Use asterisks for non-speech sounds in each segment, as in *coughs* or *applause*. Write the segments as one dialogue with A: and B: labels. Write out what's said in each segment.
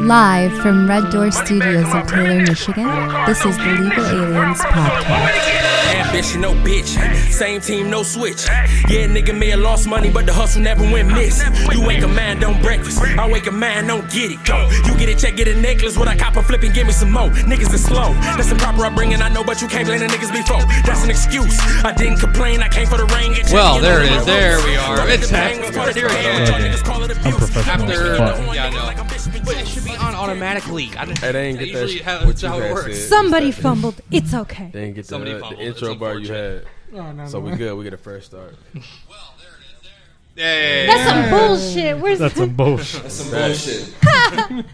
A: Live from Red Door Studios in Taylor, Michigan, this is the Legal Aliens Podcast.
B: Ambition, no bitch. Same team, no switch. Yeah, nigga may have lost money, but the hustle never went miss. You wake a man, don't breakfast. I wake a man, don't get it. Go. You get a check, get a necklace. What I cop a flip and give me some more. Niggas is slow. That's improper upbringing, I know, but you can't blame the niggas before. That's an excuse. I didn't complain, I came for the rain. It
C: Well, there it is. There we are. It's happening. Here we go. After,
D: Fuck.
C: yeah, no. But it should be on automatically. I didn't,
E: I didn't get that
C: usually
E: sh-
C: how,
E: what
C: that's
E: you
C: how it
E: had
C: works.
E: said.
F: Somebody fumbled. It's okay.
E: They didn't get the,
C: Somebody
E: uh,
C: fumbled.
E: the
C: It's
E: intro bar you had. so we good. We get a fresh start.
C: Hey,
F: That's some bullshit. Where's
D: That's some bullshit.
E: Some bullshit.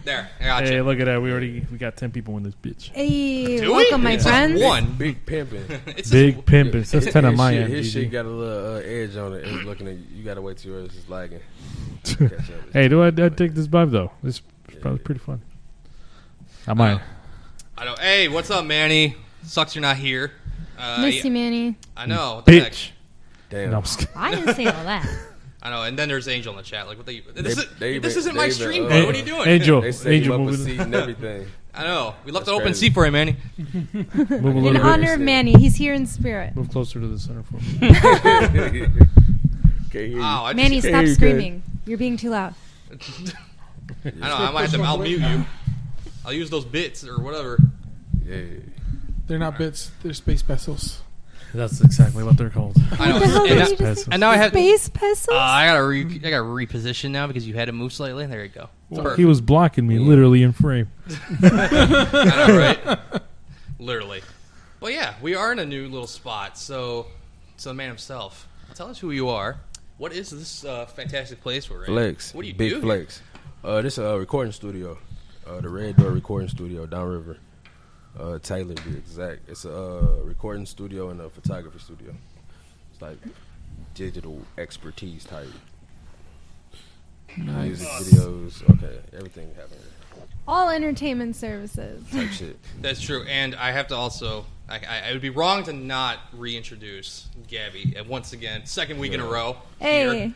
C: there. I got
D: hey,
C: you.
D: look at that. We already we got ten people in this bitch.
F: Hey,
C: Do we?
F: welcome, my
C: It's just
F: friends.
C: One.
E: Big pimping.
C: It's
D: Big
C: Just,
D: pimpin'. That's ten of
E: His
D: my
E: shit-
D: end,
E: His
D: GG.
E: shit got a little uh, edge on it. It's looking at you. You gotta wait till yours is
D: *laughs*
E: lagging. Catch up.
D: Hey, do I, I take this vibe though? This is probably pretty fun. Uh, I might.
C: I know. Hey, what's up, Manny? Sucks you're not here. Uh,
F: Miss you,
C: yeah,
F: Manny.
C: I know. What the heck?
D: Bitch.
E: Damn.
D: No, I'm just kidding.
F: I didn't *laughs* say all that.
C: I know. And then there's Angel in the chat. Like, what the? This, is,
E: they
C: this
E: even-
C: isn't
E: they
C: my
E: even,
C: stream,
E: uh,
C: bro. What are you doing?
D: Angel,
E: They set him
D: Angel,
E: up a
D: move, *laughs*
E: seat
D: it-
E: and everything. *laughs*
C: I know. We left
E: That's
C: an open
E: crazy. Hmm.
C: seat for him, Manny.
D: move a
F: In
D: little bit.
F: honor of Manny, he's here in spirit.
D: Move closer to the center for me.
E: Can't hear
C: Wow. Oh, I just,
F: Manny,
C: Manny's.
F: stop
E: you good.
F: screaming. You're being too loud.
C: *laughs* I know. I might have to. I'll mute you. I'll use those bits or whatever.
E: you.
G: They're not bits. They're space vessels.
D: *laughs* That's exactly what they're called.
C: I know.
F: What the hell
C: And
F: did
C: that-
F: you just say?
C: and now I have-
F: space pencils.
C: Uh, I gotta re- I gotta reposition now because you had to move slightly. There you go. It's perfect.
D: He was blocking me literally in frame.
C: I know, right?
E: *laughs*
C: Literally. But yeah, we are in a new little spot. So, so the man himself, tell us who you are. What is this uh, fantastic place we're in?
E: Flex.
C: What do you
E: Big
C: do?
E: flex. Uh, this is a recording studio. Uh, the Red Door Recording Studio, downriver. Uh, Taylor, to be exact. It's a uh, recording studio and a photography studio. It's like digital expertise type. Music videos. Okay, everything happening.
F: all entertainment services.
E: Type *laughs* shit.
C: That's true. And I have to also, I, I, I would be wrong to not reintroduce Gabby and once again, second week in a row. here,
F: Hey,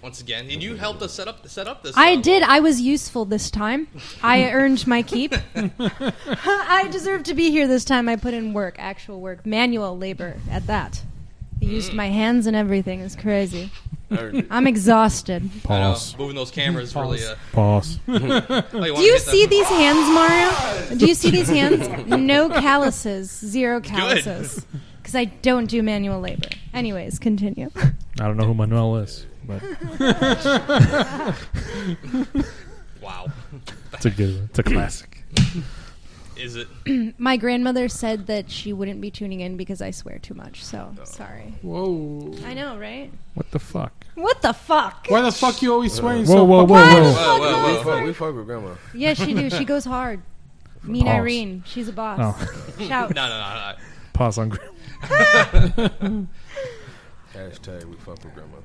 C: once again, and you helped us set up set up this.
F: I
C: uh,
F: did. I was useful this time. I earned my keep. *laughs* I deserve to be here this time. I put in work, actual work, manual labor at that. I used my hands and everything. It's crazy. I'm exhausted.
C: I know,
D: Pause.
C: moving those cameras really. Uh,
D: Pause.
C: oh,
F: Do you see these hands, Mario? Do you see these hands? No calluses, zero calluses. Because I don't do manual labor. Anyways, continue.
D: I don't know who Manuel is, but
C: Wow,
D: it's a good one. It's a classic.
C: is
F: *laughs*
C: it?
F: My grandmother said that she wouldn't be tuning in because I swear too much. So sorry.
G: Whoa.
F: I know, right?
D: What the fuck?
F: What the fuck?
G: Why the fuck you always swearing
D: Whoa,
G: so
D: whoa,
G: fucking-
D: whoa,
F: Why?
D: whoa.
C: Whoa, whoa,
E: We
C: whoa.
E: fuck, we fuck with grandma.
F: *laughs* Yes, she do. She goes hard. Mean
D: Boss.
F: Irene. She's a boss.
D: Oh, *laughs*
F: Shout.
C: No, no, no, no.
D: pause on. gra-
E: Hashtag we fuck with grandma.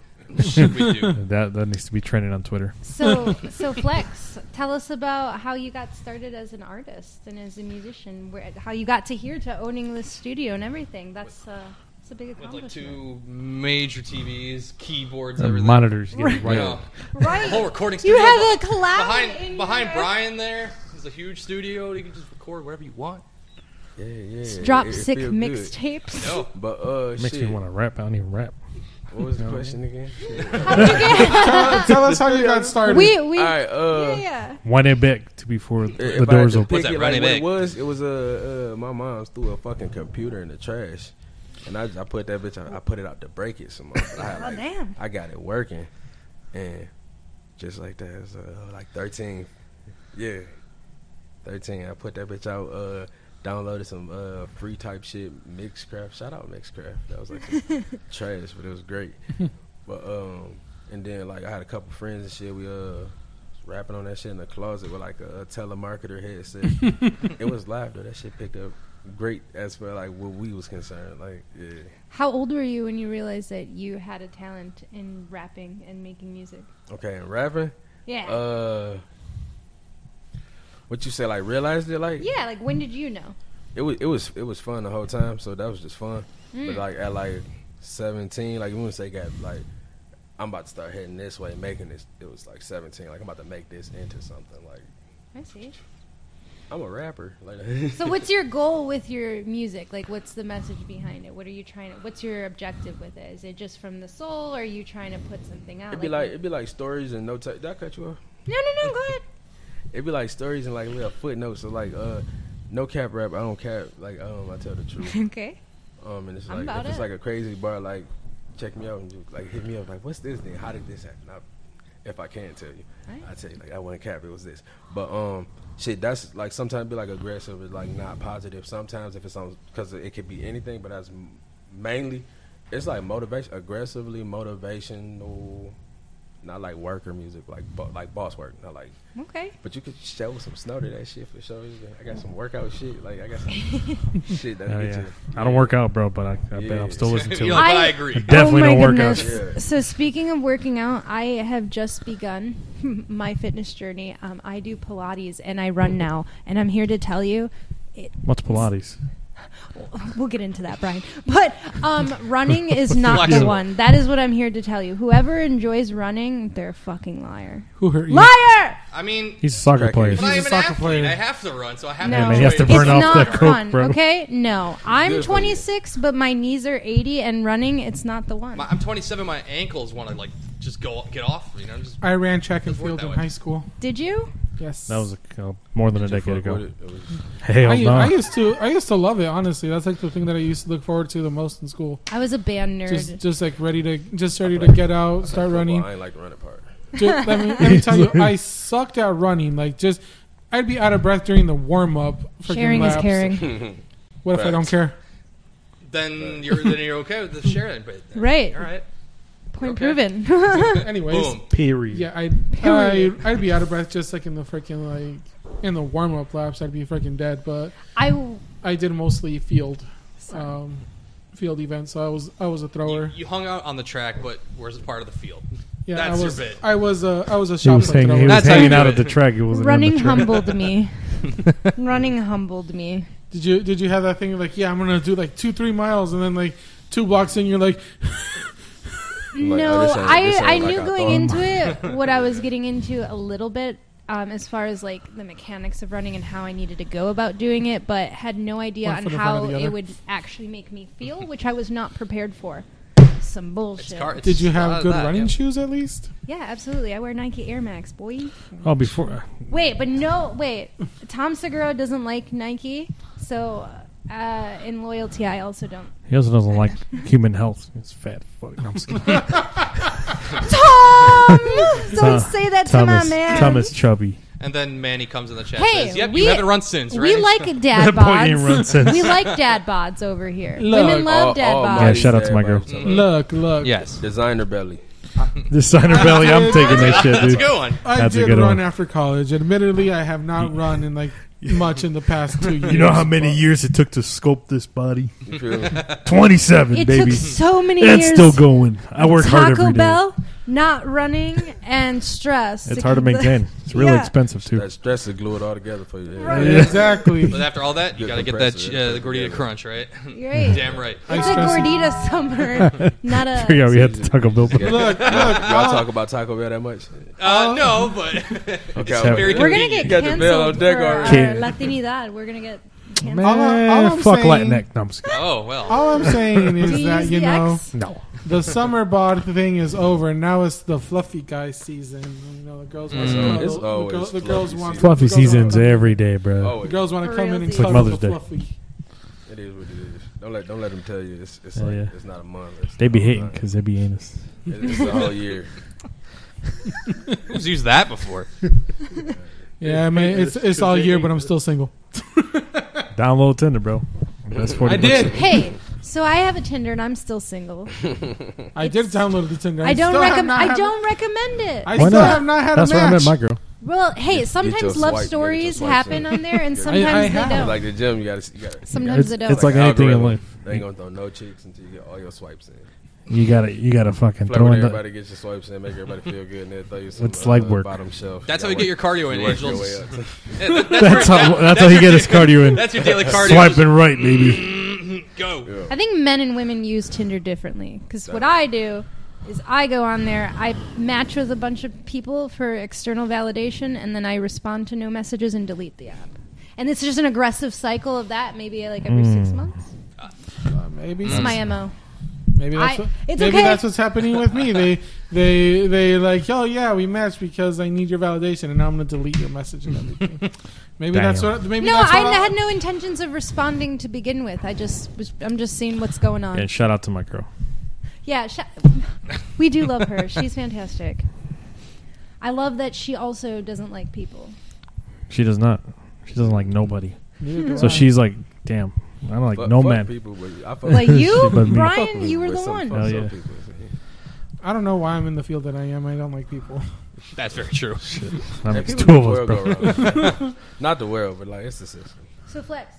C: Should we do?
D: That that needs to be trending on Twitter.
F: So,
C: *laughs*
F: so Flex, tell us about how you got started as an artist and as a musician. Where, how you got to here to owning this studio and everything. That's uh, that's a big
C: with like
F: accomplishment.
C: two major TVs, keyboards,
D: The
C: everything.
D: monitors get right.
C: You know, *laughs*
F: right.
C: whole recording
F: You
C: studio.
F: have a collab
C: behind
F: in
C: behind
F: your-
C: Brian there. There's a huge studio. You can just record wherever you want. *laughs*
E: Yeah, yeah.
F: Drop
E: it- it
F: sick
E: feel good.
F: mixtapes.
C: No,
E: But uh,
D: Makes
E: shit.
D: me want to rap. I don't even rap.
E: What was the question again? Shit.
G: Tell us how you got started.
F: We we
E: All right. Uh,
F: yeah yeah.
D: One it back to before the,
E: If
D: the
E: I had
D: doors
E: to
D: open.
E: pick
C: What's that,
E: it,
C: Ronnie
E: like, what
C: Mac?
E: it was, it was uh, uh, my mom's threw a fucking computer in the trash, and I, I put that bitch. I, I put it out to break it some more. But I, had,
C: Oh,
E: like,
F: damn.
E: I got it working, and just like that, it was, uh, like thirteen, yeah, thirteen. I put that bitch out. Uh, downloaded some uh, free type shit, Mixcraft. Shout out Mixcraft. That was like some trash, but it was great. But um, and then like I had a couple friends and shit. We uh rapping on that shit in the closet with like a, a telemarketer headset. it was live though. That shit picked up great as far like what we was concerned. Like yeah,
F: How old were you when you realized that you had a talent in rapping and making music?
E: okay, and rapping.
F: Yeah.
E: Uh, what you say? Like realized it? Like
F: yeah, like when did you know?
E: it was it was it was fun the whole time. So that was just fun.
F: Mm.
E: But like at like seventeen, like you wouldn't say got like. I'm about to start heading this way, making this. It was like 17. Like I'm about to make this into something. Like
F: I see.
E: I'm a rapper. *laughs* Like,
F: So, what's your goal with your music? Like, what's the message behind it? What are you trying to? What's your objective with it? Is it just from the soul, or are you trying to put something out?
E: it'd be like it'd be like stories and no type. Did I cut you off?
F: no, no, no, go ahead.
E: It'd be like stories and like little footnotes. So like, uh, no cap rap. I don't cap. Like, um, I tell the truth.
F: *laughs* okay.
E: Um, and it's
F: I'm
E: like
F: about
E: if it's
F: it.
E: like a crazy bar, like check me out and just, like hit me up. Like, what's this thing? How did this happen? I, if I can tell you,
F: Right.
E: I tell you. Like, I want to cap. It was this, but um, shit. That's like sometimes be like aggressive. It's like not positive. Sometimes if it's on because it could be anything, but that's m- mainly it's like motivation, aggressively motivational. Not like worker music, like bo- like boss work, not like
F: Okay.
E: but you could show some snow to that shit for sure. I got some workout shit. Like I
F: *laughs*
E: got some shit that
D: Oh,
E: get
D: yeah.
E: you.
D: I don't work out, bro, but I, I bet
E: Yeah.
D: I'm still listening *laughs* to
C: You're
D: it.
C: like, but I
F: I-
C: agree.
D: Definitely
F: oh my
D: no workouts.
F: goodness.
E: Yeah.
F: So speaking of working out, I have just begun *laughs* my fitness journey. Um, I do Pilates and I run now, and I'm here to tell you, it,
D: What's Pilates?
F: we'll get into that, Brian. But um, running is not the
C: Flexible.
F: one. That is what I'm here to tell you. Whoever enjoys running, they're a fucking liar.
G: Who hurt you?
F: Liar!
C: I mean,
D: *laughs* He's a soccer
E: Crackhead.
D: player.
C: but I
G: He's
C: am
G: a
C: an
G: soccer
C: athlete.
G: player.
C: I have to run, so I have
F: No,
D: man, he has to
C: enjoy it.
D: burn
F: it's
D: off
F: not
D: the coke,
F: fun.
D: bro.
F: Okay, no, I'm
E: Good for you.
F: 26, but my knees are 80, and running, it's not the one.
C: My, I'm 27. My ankles want to like just go get off. You know, just
G: I ran track and
C: Doesn't
G: field
C: work that
G: in
C: way.
G: high school.
F: Did you?
G: Yes,
D: That was a, uh, more than a
E: Just
D: decade
E: fuck with
D: ago.
E: it. It was-
D: Hell
G: I,
D: no.
G: I used to I used to love it. Honestly, that's like the thing that I used to look forward to the most in school.
F: I was a band nerd.
G: Just just like ready to just ready to get out, start
E: football,
G: running.
E: I ain't like the running part.
G: Just, let, me, let me tell you, I sucked at running. Like just, I'd be out of breath during the warm up.
F: Sharing is
C: *laughs*
F: caring.
G: What if I don't
E: Facts.
G: care?
C: then you're then you're okay with the sharing.
F: *laughs*
C: But
F: Right.
C: all right,
F: Point
C: Okay. *laughs*
F: proven. *laughs*
G: Anyways,
C: boom.
D: Period.
G: yeah, I'd, I I'd be out of breath just like in the freaking like in the warm up laps. I'd be freaking dead. But
F: I w-
G: I did mostly field, um, field events. So I was I was a
C: You,
G: thrower.
C: you hung out on the track, but where's the part of the field?
G: Yeah,
C: That's
G: I
C: your
G: was
C: bit.
G: I was a I was a
D: He
G: shot
D: was
G: put
D: hanging, he
G: thrower.
D: was
C: That's how
D: hanging
C: you
D: out
C: do
D: at the
C: it.
D: track. It wasn't
F: running
D: on the track. *laughs*
F: humbled me. running humbled me.
G: Did you did you have that thing like yeah I'm gonna do like two three miles and then like two blocks in you're like *laughs*
E: Like,
F: no,
E: oh, this ain't-
F: I
E: this ain't
F: I
E: like
F: knew
E: I
F: going
E: thought.
F: into it what I was getting into a little bit um, as far as like the mechanics of running and how I needed to go about doing it, but had no idea
G: One
F: on
G: foot in front
F: how
G: of the
F: it
G: other.
F: would actually make me feel, which I was not prepared for. Some bullshit.
C: It's car, it's
G: did you
C: a lot
G: have
C: of
G: good
C: that,
G: running
C: yeah.
G: shoes at least?
F: Yeah, absolutely. I wear Nike Air Max, boy.
D: Oh, before.
F: Wait, but no, wait. Tom Segura doesn't like Nike, so uh, in loyalty, I also don't.
D: He also doesn't like human health. He's fat. Fuck. No, I'm just kidding.
F: Tom, don't
D: Tom-
F: say that to my
D: Thomas,
F: man.
D: Thomas Chubby.
C: And then Manny comes in the chat.
F: Hey,
C: and says, "Yep,
F: we-
C: you haven't run since, right?"
F: We
G: *laughs*
F: like dad
D: That boy ain't run
F: bods.
D: since. *laughs*
F: we like dad bods over here.
G: Look,
F: Women love
E: All-
F: dad
E: all
F: bods.
D: Yeah, shout out to Oh, my
E: everybody
D: girl.
E: talking about
G: Look look
C: *laughs* yes.
E: Designer belly.
D: This signer belly. I'm taking that shit,
C: That's a
D: dude.
C: good one.
G: I
D: That's a
G: did
D: good
G: run
D: one.
G: after college. Admittedly, I have
D: *laughs*
G: not run in like much in the past two years.
D: You know how many
G: but-
D: years it took to sculpt this body?
E: You feel
C: *laughs*
E: me?
D: 27,
F: It
D: baby.
F: took so many
D: It's
F: years.
D: still going. I work hard
F: Taco
D: every day.
F: Bell, not running and stress.
D: It's hard to
F: keep the- *laughs*
D: maintain. It's really
F: Yeah.
D: expensive too.
E: that stress to glue it all together for you.
G: Yeah,
C: *laughs*
F: Right.
G: Exactly.
C: But after all that, you
E: Good
C: got to get that
E: compressor,
C: ch- uh,
E: that's
C: gordita
E: pretty good.
C: crunch, right? *laughs*
F: You're
G: *laughs*
F: right.
C: Damn right.
F: It's
G: I
F: a
G: stress-
F: gordita
D: *laughs*
F: summer, not
D: I forgot
F: a.
D: we had the Taco Bell.
E: Yeah.
G: Look, look,
E: Y'all talk about Taco Bell that much?
C: Uh, no, but *laughs*
E: Okay,
C: it's very
F: We're gonna
C: convenient.
F: get
E: got the bell
F: canceled
E: on
F: for
E: deck
F: our
D: already. Okay.
F: Latinidad. We're gonna get canceled.
D: Man,
G: all I'm
D: fuck
G: saying-
D: Latinx. No, I'm just kidding.
C: *laughs* Oh well.
G: all I'm saying
F: *laughs* Do
G: is
F: you
G: that
F: use
G: you
F: the
G: know
F: X?
D: No.
G: the summer bod thing is over. Now it's the fluffy guy season. You know the girls want
E: Mm.
G: to cuddle.
E: It's
G: The, girl-
E: always
G: the girls
E: fluffy
G: want
D: Fluffy
G: the girls
D: seasons
G: want-
D: every day, bro.
E: Oh,
G: The
E: it,
G: girls want to come in and
F: It's like
G: cuddle
D: Mother's
G: the
D: Day.
G: fluffy.
E: it is what it is. Don't let don't let them tell you it's it's
D: Yeah,
E: like
D: yeah.
E: it's not a month. It's
D: They be
E: a whole
D: hating
E: month.
D: because they be anus.
E: It- it's a whole year.
C: Who's used that
E: *laughs*
C: before?
G: Yeah, I mean it's it's all year, but I'm still single.
D: Download Tinder, bro. That's 40
G: I did.
F: Hey, so I have a Tinder and I'm still single.
G: I did download the Tinder.
F: I don't
G: still have
F: recommend.
G: not
F: I
G: had-
F: don't recommend it.
G: I
D: Why
G: still
D: not?
G: have not had
D: That's
G: a match.
D: where I met my girl.
F: well, hey,
E: your
F: sometimes
E: swipe,
F: love
E: get your
F: stories
E: swipe,
F: happen
E: yeah.
F: on there, and
E: I-
F: sometimes
G: *laughs* I
F: they
G: have.
F: don't.
E: Like the gym, you gotta you gotta.
F: sometimes they don't.
D: It's like anything in
E: algorithm.
D: life.
E: They ain't gonna throw no chicks until you get all your swipes in.
D: You gotta, you gotta fucking
E: Flirt
D: throw
E: with
D: in the.
E: everybody, get your swipes in, make everybody feel good, and then throw you some
D: It's leg
E: uh,
D: work.
E: bottom shelf.
C: That's how
E: gotta
C: you get your cardio
E: work-
C: in,
E: you work your
C: Angel.
E: way up
C: *laughs* That's,
E: to-
D: *laughs* That's *laughs* how. That's how he get his cardio in.
C: That's your daily cardio.
D: *laughs* Swiping right, baby.
C: Go.
F: I think men and women use Tinder differently because what I do is I go on there, I match with a bunch of people for external validation, and then I respond to no messages and delete the app. And it's just an aggressive cycle of that, maybe like every six months.
G: Uh, maybe
F: It's my mo.
G: Maybe that's
F: I-
G: what,
F: it's
G: maybe
F: okay.
G: that's what's happening with me. They they they like, oh yeah, we matched because I need your validation, and I'm gonna delete your message and
D: *laughs*
G: everything. Maybe that's
D: Damn.
G: what. Maybe
F: No,
G: that's
F: I
G: what
F: had no intentions of responding to begin with. I just was, I'm just seeing what's going on.
D: And shout out to my girl.
F: Yeah, sh- we do love her. She's fantastic. I love that she also doesn't like people.
D: She does not. She doesn't like nobody.
G: Neither do
D: So
G: I.
D: she's like, damn, I don't like
E: Fuck-
D: no
E: fuck
D: man.
E: People, but I fuck *laughs*
F: Like
E: with-
F: you,
D: But me.
E: fuck
F: Brian,
E: with-
F: you were
E: with
F: the
E: some-
F: one.
E: fuck
D: Hell
E: some
D: yeah.
E: people.
G: I don't know why I'm in the field that I am. I don't like
D: *laughs*
G: people.
C: That's very true.
D: That
E: Yeah,
D: makes
E: people in
D: two of us,
E: the
D: bro.
E: world go around. Not the world, but like it's the system.
F: So Flex,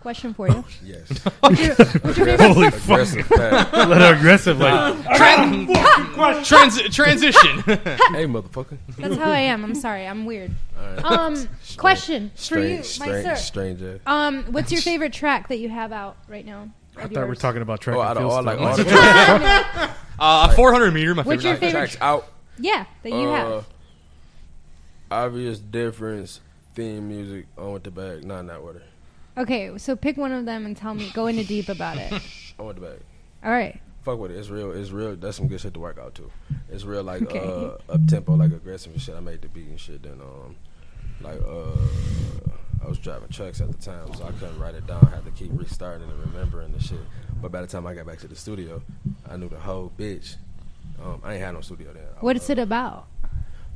F: question
E: *laughs*
F: for you. *laughs*
E: Yes.
D: Holy fuck!
E: Aggressive fact.
D: *laughs* Let her aggressive like.
C: Transi- *laughs* transition.
E: hey, motherfucker.
F: That's how I am. I'm sorry. I'm weird.
E: All right. *laughs*
F: Um, question for you,
E: Strange,
F: my
E: strange,
F: sir.
E: stranger.
F: Um, what's
E: *laughs*
F: your favorite track that you have out right now?
D: I thought we were
F: yours?
D: talking about track
E: Oh,
D: and
E: out of
D: field
E: all
D: stuff.
E: like
D: *laughs*
E: all the
C: Uh, 400 meter, my favorite.
F: What's your
C: outfit.
F: favorite?
E: tracks out.
F: Yeah, that you
E: uh,
F: have.
E: Obvious difference. Theme music. On with the bag. Not in that order.
F: Okay, so pick one of them and tell me. Go into deep about
D: *laughs*
F: it.
E: On with the bag.
F: All right.
E: Fuck with it. It's real. It's real. That's some good shit to work out to. It's real like
F: Okay.
E: uh, up tempo, like aggressive and shit. I made the beat and shit. Then um, like uh, I was driving trucks at the time, so I couldn't write it down. I had to keep restarting and remembering the shit. But by the time I got back to the studio, I knew the whole bitch. Um, I ain't had no studio then. I
F: What
E: was,
F: is it about?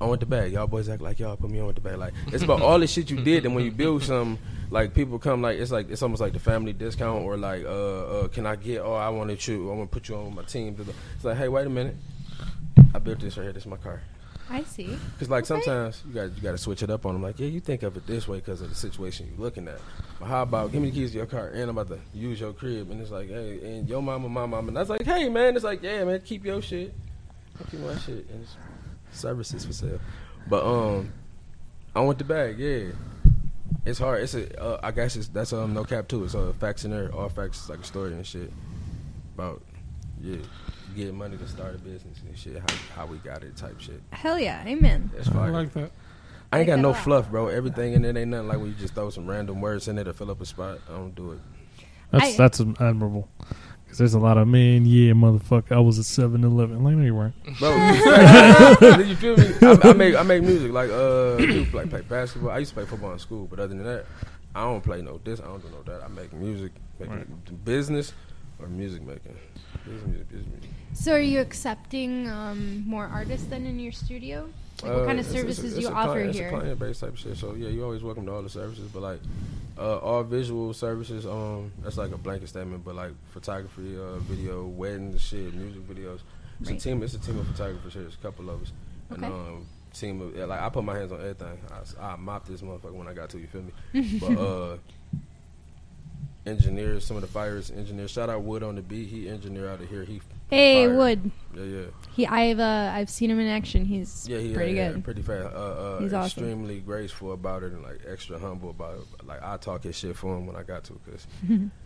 E: I want the bag. Y'all boys act like y'all put me on with the bag. Like it's about all the shit you did. And when you build some, like people come like it's like it's almost like the family discount or like uh, uh can I get? Oh, I wanted you. I want to put you on with my team. It's like hey, wait a minute. I built this right here. This is my car.
F: I see.
E: Cause like
F: Okay.
E: sometimes you got you got to switch it up on them. Like yeah, you think of it this way because of the situation you're looking at. But how about give me the keys to your car and I'm about to use your crib and it's like hey and your mama my mama and that's like hey man it's like yeah man keep your shit, I keep my shit and it's services for sale. But um, I want the bag. Yeah, it's hard. It's a uh, I guess it's that's um no cap too. It's a facts in there. All facts is like a story and shit about yeah getting money to start a business and shit how how we got it type shit.
F: Hell yeah. Amen.
E: That's
G: I
E: fire.
G: like that.
E: I ain't got
F: Like that a
E: no
F: lot.
E: fluff, bro. Everything in it ain't nothing like when you just throw some random words in there to fill up a spot. I don't do it.
D: That's
F: I-
D: that's admirable. Because there's a lot of man, yeah, motherfucker. I was at 7-Eleven. Like, no, you weren't.
E: Bro, *laughs* you feel me? I, I make I make music like uh, I do play, play basketball. I used to play football in school, but other than that, I don't play no this. I don't do no that. I make music, make business or music making. Business, music, business, music.
F: So, are you accepting um, more artists than in your studio? Like,
E: Uh,
F: what kind
E: it's-
F: of
E: it's a-
F: services
E: it's
F: do you
E: a
F: offer
E: client, It's a
F: here?
E: client based type of shit. So yeah, you always welcome to all the services, but like uh, all visual services. Um, that's like a blanket statement, but like photography, uh, video, weddings, shit, music videos. It's
F: Right.
E: a team. It's a team of photographers here. It's a couple of us. And,
F: Okay.
E: um, team of yeah, like I put my hands on everything. I, s- I mopped this motherfucker when I got to you. Feel
F: *laughs*
E: me? but uh, engineers, some of the fires engineers. Shout out Wood on the beat. He engineer out of here. He
F: Hey,
E: fire.
F: Wood.
E: yeah yeah.
F: He, I've uh, I've seen him in action. He's
E: Yeah, he,
F: pretty
E: yeah,
F: good.
E: pretty fast. Uh, uh,
F: He's awesome.
E: extremely graceful about it and like extra humble about it. Like I talk his shit for him when I got to,
F: *laughs*
E: cause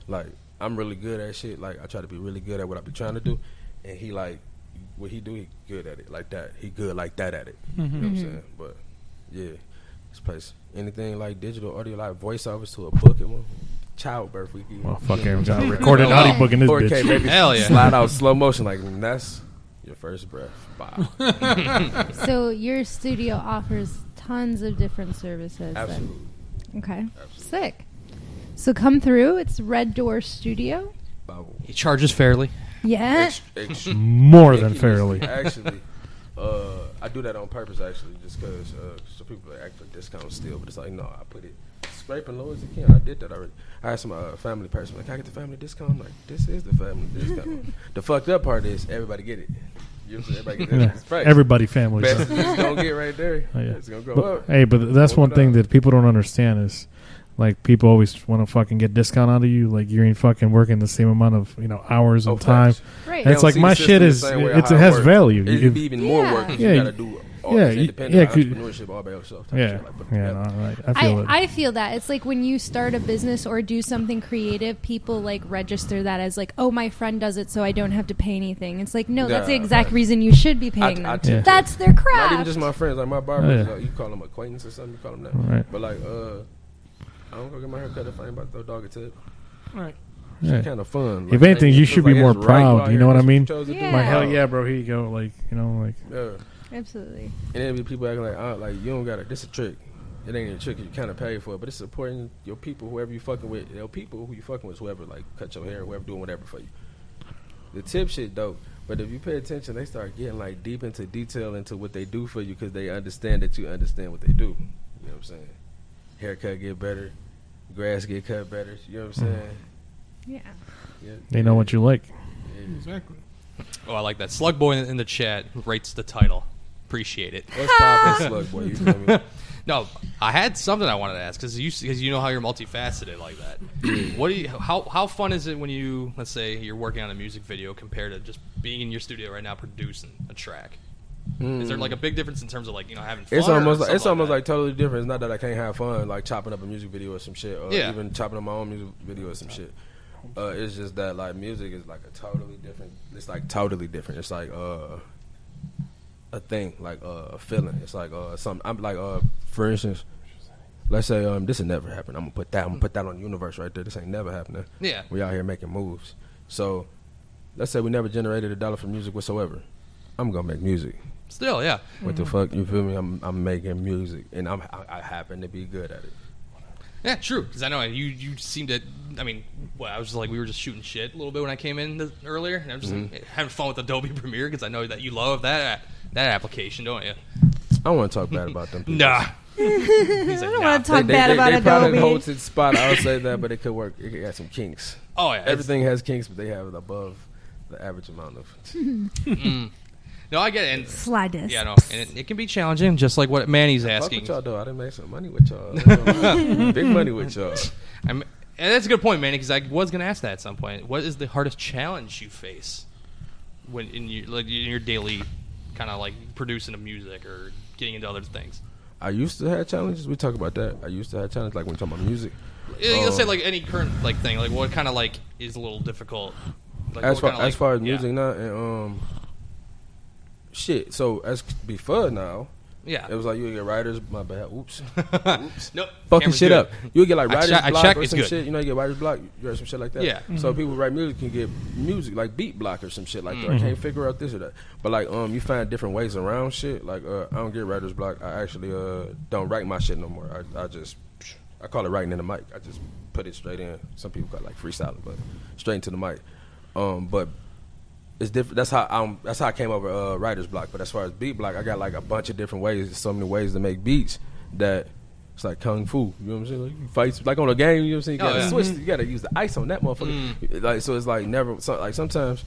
E: like I'm really good at shit. Like I try to be really good at what I be trying to do, and he like what he do, he good at it like that. He good like that at it. You
F: Mm-hmm.
E: know what I'm saying? But yeah, this place anything like digital audio, like voiceovers to a book and one. Childbirth, we can
D: Motherfucker, I
E: *laughs*
D: got a recorded
C: Yeah.
D: audiobook in this
E: 4K, *laughs*
D: bitch.
E: baby.
C: Hell yeah.
E: Slide out slow motion, like and that's your first breath.
F: *laughs*
E: Wow.
F: so your studio offers tons of different services. then.
E: Absolutely.
F: Okay. Sick. So come through. It's Red Door Studio.
E: Bible.
C: He charges fairly.
F: Yeah.
E: Ex-
F: *laughs*
E: ex-
D: More than
E: ridiculous.
D: fairly. *laughs*
E: Actually, uh, I do that on purpose. Actually, just because uh, so people act for discount still, but it's like no, I put it scraping low as you can. I did that already. I had some uh, family person like, "Can I get the family discount?" I'm like, "This is the family
D: *laughs*
E: discount." the fucked up part is everybody get it. You know, what I'm saying? everybody get
D: Yeah.
E: that price. *laughs*
D: Everybody family.
E: Best
D: so.
E: it's gonna get right there.
D: Oh, yeah.
E: It's gonna go
D: But-
E: up.
D: hey, but that's
E: Go
D: one
E: up.
D: thing that people don't understand is, like, people always want to fucking get discount out of you. Like, you ain't fucking working the same amount of you know hours
E: Oh,
D: and time.
E: facts.
F: Right.
D: That's It's
E: They don't
D: like
E: see
D: my
E: the
D: shit
E: system the
D: is-
E: same way
D: it's-
E: how
D: it has
E: works.
D: value.
E: It'd
D: You-
E: be even more
F: Yeah.
E: work 'cause
D: Yeah,
E: you
D: you-
E: gotta do all
D: Yeah,
E: this
D: you-
E: independent
D: yeah, 'cause-
E: entrepreneurship all by yourself. type
D: Yeah,
E: shit, like, put it
D: yeah,
E: together.
D: no, like, I feel
A: I,
D: it.
A: I feel that it's like when you start a business or do something creative, people like register that as like, oh, my friend does it, so I don't have to pay anything. It's like, no, that's the
E: Yeah,
A: exact
E: right.
A: reason you should be paying
E: I
A: them.
E: tend
D: Yeah.
E: to-
A: That's their craft.
E: Not even just my friends, like my barber.
D: Oh, yeah.
E: like, you call them acquaintance or something. You call them that.
D: Right.
E: But like, uh, I don't go get my hair cut if I ain't about to throw dog a tip.
G: Right.
D: Yeah.
E: Kind of fun.
D: If anything, you
E: it's
D: should
E: like,
D: be more
E: it's right
D: proud,
E: out
D: you
E: here,
D: know what
E: that's
D: I mean?
E: you chose to do.
A: Yeah.
D: Like hell yeah, bro. Here you go. Like you know, like
E: Yeah.
A: Absolutely.
E: And then be people acting like, uh, like you don't got it. This a trick. It ain't a trick. You kind of pay for it, but it's supporting your people, whoever you fucking with. Your people who you fucking with, whoever like cut your hair, whoever doing whatever for you. The tip shit dope, but if you pay attention, they start getting like deep into detail into what they do for you because they understand that you understand what they do. You know what I'm saying? Haircut get better, grass get cut better. You know what I'm saying?
A: Yeah.
E: Yeah.
D: they know what you like.
G: Exactly.
C: Oh, I like that. Slug boy in the chat writes the title. Appreciate it.
E: What's poppin', slug boy? You feel me?
C: No, I had something I wanted to ask because you because you know how you're multifaceted like that.
E: Mm.
C: what do you how how fun is it when you let's say you're working on a music video compared to just being in your studio right now producing a track? Is there like a big difference in terms of like you know having fun?
E: Mm. It's
C: or
E: almost like,
C: something
E: it's almost
C: that?
E: like totally different. It's not that I can't have fun like chopping up a music video or some shit, or
C: Yeah.
E: even chopping up my own music video or some shit. Uh, it's just that like music is like a totally different. It's like totally different. It's like uh, a thing, like uh, a feeling. It's like uh, something. I'm like uh, for instance, let's say um, this has never happened. I'm gonna put that. I'm gonna put that on the universe right there. This ain't never happening.
C: yeah
E: We out here making moves. So let's say we never generated a dollar from music whatsoever. I'm gonna make music.
C: still yeah
E: What
A: Mm.
E: the fuck? You feel me? I'm I'm making music, and I'm I, I happen to be good at it.
C: yeah true because I know you you seem to I mean well I was just like we were just shooting shit a little bit when I came in th- earlier and I'm just
E: Mm-hmm.
C: like, having fun with Adobe *laughs* Premiere because I know that you love that that application don't you?
E: I want to talk bad about them. People.
C: Nah. *laughs* He's like,
A: I don't
C: nah.
A: want to talk bad
E: they,
A: about
E: they probably holds
A: Adobe.
E: its spot. I'll say that, but it could work. It got some kinks.
C: Oh yeah, it's-
E: Everything has kinks, but they have it above the average amount of.
C: No, I get it. And,
A: Slide disc.
C: yeah, no, and it, it can be challenging, just like what Manny's
E: Fuck with
C: asking.
E: y'all though. I done made some money with
C: *laughs*
E: y'all. Big money with y'all.
C: I'm, and that's a good point, Manny, because I was going to ask that at some point. What is the hardest challenge you face when in your like in your daily kind of like producing of music or getting into other things?
E: I used to have challenges. We talk about that. I used to have challenges, like when we talk about music.
C: Eh, Let's say
E: Um,
C: like any current like thing. Like what kind of like is a little difficult? Like,
E: as
C: what
E: far
C: kinda, like-
E: as far as
C: yeah.
E: music now and um, shit. So as before now,
C: yeah.
E: it was like you get writers. My bad. Oops.
C: *laughs* nope,
E: fucking
C: camera's
E: shit
C: good.
E: up. You would get like
C: I
E: writer's
C: check- I
E: block
C: check,
E: or
C: it's
E: some
C: good.
E: shit. You know, you get writer's block. You write some shit like that.
C: Yeah.
E: So people who write music can get music like beat block or some shit like that. I can't figure out this or that. But like, um, you find different ways around shit. Like, uh, I don't get writer's block. I actually uh don't write my shit no more. I, I just I call it writing in the mic. I just put it straight in. Some people call it like freestyling, but straight into the mic. Um, but it's different. That's how I'm. That's how I came over uh, writer's block. But as far as beat block, I got like a bunch of different ways. So many ways to make beats that it's like kung fu. You know what I'm saying? Like you fights like on a game. You know what I'm saying? You
C: Oh,
E: gotta
C: yeah. Mm.
E: switch. You gotta use the ice on that motherfucker. Like so, it's like never. So, like sometimes,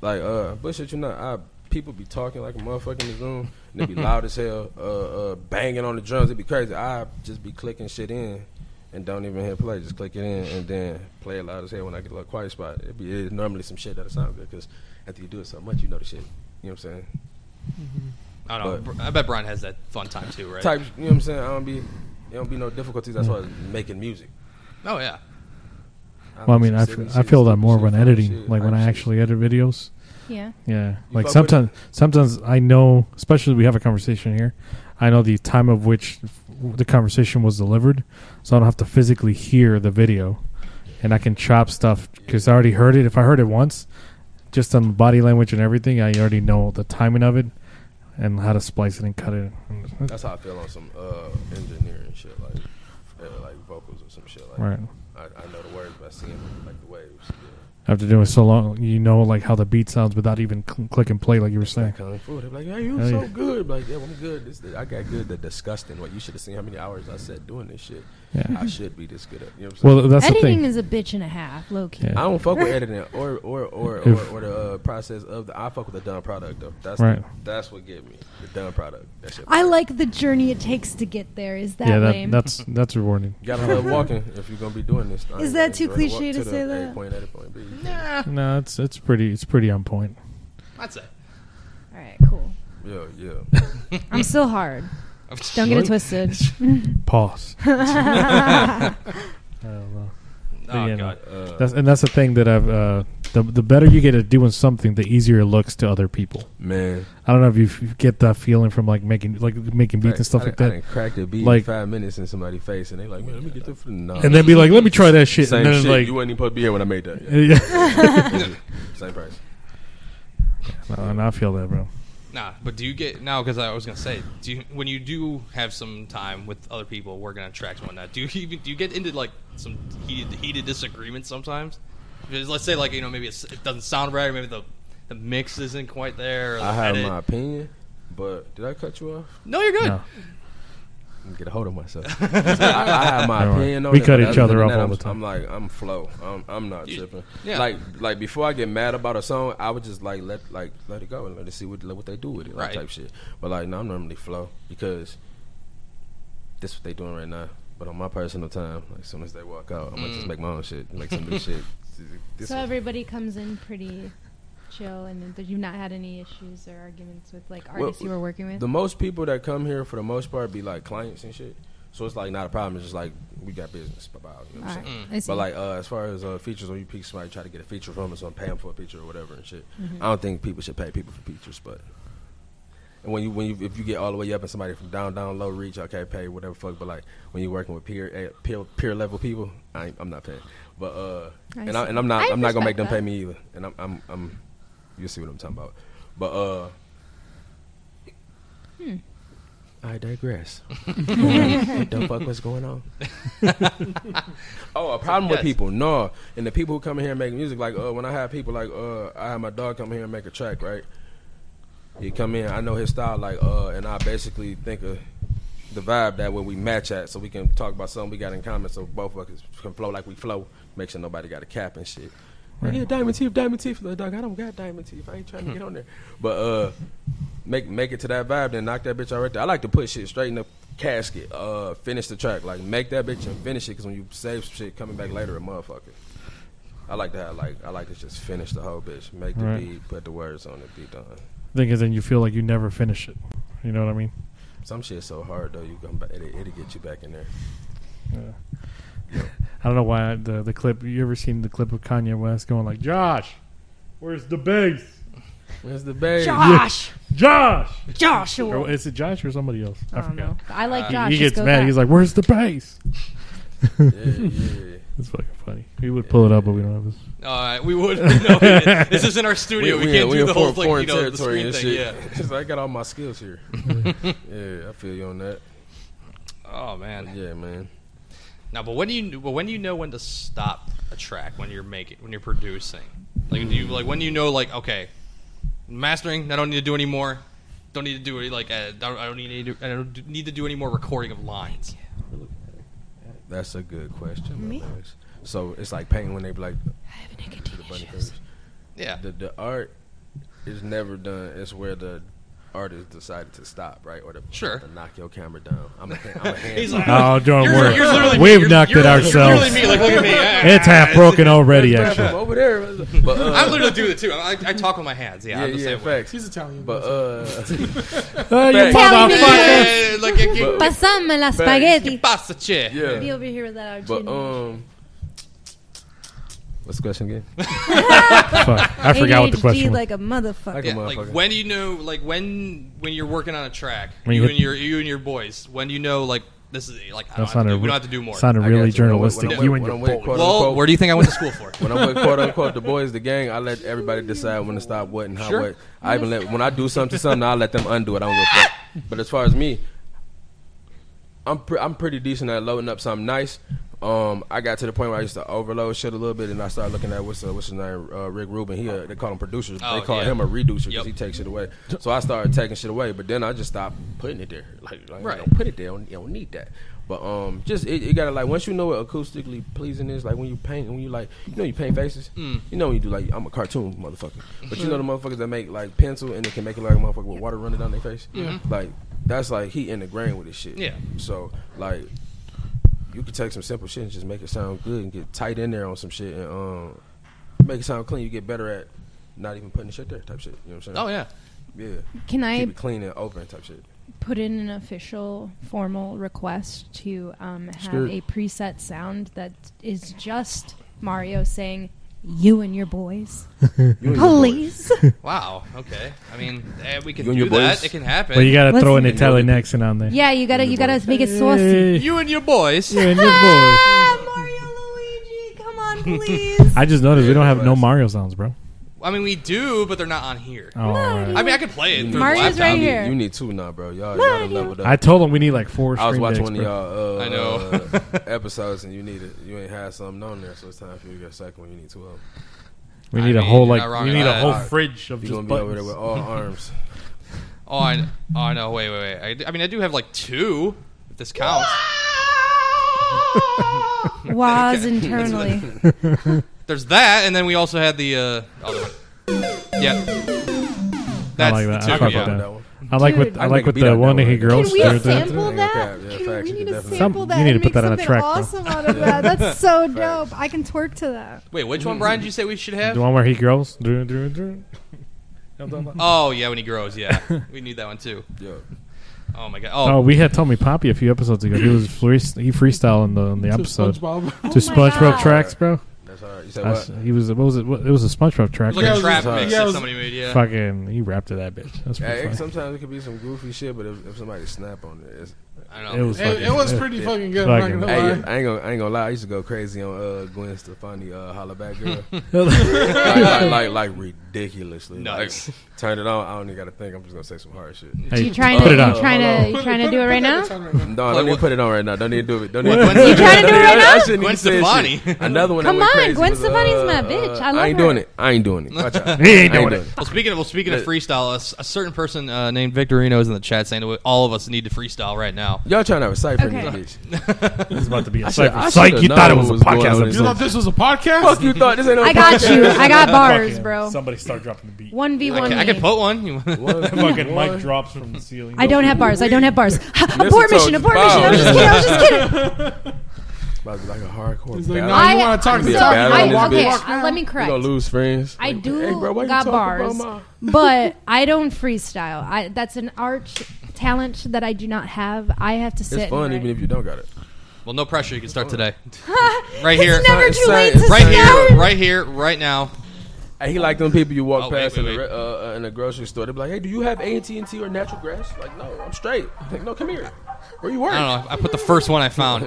E: like uh, but shit, you not. I people be talking like a motherfucker in the Zoom. And
C: *laughs*
E: they be loud as hell. Uh, uh, banging on the drums. It'd be crazy. I just be clicking shit in. And don't even hit play, just click it in, and then play it loud as hell. When I get a little quiet spot, it'd be it's normally some shit that'll sound good. Cause after you do it so much, you know the shit. You know what I'm saying?
C: I don't know. I bet Brian has that fun time too, right?
E: Type. You know what I'm saying? I don't be. It don't be no difficulties as far as making music.
C: Oh yeah.
D: Well, I mean, I,
E: Some
D: f-
E: silly
D: I
E: shit,
D: feel that
E: stupid
D: more
E: shit,
D: when
E: funny
D: editing,
E: shit,
D: like when
E: hype
D: I
E: shit.
D: actually edit videos.
A: Yeah.
D: Yeah, like
E: fuck with
D: sometimes, sometimes I know, especially we have a conversation here. I know the time of which the conversation was delivered, so I don't have to physically hear the video, and I can chop stuff because I already heard it. If I heard it once, just on body language and everything, I already know the timing of it and how to splice it and cut it.
E: That's how I feel on some uh, engineering shit, like uh, like vocals or some shit. Like
D: Right.
E: I, I know the words by seeing like the waves. Yeah.
D: After doing so long, you know like how the beat sounds without even cl- click and play, like you were saying.
E: Like Kung Fu, they're like, "Hey, you
D: Hell
E: so
D: yeah.
E: good!" Like, yeah, well, I'm good. This, I got good. The disgusting. What you should have seen how many hours I said doing this shit.
D: Yeah.
E: I should be this good at. You know what I'm saying?
D: Well, that's the
A: Editing
D: thing.
A: is a bitch and a half, low key.
D: Yeah.
E: I don't fuck with editing or or or or,
D: If-
E: or the uh, process of the. I fuck with the done product though. That's
D: Right.
E: that's what get me the done product. That shit.
A: I like the journey it takes to get there. Is that
D: yeah,
A: lame?
D: that, that's that's rewarding.
E: Gotta love walking if you're gonna be doing this. I
A: Is
E: ain't
A: that
E: gonna
A: too
E: enjoy the walk
A: cliche to
E: the
A: say
E: A
A: that?
E: point, A to point B.
C: Nah,
D: No,
C: *laughs*
D: it's it's pretty it's pretty on point.
C: I'd say.
A: All right, cool.
E: Yeah, yeah.
A: I'm still hard.
C: Oh,
A: Don't get it
D: *laughs*
A: twisted. *laughs*
E: *laughs*
D: Pause.
A: I
D: I don't know.
C: Oh
D: Yeah, no.
C: god.
E: Uh,
D: *laughs* That's, and that's the thing that I've. Uh, the the better you get at doing something, the easier it looks to other people.
E: man,
D: I don't know if you f- get that feeling from like making like making beats and stuff
E: I,
D: like
E: done- I
D: that,
E: done cracked a beat
D: Like-
E: in five minutes in somebody's face, and they like, man, let me get the no.
D: and then be like, "Let me try that shit,"
E: same
D: and then
E: shit.
D: like,
E: you wasn't even supposed to be here when I
A: *laughs*
E: made that.
D: *laughs* yeah.
E: Yeah. same price.
D: No, and I feel that, bro.
C: Nah, but do you get now? Because I was gonna say, do you when you do have some time with other people working on tracks and whatnot? Do you even do you get into like some heated heated disagreements sometimes? Because let's say like you know maybe it's, it doesn't sound right, or maybe the the mix isn't quite there. Or the
E: I have
C: edit-
E: my opinion, but did I cut you off?
C: No, you're good.
D: No.
C: *laughs*
E: Let me Get a hold of myself. I, I have my
D: *laughs* Don't worry.
E: opinion. on
D: We
E: it,
D: cut
E: but
D: each
E: other
D: other
E: than
D: off
E: that,
D: all
E: I'm,
D: the time.
E: I'm like, I'm flow. I'm, I'm not tripping.
C: yeah.
E: Like, like before I get mad about a song, I would just like let like let it go and let it see what what they do with it, like
C: Right.
E: type shit. But like, no, I'm normally flow because this what they doing right now. But on my personal time, like as soon as they walk out, I'm
C: Mm.
E: gonna just make my own shit,
C: *laughs*
E: make some new shit. This
A: so
E: is-
A: everybody comes in pretty chill, and you've not had any issues or arguments with like
E: Well,
A: artists you were working with.
E: The most people that come here for the most part be like clients and shit. So it's like not a problem. It's just like we got business. Bye bye. You know what
A: All
E: I'm
A: right,
E: saying?
D: Mm.
A: I see.
E: But like uh, as far as uh, features, when you pick somebody, try to get a feature from us, so I'm paying for a picture or whatever and shit.
A: Mm-hmm.
E: I don't think people should pay people for features, but and when you when you if you get all the way up and somebody from down down low reach, okay, pay whatever fuck. But like when you're working with peer eh, peer peer level people, I ain't, I'm not paying. But uh,
A: I
E: and, I,
A: see.
E: and I'm not
A: I
E: I am not gonna make them
A: respect
E: pay
A: that.
E: me either. And I'm I'm, I'm you see what I'm talking about. But uh, I digress. what the fuck was going on? *laughs* oh, a problem with
C: Yes.
E: people? No, and the people who come in here and make music, like uh, when I have people like uh, I have my dog come here and make a track, right? He come in, I know his style, like uh, and I basically think of the vibe that when we match at, so we can talk about something we got in common, so both of us can flow like we flow. Make sure nobody got a cap and shit. Like, yeah, diamond teeth, diamond teeth, little dog. I don't got diamond teeth. I ain't trying to get on there, *laughs* but uh make make it to that vibe, then knock that bitch out right there. I like to put shit straight in the casket. Uh, finish the track, like make that bitch and finish it. Because when you save some shit coming back later, a motherfucker. I like to have like I like to just finish the whole bitch, make the
D: Right.
E: beat, put the words on it, be done.
D: Thing is, then you feel like you never finish it. You know what I mean?
E: Some shit's so hard though, you come back, it'll, it'll get you back in there.
D: I don't know why the the clip. You ever seen the clip of Kanye West going like, "Josh, where's the bass?
E: Where's the bass?
A: Josh,
D: Josh."
A: Joshua.
D: Or is it Josh or somebody else? I,
A: I don't
D: forgot.
A: know. I like
D: He-
A: Josh.
D: uh, he,
A: just
D: gets
A: go
D: mad.
A: back.
D: He's like, "Where's
C: *laughs*
D: the bass?" *laughs*
E: Yeah, yeah.
D: It's fucking funny. We would pull it up, but we don't have this.
C: All right, we would. *laughs* No, we didn't. this is in our studio. We, can't
E: we
C: do
E: in
C: the whole
E: foreign-
C: like
E: foreign
C: you know the
E: territory
C: screen
E: and
C: thing. Yeah.
E: shit. *laughs* It's like, I got all my skills
C: *laughs*
E: here. yeah, I feel you on that.
C: Oh man.
E: Yeah, man.
C: Now, but when do you but when do you know when to stop a track when you're making when you're producing? Like do you like when do you know like okay, mastering I don't need to do anymore. Don't need to do any like uh, I don't, I don't need to I don't do- need to do any more recording of lines.
E: That's a good question.
A: Me?
E: My legs. So it's like painting when they be like
A: I have nicotine
E: the bunny
A: issues.
E: fingers.
C: Yeah.
E: The the art is never done. It's where the artist decided to stop, right? Or to,
C: Sure.
E: to knock your camera down. I'm a, hand-
C: *laughs*
E: I'm a hand.
C: He's like,
D: Oh, don't
C: You're-
D: worry.
C: you're literally me.
D: We've
C: You're-
D: knocked
C: you're
D: it
C: literally- you're
D: ourselves.
C: literally me. Like, look at me.
D: it's half broken already, actually.
E: over there. But, uh,
C: I literally do it too. I, I talk with my hands. Yeah,
E: yeah,
C: I'm the
E: yeah,
C: same way.
E: facts.
G: He's Italian.
E: But
C: *laughs*
E: uh, *laughs*
D: Oh, you
E: Facts.
D: motherfucker!
C: Yeah, like you- you-
A: Passame la spaghetti.
C: pasta chair.
A: Be
E: yeah.
A: over here with that
E: But
A: Argentinian.
E: um, what's the question again?
D: Fuck, I forgot what the
A: ADHD
D: question was.
A: like a motherfucker.
E: Like
C: Yeah,
E: a
C: like
E: motherfucker.
C: when do you know? Like when when you're working on a track,
D: When you
C: you,
D: hit-
C: and your you and your boys. When do you know? Like this is like I don't
D: That
C: have to
D: sounded
C: do, we
D: re-
C: don't have to do more.
D: Sounded
E: I
D: really
E: got you. When I'm with-
D: journalistic.
E: when I'm
D: you
E: with- when
D: and your
E: I'm with
D: boys.
E: quote
C: well,
E: unquote-
C: where do you think I went to school for?
E: *laughs* when I'm with quote unquote the boys, the gang, I let everybody decide when to stop what and how
C: Sure.
E: what. I even let when I do something to something, I let them undo it. I don't give a fuck. But as far as me, I'm pre- I'm pretty decent at loading up something nice. Um, I got to the point where I used to overload shit a little bit, and I started looking at what's uh, what's his name, uh, Rick Rubin. He uh, they call him producers.
C: Oh,
E: they call
C: yeah.
E: him a reducer because
C: Yep.
E: he takes shit away. So I started taking shit away, but then I just stopped putting it there. Like, like
C: Right.
E: right. don't put it there. You don't, you don't need that. But um, just it, it gotta like once you know what acoustically pleasing is, like when you paint, when you like, you know you paint faces. You know when you do like I'm a cartoon motherfucker, but you know the motherfuckers that make like pencil and it can make it look like a motherfucker with water running down their face. Yeah. Like that's like he in the grain with his shit.
C: Yeah.
E: So like you could take some simple shit and just make it sound good and get tight in there on some shit and um make it sound clean. You get better at not even putting the shit there type shit. You know what I'm saying?
C: Oh yeah.
E: yeah.
A: Can I
E: Keep it clean and open type shit.
F: put in an official, formal request to um, have
G: Skirt.
F: a preset sound that is just Mario saying, "You and your
D: *laughs*
F: boys, please."
C: Wow. Okay. I mean, eh, we can
E: You and
C: do
E: your boys.
C: that. It can happen.
D: But you gotta
F: Let's-
D: throw an Italian accent on there.
F: yeah, you gotta you gotta make it saucy.
D: Hey,
C: You and your
A: *laughs*
C: boys.
D: you and your boy.
F: Ah, Mario Luigi, come on, please.
D: I just noticed we don't have no Mario sounds, bro.
C: I mean, we do, but they're not on here.
D: Oh, all right.
C: I mean, I could play it. Through
F: Mario's
C: the
F: right
C: laptop.
E: You-
F: here.
E: You need two now, bro. Y'all, y'all done leveled up.
D: I told him we need like four.
E: I was
D: stream
E: watching
D: decks,
E: one of
D: bro.
E: y'all. Uh,
C: I know.
E: uh, episodes, and you need it. You ain't had something on there, so it's time for you to um, get a second one. You need two of them.
D: We
C: I
D: need a
C: mean,
D: whole
C: you're
D: like
C: not wrong
D: we
C: at
D: need a
C: all.
D: whole
E: Alright.
D: fridge of
E: You
D: just
E: gonna be over there
D: buttons.
E: with all arms.
C: Oh, I, kn- oh no! Wait, wait, wait. I, d- I mean, I do have like two. If this counts.
F: Waz internally.
C: There's that, and then we also had the uh, other one. Yeah. That's
D: like that.
C: the
D: I
C: two.
D: fuck
E: Fuck with
D: with
C: Yeah.
E: that one.
D: I like what
F: Dude.
D: I
E: I'd
D: like
E: make a
D: what
E: beat
D: the
E: on that
D: one
E: one.
D: hit girls
F: Can we
D: did.
F: sample
E: Yeah,
F: that?
E: yeah, facts,
F: Can- we
E: you
F: need
E: could
F: to
E: definitely-
D: Some-
F: sample that
D: you need
F: and
D: to put
F: make
D: that on a
F: something
D: track, bro.
F: awesome out of that. That's so dope. I can twerk to that.
C: Wait, which one, Brian? Did you say we should have?
D: The one where he girls. Drew, drew, drew.
C: Oh yeah, when he grows. Yeah, we need that one too.
E: Yeah.
C: Oh my god.
D: Oh,
C: Oh,
D: we had Tommy Poppy a few episodes ago. He was free, he freestyle in the in the
G: To
D: episode to
G: SpongeBob. *laughs*
F: Oh my
D: SpongeBob
F: God.
D: tracks, bro.
E: That's all right. You said
D: That's,
E: what?
D: he was what was it? What, it was a SpongeBob track.
C: it was like
G: Yeah,
C: a
D: right?
C: trap
E: yeah,
C: mix
G: it
C: that
G: was-
C: somebody made. Yeah.
D: Fucking, he rapped to that bitch. That's
E: Hey,
D: pretty
E: it-
D: funny.
E: sometimes it could be some goofy shit, but if, if somebody snap on it, it's,
C: I don't know.
D: It was-
G: It, it was pretty fucking good. I'm not
D: Fucking-
G: gonna
E: hey,
G: lie.
E: I ain't gonna, I ain't gonna lie. I used to go crazy on uh, Gwen Stefani, uh, holla back girl, like, like, like, like ridiculously.
C: Nice.
E: Like, turn it on. I don't even gotta think. I'm just gonna say some hard
C: *laughs*
E: shit. No,
D: Hey,
F: You trying
D: put
F: to
D: it
F: you
D: on.
F: trying to you trying to do it right now?
E: I
G: now?
E: don't need
C: what-
E: to put it on right now. Don't need to do it. Don't need
C: What-
E: to
C: Gwen- You
F: trying to do it right now?
E: I shouldn't
C: Gwen
E: even say shit. Another one. that
F: Come
E: went
F: on,
E: crazy
F: Gwen
E: was,
F: Stefani's
E: uh,
F: my bitch. I
E: uh,
F: love
E: ain't
F: her.
E: doing it. I ain't doing it. Watch out.
D: He ain't
E: I
D: doing it.
C: Well, speaking of well, speaking of
E: But-
C: freestyle, a s- a certain person uh, named Victorino is in the chat saying that we- all of us need to freestyle right now.
E: Y'all trying to have a cipher in
F: Okay.
E: this bitch?
D: It's about to be a
E: should-
D: cypher.
E: I
D: Psych,
E: should've
D: you thought it
E: known
D: was
E: what was
D: a
E: going on
D: podcast
E: with
G: You
D: episode.
G: thought this was a podcast?
E: Fuck you thought this ain't no.
F: I got you. I got bars,
D: Fucking-
F: bro.
D: Somebody start dropping the beat.
F: One v
C: I
F: one.
C: can, I can put one. You want-
D: Fucking mic drops from the ceiling.
F: I don't have bars. I don't have bars. *laughs* abort
E: Mistletoe
F: mission. Abort
E: bow.
F: mission. I was just kidding. I was just kidding.
E: About to be like a hardcore.
G: He's like,
E: battle.
G: nah, I
F: I,
G: wanna talk
F: I'm
E: to you.
F: so-
E: Battle
F: I-
E: on this
F: okay,
G: bitch.
F: uh, let me
E: We gonna
F: correct.
E: lose friends.
F: I do
E: why you talking
F: got
E: about
F: bars,
E: my-
F: but I don't freestyle. I that's an art talent that I do not have. I have to sit.
E: It's fun
F: and
E: even
F: write.
E: if you don't got it.
C: well, no pressure. You can start today. *laughs* right here.
F: It's *laughs* never
E: It's
F: too
E: not-
F: late
E: it's
F: to
C: *laughs*
E: not-
C: Right
F: start.
C: here. Right here. Right now.
E: Hey, he like them people you walk
C: Oh, wait,
E: past
C: wait,
E: in,
C: wait.
E: a, re- uh, uh, in a grocery store. They be like, "Hey, do you have AT and T or natural grass?" Like, no, I'm straight. Like, no, come here. Where you work?
C: I don't know. I put the first one I found.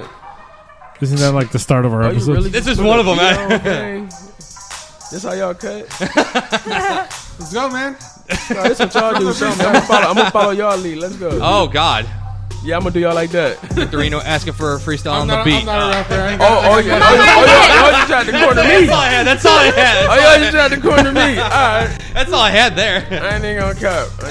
D: Isn't that like the start of
E: Are
D: our
E: you
D: episode?
E: really
C: This
E: just
C: is
E: put
C: one
E: a
C: of 'em,
E: beat
C: man.
E: on, man? This how y'all cut?
G: Let's go, man.
E: No, this what y'all
C: *laughs*
E: do. Something. I'm gonna follow. I'm gonna follow y'all lead. Let's go.
C: Oh God.
E: Yeah, I'm gonna do y'all
C: *laughs*
E: like that.
C: Victorino asking for a freestyle on
G: I'm
C: the
G: not,
C: beat.
G: I'm
C: *laughs*
G: not a rapper. I ain't
E: Oh,
G: got-
E: oh,
F: *laughs*
E: yeah. Oh, yeah. Oh, yeah. Y'all just tried to corner
C: That's *laughs*
E: me.
C: all I had. That's all I had.
E: *laughs* Oh, y'all just tried to
C: *laughs*
E: corner me. All right.
C: That's all I had there.
E: I ain't even gonna cap. I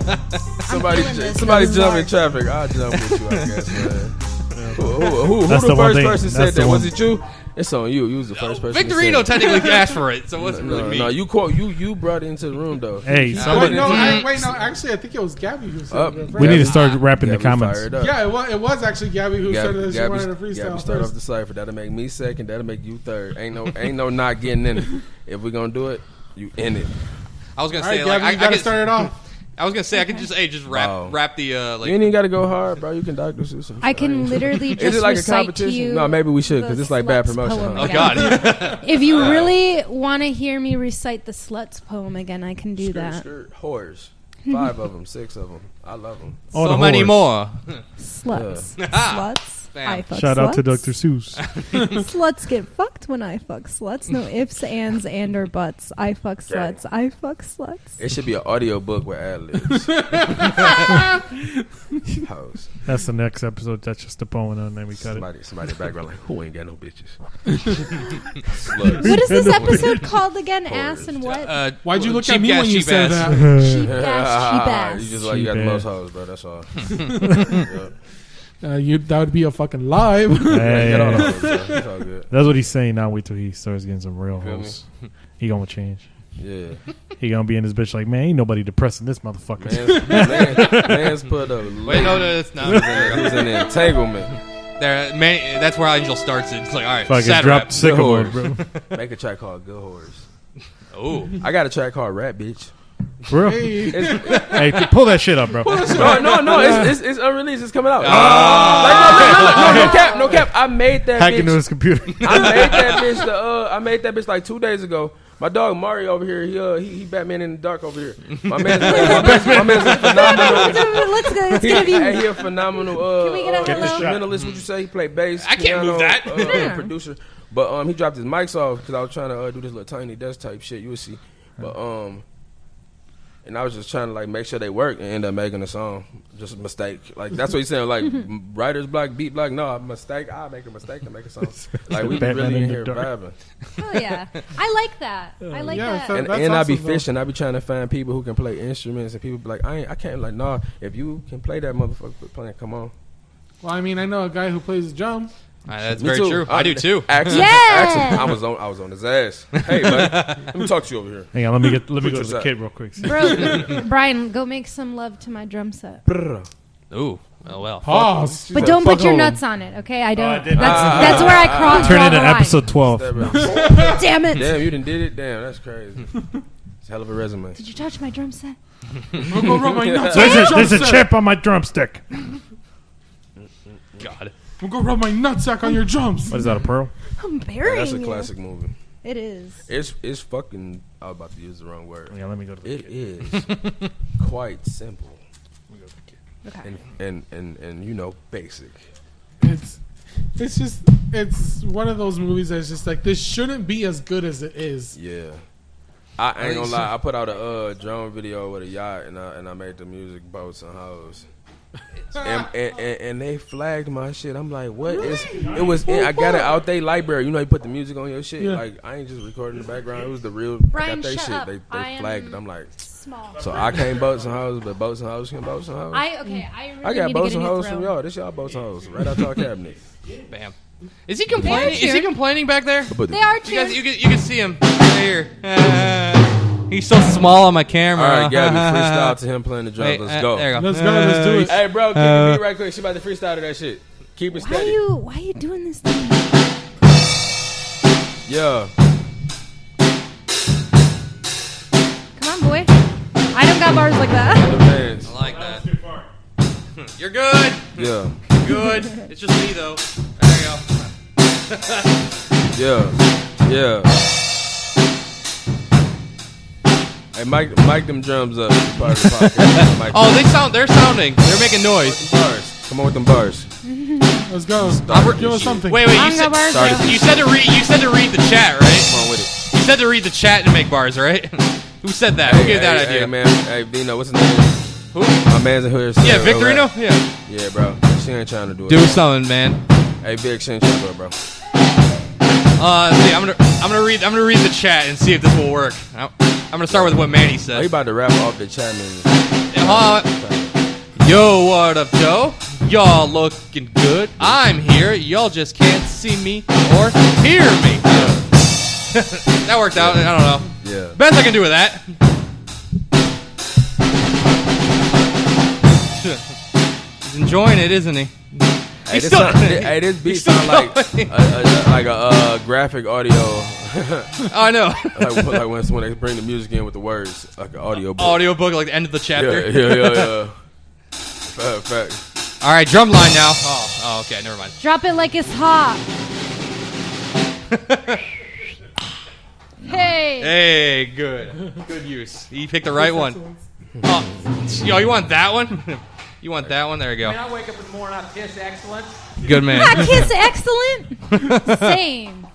G: *laughs*
E: gonna cap. Somebody,
F: feeling
E: ju-
F: this.
E: somebody
F: This is
E: jump in
F: hard.
E: traffic. I'll jump with you, I guess,
G: *laughs*
E: man. Who, who, who, who
D: That's
E: the,
D: the one
E: first
D: thing-
E: person
D: that's
E: said
D: the
E: that? Was
D: one-
E: it you? It's on you. You was the first person. that
C: Victorino
E: said *laughs*
C: technically asked for it, so it wasn't
E: it. No,
C: really me.
E: no, you quote you. You brought it into the room though.
D: Hey,
G: Wait,
D: somebody.
G: Oh, no, I, wait, no. Actually, I think it was Gabby who said
E: Up.
G: it.
D: We need to start
E: Yeah,
D: rapping the
E: we
D: comments.
E: fired up.
G: Uh, Yeah, it was, it was actually Gabby who started
E: Gabby,
G: this.
E: Gabby,
G: she wanted a
E: Gabby
G: freestyle
E: start off
G: first.
E: the cipher. That'll make me second. That'll make you third. Ain't no, ain't no not getting in. it. If we gonna do it, you in it.
C: I was gonna
G: All right,
C: say like
G: Gabby,
C: I,
G: you
C: I,
G: gotta
C: could,
G: start it
C: *laughs*
G: off.
C: I was gonna say I could just hey just wrap
E: Wow.
C: wrap the uh,
E: You
C: like
E: ain't even gotta go hard, bro. You can Dr. Seuss. some
F: I
E: shit.
F: can literally
E: *laughs*
F: just
E: Is it like a
F: recite to
E: competition?
F: you
E: No, maybe we should because
F: the
E: it's like bad
F: Sluts
E: promotion.
F: poem
E: huh?
C: oh
F: again.
E: *laughs*
C: God. *laughs*
F: If you really want to hear me recite the sluts poem again, I can do
E: Skirt,
F: that.
E: skirt,
F: *laughs*
E: whores. Five of them, six of them. I love them.
D: All
C: so
D: Oh, the
C: many
D: whores.
C: more.
E: *laughs*
F: Sluts. Sluts.
C: Bam.
F: I fuck
D: Shout
F: sluts.
D: out to Dr. Seuss.
F: Sluts get fucked when I fuck sluts.
E: *laughs*
F: No ifs, ands, and or buts. I fuck sluts. I fuck
D: *laughs*
F: sluts.
E: It should be an audio book with ad *laughs*
F: *laughs*
E: libs. Hoes.
D: That's the next episode. That's just the poem, and then we cut it.
E: Somebody, somebody in the background like, who ain't got no bitches? Slugs.
F: What is this episode called again? Ass and what?
C: Uh,
G: Why'd you look
C: cheap
G: at me
C: ass,
G: when you
C: cheap
G: said
C: ass.
G: that?
D: Uh,
F: cheap
E: Ah, *laughs* you
F: ass, cheap *laughs*
E: just
F: ass.
E: like you got the
D: Cheap
E: most
D: ass.
E: hoes, bro. That's all.
C: *laughs*
G: Uh, you, that would be a fucking lie. *laughs*
D: Hey,
E: Get all the hoes, bro. It's all good.
D: that's what he's saying. Now wait till he starts getting some real
E: Feel me?
D: hoes. He gonna change.
E: Yeah.
D: He gonna be in his bitch like, man, ain't nobody depressing this motherfucker.
E: Man's, man, man's put
C: *laughs*
E: up.
C: Wait, no,
E: *laughs*
C: no, it's not.
E: It was an entanglement.
C: there, man, that's where Angel starts it. It's like, all right,
D: *laughs* Fucking
C: sad
D: dropped
E: Good
D: sycamore,
E: horse.
D: bro.
E: Make a track called Good Horse.
C: rap. Oh,
E: I got a track called Rat Bitch.
D: For *laughs* real.
G: Hey.
E: *laughs*
D: hey, pull that shit up, bro.
E: No, no, no. It's, it's, it's unreleased. It's coming out. Ah. Like, *laughs* no, no, no, no, no, no cap, no cap. I made that
D: Hacking
E: bitch.
D: to his computer.
E: *laughs* I made that bitch. The, uh, I made that bitch like two days ago. My dog Mario over here. He uh, he, he Batman in the dark over here. My man's, *laughs* my man's, my man's a phenomenal.
A: Let's go. It's
E: He, *laughs*
A: gonna be
E: hey, he a phenomenal. Uh,
A: Can we get a
E: uh,
A: Get
D: the hello? shot.
E: instrumentalist? Would you say he played bass?
C: I can't move that.
E: uh,
A: *laughs* Yeah.
E: Producer, but um, he dropped his mics off because I was trying to uh, do this little tiny dust type shit. You would see, but um, and I was just trying to like make sure they work and end up making a song. Just a mistake. Like that's what he said.
A: *laughs*
E: Like m- writer's block, beat block. No, a mistake. I make a mistake and make a song. Like we
D: Batman
E: really
D: in
E: in
D: the
E: here
D: dark.
E: vibing.
F: Oh,
A: Hell yeah. I like that.
D: Oh,
A: I like
G: Yeah,
A: that.
G: so-
E: and,
G: Oh, that's
E: and I be
G: awesome, though.
E: fishing. I be trying to find people who can play instruments, and people be like, I ain't, I can't. Like, nah, if you can play that motherfucker, quit playing. Come on.
G: Well, I mean, I know a guy who plays drums.
C: Ah, that's
E: *laughs* Me
C: very
E: too. Uh,
C: true. I, do
E: *laughs*
C: too.
E: Axel,
A: Yeah.
E: Axel, I was on, I was on his ass. Hey, buddy, let me talk to you over here.
D: Hang on, let me get let me go to
E: Put
D: the
E: yours
D: kid real quick. See.
A: Bro, Brian, go make some love to my drum set.
C: Ooh. Oh
G: *laughs*
C: well.
G: Pause.
A: But don't put your
D: hole.
A: nuts on it, okay? I don't.
D: I did.
A: that's, that's where I cross.
D: Turn
A: draw
D: it
A: the
D: in
A: line.
D: episode twelve.
A: *laughs* Damn it!
E: Damn, you done did it. Damn, that's crazy. It's a hell of a resume.
A: Did you touch my drum set?
G: Go rub *laughs* my nuts.
D: There's a, there's a chip on my drumstick.
C: God.
G: Go rub my nutsack on your drums.
D: What is that? A pearl?
A: I'm burying
E: That's a
A: you.
E: classic movie.
A: It is.
E: It's it's fucking. I was about to use the wrong word.
D: Hang on, let me go to the
E: It
D: kid.
C: *laughs*
E: is quite simple
A: Okay.
E: and and and, and you know basic.
G: *laughs* It's it's just it's one of those movies that's just like this shouldn't be as good as it is.
E: Yeah. I I ain't gonna lie, I put out a uh, drone video with a yacht and I and I made the music boats and hoes.
A: *laughs*
E: and, and, and and they flagged my shit. I'm like, what is? It was. I got it out they library. You know, you put the music on your shit.
G: Yeah.
E: Like I ain't just recording the background. It was the real.
A: Brian,
E: I got they
A: shut
E: shit.
A: up.
E: They they
A: I
E: flagged
A: am-
E: it. I'm like,
A: Small.
E: so I can't boats and hoes, but boats and hoes can boats and hoes. I,
A: I okay. I really
E: got
A: need to
E: boats
A: get a
E: and
A: new
E: hoes
A: throne.
E: from y'all. This y'all boats and hoes
A: *laughs*
E: right out y'all cabinet.
C: Bam. Is he complaining? Is he
A: cheering.
C: complaining back there?
E: But
A: They are
C: You guys, you
A: cheers.
C: can, you can see him right here.
G: *laughs*
C: Uh, he's so small on my
E: all
C: camera.
A: *laughs*
C: *laughs*
E: right, Gabby, freestyle to him playing the drums.
C: Wait,
E: Let's
C: uh,
E: go.
C: There you go.
G: Let's go. Let's do it.
E: Hey, bro, keep
C: Uh,
E: it beat right quick. She about to freestyle to that shit. Keep it
A: Why are
E: steady.
A: you? Why are you doing this thing?
E: Yeah.
A: Come on, boy. I don't got bars like that. *laughs*
E: The bands.
C: I like that. *laughs* You're good.
E: Yeah.
C: Good. It's just me though. There you go.
E: Yeah. Yeah. Hey, mic, mic them drums up. It's Part of the
C: *laughs*
E: podcast. Mic
C: Oh, they sound. They're sounding. They're making noise.
E: them bars. Come on with them bars.
G: Let's go.
E: Robert,
G: Give us
E: shit.
G: something.
C: Wait, wait. You
A: I'm
C: said,
A: gonna
E: Sorry.
A: bars.
C: you said to read. You said to read the chat, right?
E: Come on with it.
C: You said to read the chat and make bars, right? *laughs* Who said that? Who gave that
E: hey,
C: idea?
E: Hey, man. Hey, Vino, what's his name?
C: Who?
E: My man's in here.
C: Yeah, Victorino. Yeah.
E: Yeah, bro. She ain't trying to do it.
C: Do something, man.
E: Hey, Vic, she ain't trying to do it, bro.
C: Uh, let's see, I'm gonna I'm gonna read I'm gonna read the chat and see if this will work. I'm I'm gonna start with what Manny
E: Oh, he
C: says.
E: about to rap off the chat, man.
C: Uh, Yo, what up, Joe? Y'all looking good. I'm here. Y'all just can't see me or hear me. *laughs* that worked out. I don't know.
E: Yeah.
C: Best I can do with that. *laughs* He's enjoying it, isn't he?
E: Hey,
C: He's
E: this,
C: still-
E: sound, hey, this beat
C: he's still
E: sound like
C: going.
E: a, a, a- like a uh, graphic audio. *laughs*
C: Oh, I know.
E: like, like when, when they bring the music in with the words, like an audio book.
C: Audiobook, like the end of the
E: yeah,
C: chapter.
E: yeah, yeah, yeah.
C: *laughs*
E: Fact, fact.
C: All right, drumline now. Oh, oh, okay, never mind.
A: Drop it like it's hot. hey.
C: Hey, good. Good use. You picked the right one. Oh, yo, you want that one? *laughs* You want that one? There you go.
H: I wake up in the morning, I piss excellence.
C: Good
A: I *laughs*
C: man.
A: kiss excellent. Same.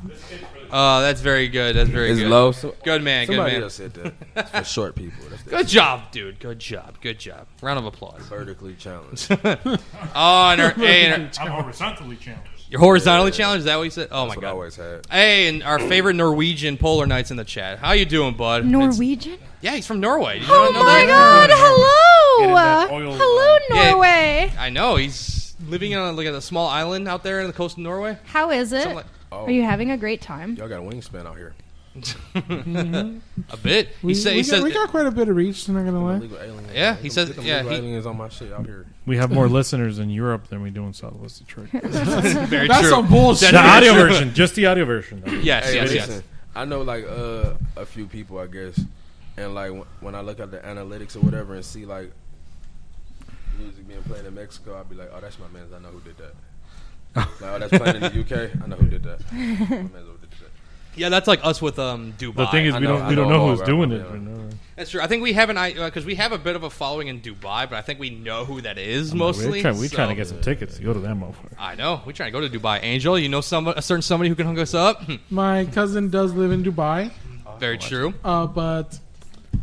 C: Oh, that's very good. That's very
E: It's
C: good.
E: low. So,
C: Good man. Good
E: somebody
C: man.
E: else said that. It's for short people. That's the
C: Good job, dude. Good job. Good job. Round of applause.
E: vertically challenged.
C: *laughs* Oh, and our, hey, and
E: *laughs*
C: our-
D: I'm horizontally challenged.
C: you're horizontally challenged. Is that what you said? Oh my
E: That's what I
C: god.
E: always had.
C: Hey, and our favorite Norwegian polar nights in the chat. How you doing, bud? It's-
A: Norwegian?
C: yeah, he's from Norway. Did you
A: Oh
C: not know
A: my
C: that?
A: god,
D: Get in that
A: hello!
D: oil,
A: Hello,
C: Yeah.
A: Norway!
C: I know. He's living on like a small island out there on the coast of Norway.
A: How is it?
C: Something like-
E: Oh,
A: Are you having a great time?
E: y'all got a wingspan out here.
C: Mm-hmm. *laughs* A bit.
G: We,
C: he said.
G: we
C: He
G: got,
C: says.
G: we got quite a bit of reach. I'm not gonna lie.
E: Illegal aliens.
C: Yeah,
E: Get
C: he
E: them-
C: says-
E: get them
C: yeah,
E: Illegal
C: he-
E: aliens on my shit out here.
D: We have more listeners in Europe than we do in Southwest Detroit.
G: *laughs*
C: Very
G: That's
C: true.
G: some bullshit.
D: the audio version, just the audio version.
C: Yes,
E: Hey,
C: yes,
E: listen.
C: yes.
E: I know like uh, a few people, I guess, and like wh- when I look at the analytics or whatever and see like music being played in Mexico, I'll be like, oh, that's my man's. I know who did that. like, oh, that's playing in the UK. I know who
A: *laughs*
E: did that. My man's who did that.
C: Yeah, that's like us with um Dubai.
D: The thing is,
E: I
D: we
E: know-
D: don't
E: I
D: we don't
E: know
D: know
E: all
D: who's
E: about
D: doing
E: it,
D: it.
E: yeah.
D: right now.
C: that's true. I think we have an idea because we have a bit of a following in Dubai, but I think we know who that is mostly.
D: We're, trying, we're
C: so-
D: trying to get some tickets to go to that motherfucker.
C: I know. We're trying to go to Dubai. Angel, you know some a certain somebody who can hook us up. Hmm,
G: My cousin does live in Dubai,
C: Very true.
G: uh, but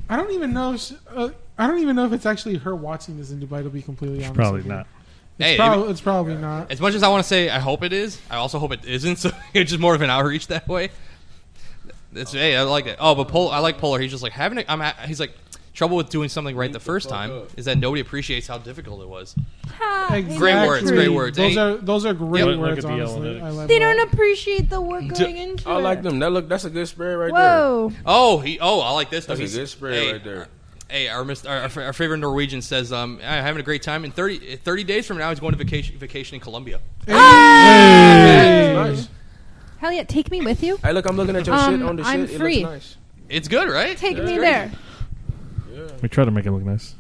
G: I don't even know. If she, uh, I don't even know if it's actually her watching this in Dubai. To be completely honest,
D: Probably
G: with you.
D: not.
C: Hey,
G: It's, prob- it's probably not.
C: as much as I want to say I hope it is, I also hope it isn't. *laughs* So it's just more of an outreach that way. That's hey, I like it. Oh, but Pol- I like Polar. He's just like having. A, I'm. a- he's like trouble with doing something right the first time is that nobody appreciates how difficult it was. Great words,
G: Exactly.
C: great words.
G: Those
C: Ain't-
G: are those are great
D: Look- look
G: words.
D: at the
G: honestly,
D: analytics.
G: I love
A: They
G: that.
A: don't appreciate the work going into
E: I like
A: it.
E: them. That look. That's a good spread right there.
A: Whoa.
C: Oh, he. Oh, I like this. though.
E: That's
C: He's-
E: a good spread
C: hey,
E: right there.
C: Hey, our, mis- our, our favorite Norwegian says, um, I'm having a great time. In 30, 30 days from now, he's going to vacation, vacation in Colombia.
E: Nice.
A: Hell yeah, take me with you.
E: Hey, look, I'm looking at your shit
A: Um,
E: on the
A: I'm
E: shit.
A: free.
E: It looks
C: It's good, right?
A: Take
C: That's
A: me
C: great.
A: there.
D: We try to make it look nice.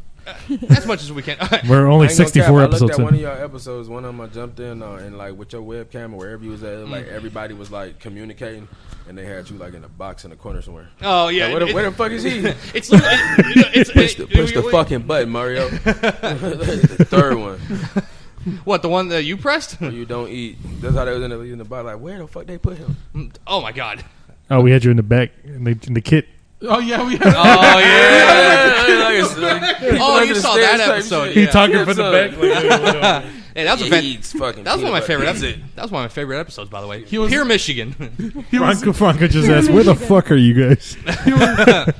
C: As much as we can. *laughs*
D: We're
E: nice. I
D: only
E: ain't gonna cap,
D: 64
E: I looked
D: episodes
E: at one of
D: in.
E: y'all episodes. One of them I jumped in on, and like with your webcam or wherever you was at, like everybody was like communicating, and they had you like in a box in the corner somewhere.
C: oh, yeah.
E: Like, where, the,
C: it-
E: where the fuck
C: *laughs*
E: is he?
C: It's literally. It, you know, it's,
E: push the,
C: it-
E: push the
C: we- we-
E: fucking
C: *laughs*
E: button, Mario. *laughs* the third one.
C: What, the one that you pressed? *laughs*
E: You don't eat. That's how they was in the, in the bottle. Like, where the fuck they put him?
C: oh, my
E: *laughs*
C: God.
D: Oh, we had you in the back in the, in the kit.
G: Oh yeah,
C: *laughs*
G: we have
C: Oh, yeah.
E: *laughs* oh,
C: Oh, you saw that episode. Yeah.
D: talking
E: from the back,
C: Hey, that was *laughs* a fan-
E: fucking
C: that was one of my
E: peanut
C: favorite
E: butter.
C: episodes. That was one of my favorite episodes, by the way.
G: was-
C: Here, Michigan. *laughs*
G: he was,
D: Franco Franco just asked, "Where the fuck are you guys?"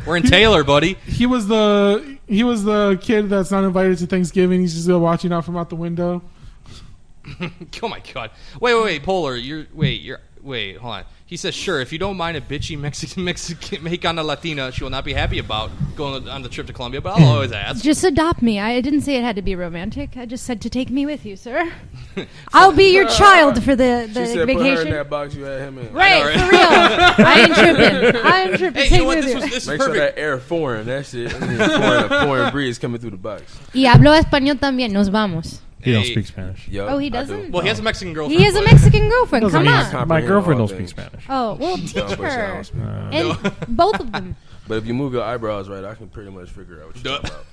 C: We're in Taylor, buddy. *laughs*
G: he was the he was the kid that's not invited to Thanksgiving. He's just uh, watching out from out the window.
C: Oh my god! Wait, wait, wait, Polar, you're wait, you're wait, hold on. He says, "Sure, if you don't mind a bitchy Mexican *laughs* Mexican Mexicana Latina, she will not be happy about going on the trip to
A: *laughs*
C: Colombia, but I'll always ask."
A: Just adopt me. I didn't say it had to be romantic. I just said to take me with you, sir. I'll be your child for the,
E: She
A: the
E: said, "Put her in
A: vacation.
E: that box you had him in.
A: Right,
C: I know,
A: for real.
E: *laughs*
A: I ain't tripping. I ain't tripping.
C: Hey,
A: take
C: you know what?
A: me
C: This
A: with
C: was
A: you.
C: this is
E: Make sure that
C: perfect.
E: air foreign. That
C: *laughs*
E: shit. foreign, a foreign breeze coming through the box.
A: Y hablo español también. Nos vamos.
D: He don't
C: Hey.
D: speak Spanish.
E: Yo,
A: Oh, he
E: I do.
A: doesn't?
C: Well, he has a Mexican girlfriend.
A: He has a
C: but-
A: Mexican girlfriend.
D: Doesn't
A: Come
D: mean-
E: he's
A: on.
E: com-
D: My
E: Comprehend
D: girlfriend
E: all
D: don't speak
E: things.
D: Spanish.
A: Oh, well,
E: No,
A: teach
E: but she
A: her.
E: don't speak.
A: And *laughs* both of
E: *laughs*
A: them.
E: But if you move your eyebrows right, I can pretty much figure out what you're
C: Duh.
E: talking about.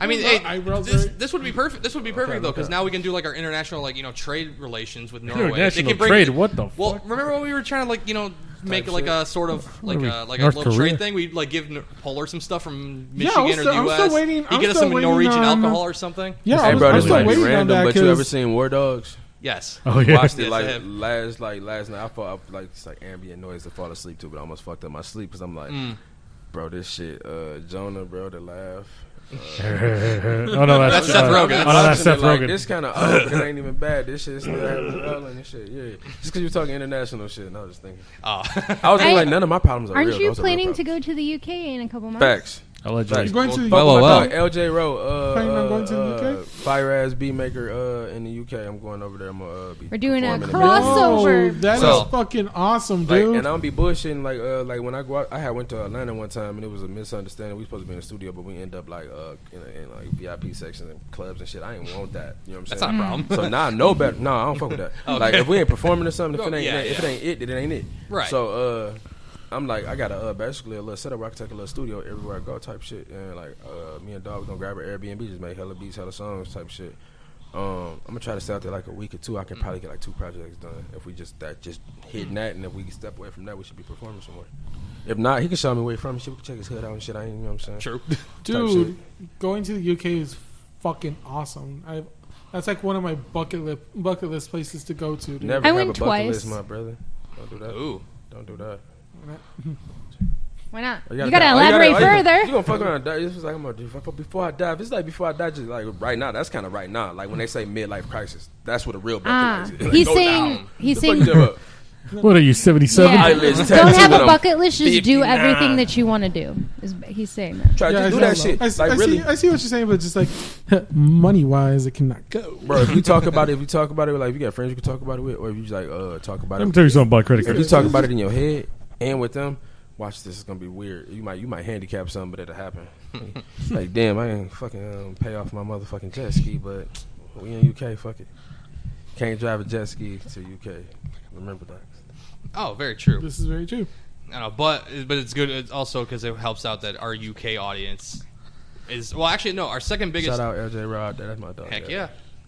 C: I mean, hey,
G: eyebrows
C: this,
G: are-
C: this would be perfect. This would be perfect though, because now we can do like our international, like you know, trade relations with Norway. They
D: International
C: can bring-
D: trade? What the
C: Well,
D: fuck?
C: remember when we were trying to like you know make like a sort of like
D: are we,
C: a like a
D: North
C: little
D: Korea?
C: trade thing? We like give N- Polar some stuff from
G: Yeah,
C: Michigan
G: I'm
C: or
G: still-
C: the
G: I'm
C: U.S.
G: still waiting-
C: He
G: I'm
C: get us
G: still
C: some
G: waiting
C: Norwegian
G: on-
C: alcohol or something.
G: Yeah, I
E: Hey,
G: was,
E: bro,
G: I'm
E: this
G: still
E: might be
G: waiting on
E: random,
G: that
E: but you ever
G: 'cause-
E: seen War Dogs?
C: Yes.
D: Oh *laughs* yeah,
E: Watched
C: Yes,
E: it
C: I
E: like
C: have.
E: last, like last night. I fought up like it's like ambient noise to fall asleep to, but I almost fucked up my sleep because I'm like,
D: Mm.
E: bro, this shit, uh, Jonah, bro, the laugh.
D: oh no, that's,
C: Seth
D: uh,
C: Rogen.
D: Oh no, that's
E: Watching
D: Seth
E: it, like,
D: Rogen.
E: This kind of oh, but it ain't
D: *laughs*
E: even bad. This shit still happening. Oh, and this shit, yeah. Just because you're talking international shit, and I was just thinking,
C: Oh.
E: I was thinking,
A: I-
E: like, none of my problems are
A: Aren't
E: real.
A: you
E: Those are real
A: planning to
E: problems.
A: go to the UK in a couple months?
E: Facts.
D: Allegedly.
G: You're going to the
E: Fuck
C: Well,
E: with
C: well,
E: my dog, LJ Rowe, uh,
G: Planning on
E: uh,
G: going to the UK?
E: uh, fire ass beat maker uh, in the UK. I'm going over there. I'm gonna uh, be.
A: We're doing a
E: performing in
A: cross-
E: Manchester.
G: Whoa,
A: Crossover.
G: that is
C: So-
G: fucking awesome,
E: Like,
G: dude.
E: and I don't be bushing like uh like when I go out, I had went to Atlanta one time and it was a misunderstanding. We supposed to be in the studio, but we end up like uh in, in like VIP sections and clubs and shit. I ain't want that. You know what I'm
C: That's
E: saying?
C: not a problem.
E: So now I know better. No, I don't fuck with
C: *laughs*
E: that. Like if we ain't performing or something, if it
C: Oh,
E: ain't
C: yeah,
E: if it
C: yeah.
E: ain't it, then it ain't it.
C: Right.
E: So uh, I'm like I got a uh, basically a little setup where I can take a little studio everywhere I go type shit, and like uh, me and dog gonna grab an Airbnb, just make hella beats, hella songs type shit. Um, I'm gonna try to stay out there like a week or two. I
C: Mm.
E: can probably get like two projects done if we just that just hitting that, and if we can step away from that, we should be performing somewhere. If not, he can show me where he from. Shit, we can check his hood out and shit. I ain't, you know what I'm saying?
C: True.
G: dude, going to the UK is fucking awesome. I that's like one of my bucket list bucket list places to go to. Dude.
E: Never
A: I
E: have
A: went
E: a bucket
A: twice.
E: list, my brother. Don't do that.
C: Ooh.
E: Don't do that.
A: Why not?
E: Oh,
A: You gotta,
E: die- oh,
A: elaborate
E: oh, you gonna-
A: further.
E: You gonna fuck around? and die. This was like I'm gonna do fuck up before I die. If it's like before I die, just like right now. That's kind of right now. Like when they say midlife crisis, that's what a real bucket
A: Ah,
E: list is. Like,
A: he's
E: go
A: saying.
E: down.
A: He's
E: The fuck
A: saying.
E: you talking about?
D: What are you, seventy-seven?
A: Yeah. *laughs*
E: eyelids
A: Don't
E: tattooed
A: have
E: when
A: a
E: I'm
A: bucket list. Just do
E: 59.
A: everything that you want to do. Is he's saying that?
E: Try
G: Yeah,
E: to
G: I
E: do
G: see-
E: that shit.
G: I, see-
E: like
G: I
E: really,
G: see, I see what you're saying, but just like *laughs* money wise, it cannot go.
E: bro. If you talk about it, if you talk about it, like if you got friends you can talk about it with, or if you just like uh talk about
D: Let me
E: it,
D: tell you something about credit
E: if you
D: cards.
E: talk about it in your head and with them, watch this. It's gonna be weird. You might you might handicap something, but it'll happen.
C: *laughs*
E: like damn, I didn't fucking um, pay off my motherfucking jet ski, but we in UK. Fuck it. Can't drive a jet ski to UK. Remember that.
C: Oh, very true.
G: This is very true.
C: I know, but but it's good it's also because it helps out that our UK audience is well. Actually, no, our second biggest.
E: Shout out LJ Rod. That's my dog.
C: Heck yeah.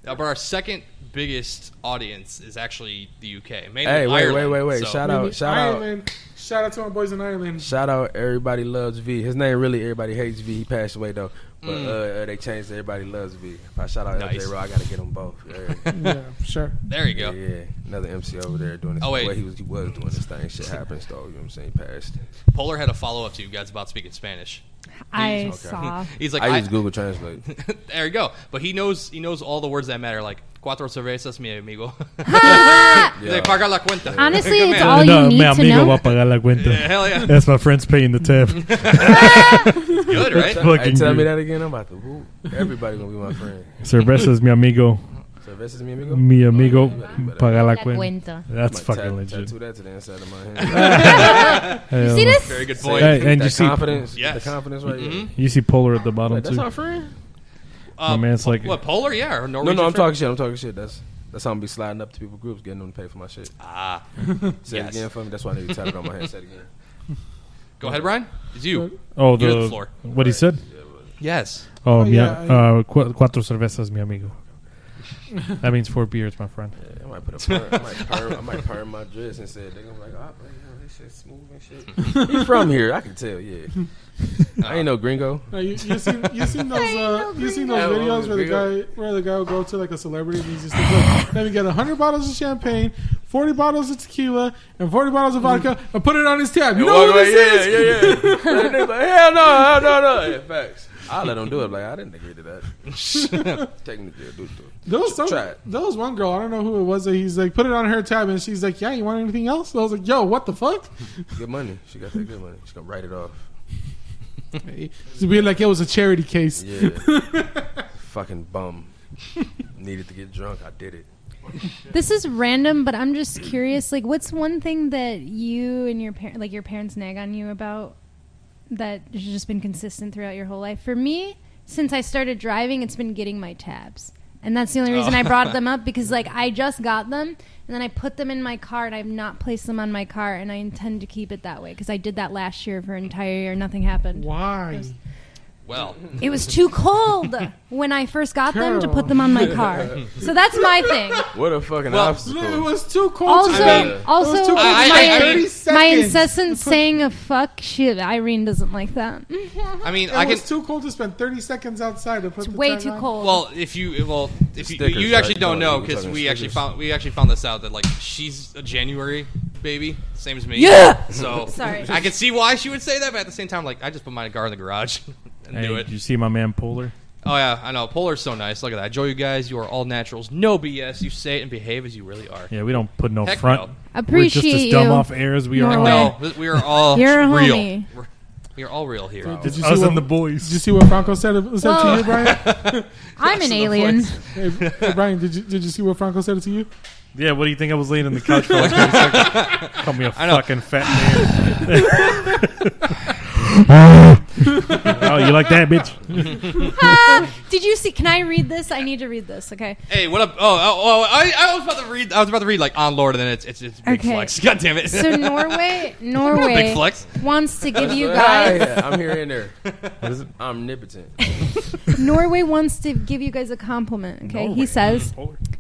C: Uh, but our second biggest audience is actually the UK. Mainly
E: Hey, wait, wait,
C: Ireland,
E: wait, wait!
C: so-
E: Shout out, shout out,
G: Ireland. Shout out to my boys in Ireland.
E: shout out! Everybody loves V. His name really everybody hates V. He passed away though, but uh, uh, they changed. to Everybody loves V. If I shout out
C: Mm. Nice.
E: LJ Rod, I gotta get
C: *laughs*
E: them both. *laughs* Yeah.
G: yeah, sure.
C: There you go.
E: Yeah, another MC over there doing this.
C: Oh,
E: Oh,
C: wait.
E: Well, he was he was doing this thing. Shit happens though. You know what I'm saying? Past.
C: Polar had a follow up to you guys about speaking Spanish.
F: I
E: okay.
F: saw.
C: *laughs* He's like,
E: I,
C: I-
E: use
C: *laughs*
E: Google Translate.
C: there you go. But he knows he knows all the words that matter, like cuatro cervezas, mi amigo. *laughs* He's like, paga la cuenta. *laughs*
F: Honestly,
C: Good
F: it's
C: man.
F: all
D: no,
F: you
D: mi
F: need to
D: amigo va a
F: know.
D: pagar la cuenta.
C: Yeah, *laughs* hell yeah,
D: That's my friend's paying the tab.
C: good,
E: *laughs*
C: right?
E: Hey,
D: Fucking
E: tell me
D: dude.
E: that again. I'm about to whoop. Everybody gonna be my
D: *laughs*
E: friend.
D: Cerveza es mi amigo.
E: So this is me, amigo.
D: Mi amigo paga la
A: La cuenta.
D: cuenta. That's
E: Like,
D: Mm, fucking
E: tat-
D: legit.
E: Tattoo that to the inside
C: *laughs*
E: of my hand.
D: Hell
A: See
D: no.
A: this?
C: Very good
E: See,
C: point.
D: Hey, and
E: that
D: you see-
E: confidence.
C: Yes. Mm-hmm.
E: The confidence right here.
D: You see Polar at the bottom
E: Wait, that's
D: too.
E: our friend.
C: Uh,
D: man's like-
C: what polar? Yeah, or
E: No,
C: Norwegian
E: no, I'm
C: friend?
E: talking shit. I'm talking shit. That's that's how I'm be sliding up to people groups, getting them to pay for my shit.
C: Ah,
E: Say
C: Yes.
E: it again for me. That's why I need to tap
C: *laughs*
E: it on my hand. Say it again.
C: go ahead, Brian. It's you.
F: Uh,
D: Oh,
C: You're the
D: the
C: floor.
D: what he said.
C: Yes.
D: Oh, mi-
G: yeah,
D: uh, cu- cuatro cervezas, mi amigo. that means four beers, my friend.
E: I might *laughs* put a perm, I might perm, I might perm my dress and said they're gonna be like, oh, man, you know, this shit's smooth and shit. he from here, I can tell. *laughs* Yeah, I ain't no gringo.
G: No, you, you seen you seen those uh, you seen those
E: Yeah, well,
G: videos where the
E: video.
G: guy where the guy will go to like a celebrity and he's just like, Look, *laughs* let me get hundred bottles of champagne, forty bottles of tequila, and forty bottles of
E: Mm-hmm.
G: vodka, and put it on his tab. You know what this is? *laughs*
E: yeah, yeah, yeah. And they like, hell no, hell no, no. Yeah, facts. I let them do it. Like I didn't agree to that. *laughs* Take me to jail, do it. do it.
G: There was some,
E: Try it.
G: there was one girl I don't know who it was that he's like put it on her tab and she's like, yeah, you want anything else? I was like, yo, what the fuck? *laughs*
E: Good money. She got that good money. She gonna write it off.
G: To be like it was a charity case.
E: Yeah. Fucking *laughs* bum. Needed to get drunk. I did it.
F: This is random, but I'm just curious. Like, what's one thing that you and your parent, like your parents, nag on you about that has just been consistent throughout your whole life? For me, since I started driving, it's been getting my tabs, and that's the only reason I brought them up because like I just got them, and then I put them in my car, and I've not placed them on my car, and I intend to keep it that way because I did that last year for an entire year, nothing happened.
G: *laughs* Why?
C: Well,
F: It was too cold when I first got them to
G: Girl.
F: put them on my car. So that's my thing.
E: What a fucking
C: Well,
E: obstacle.
G: *laughs* It was too cold.
F: Also,
C: I mean-
G: today. It was
F: also, uh,
G: too cold
C: I-
G: for
C: I- I-
G: 30
F: my, my
G: seconds.
F: incessant saying of fuck shit, Irene doesn't like that.
C: I
F: *laughs*
C: mean,
G: It
C: I can.
G: was too cold to spend 30 seconds outside. To put
F: It's
G: the
F: way
G: time
F: too
G: on.
F: cold.
C: Well, if you well, if you,
E: Stickers,
C: you actually
E: right?
C: don't
E: No,
C: know
E: we're
C: because
E: talking
C: we actually
E: stickers.
C: found we actually found this out that like she's a January baby, same as me.
F: Yeah!
C: So
F: *laughs* Sorry.
C: I can see why she would say that, but at the same time, like I just put my car in the garage *laughs* and
D: Hey,
C: do it.
D: did you see my man Polar?
C: Oh yeah, I know. Polar's so nice. Look at that. I enjoy you guys. You are all naturals, no BS. You say it and behave as you really are.
D: Yeah, we don't put no
C: Heck
D: front.
C: no.
F: Appreciate
D: We're just as
F: you.
D: dumb off air as we are.
F: Norway.
D: on.
C: No, th- we are all
F: You're a
C: real.
F: homie.
C: We're- We are all real here.
G: Did you see
D: Us
G: what,
D: and the
G: Did you
D: boys.
G: see what Franco said, said to
F: Whoa.
G: you,
F: *laughs*
G: Brian?
F: I'm an alien.
G: hey, hey, Brian, did you did you see what Franco said to you?
D: Yeah, what do you think I was laying on the couch for? Like 30 seconds? Call me a
C: know.
D: fucking fat man. oh, you like that, bitch?
F: *laughs* Ah, did you see? Can I read this? I need to read this. Okay.
C: Hey, what up? Oh, oh, oh I, I was about to read. I was about to read like on Lord, and then it's it's, it's big
F: Okay.
C: flex. *laughs* God damn it.
F: So
C: *laughs*
F: Norway, Norway
C: big flex.
F: wants to *laughs* give you
E: Hi,
F: guys.
E: I'm here and *laughs* there. What is it? Omnipotent.
F: Norway wants to give you guys a compliment. Okay, he says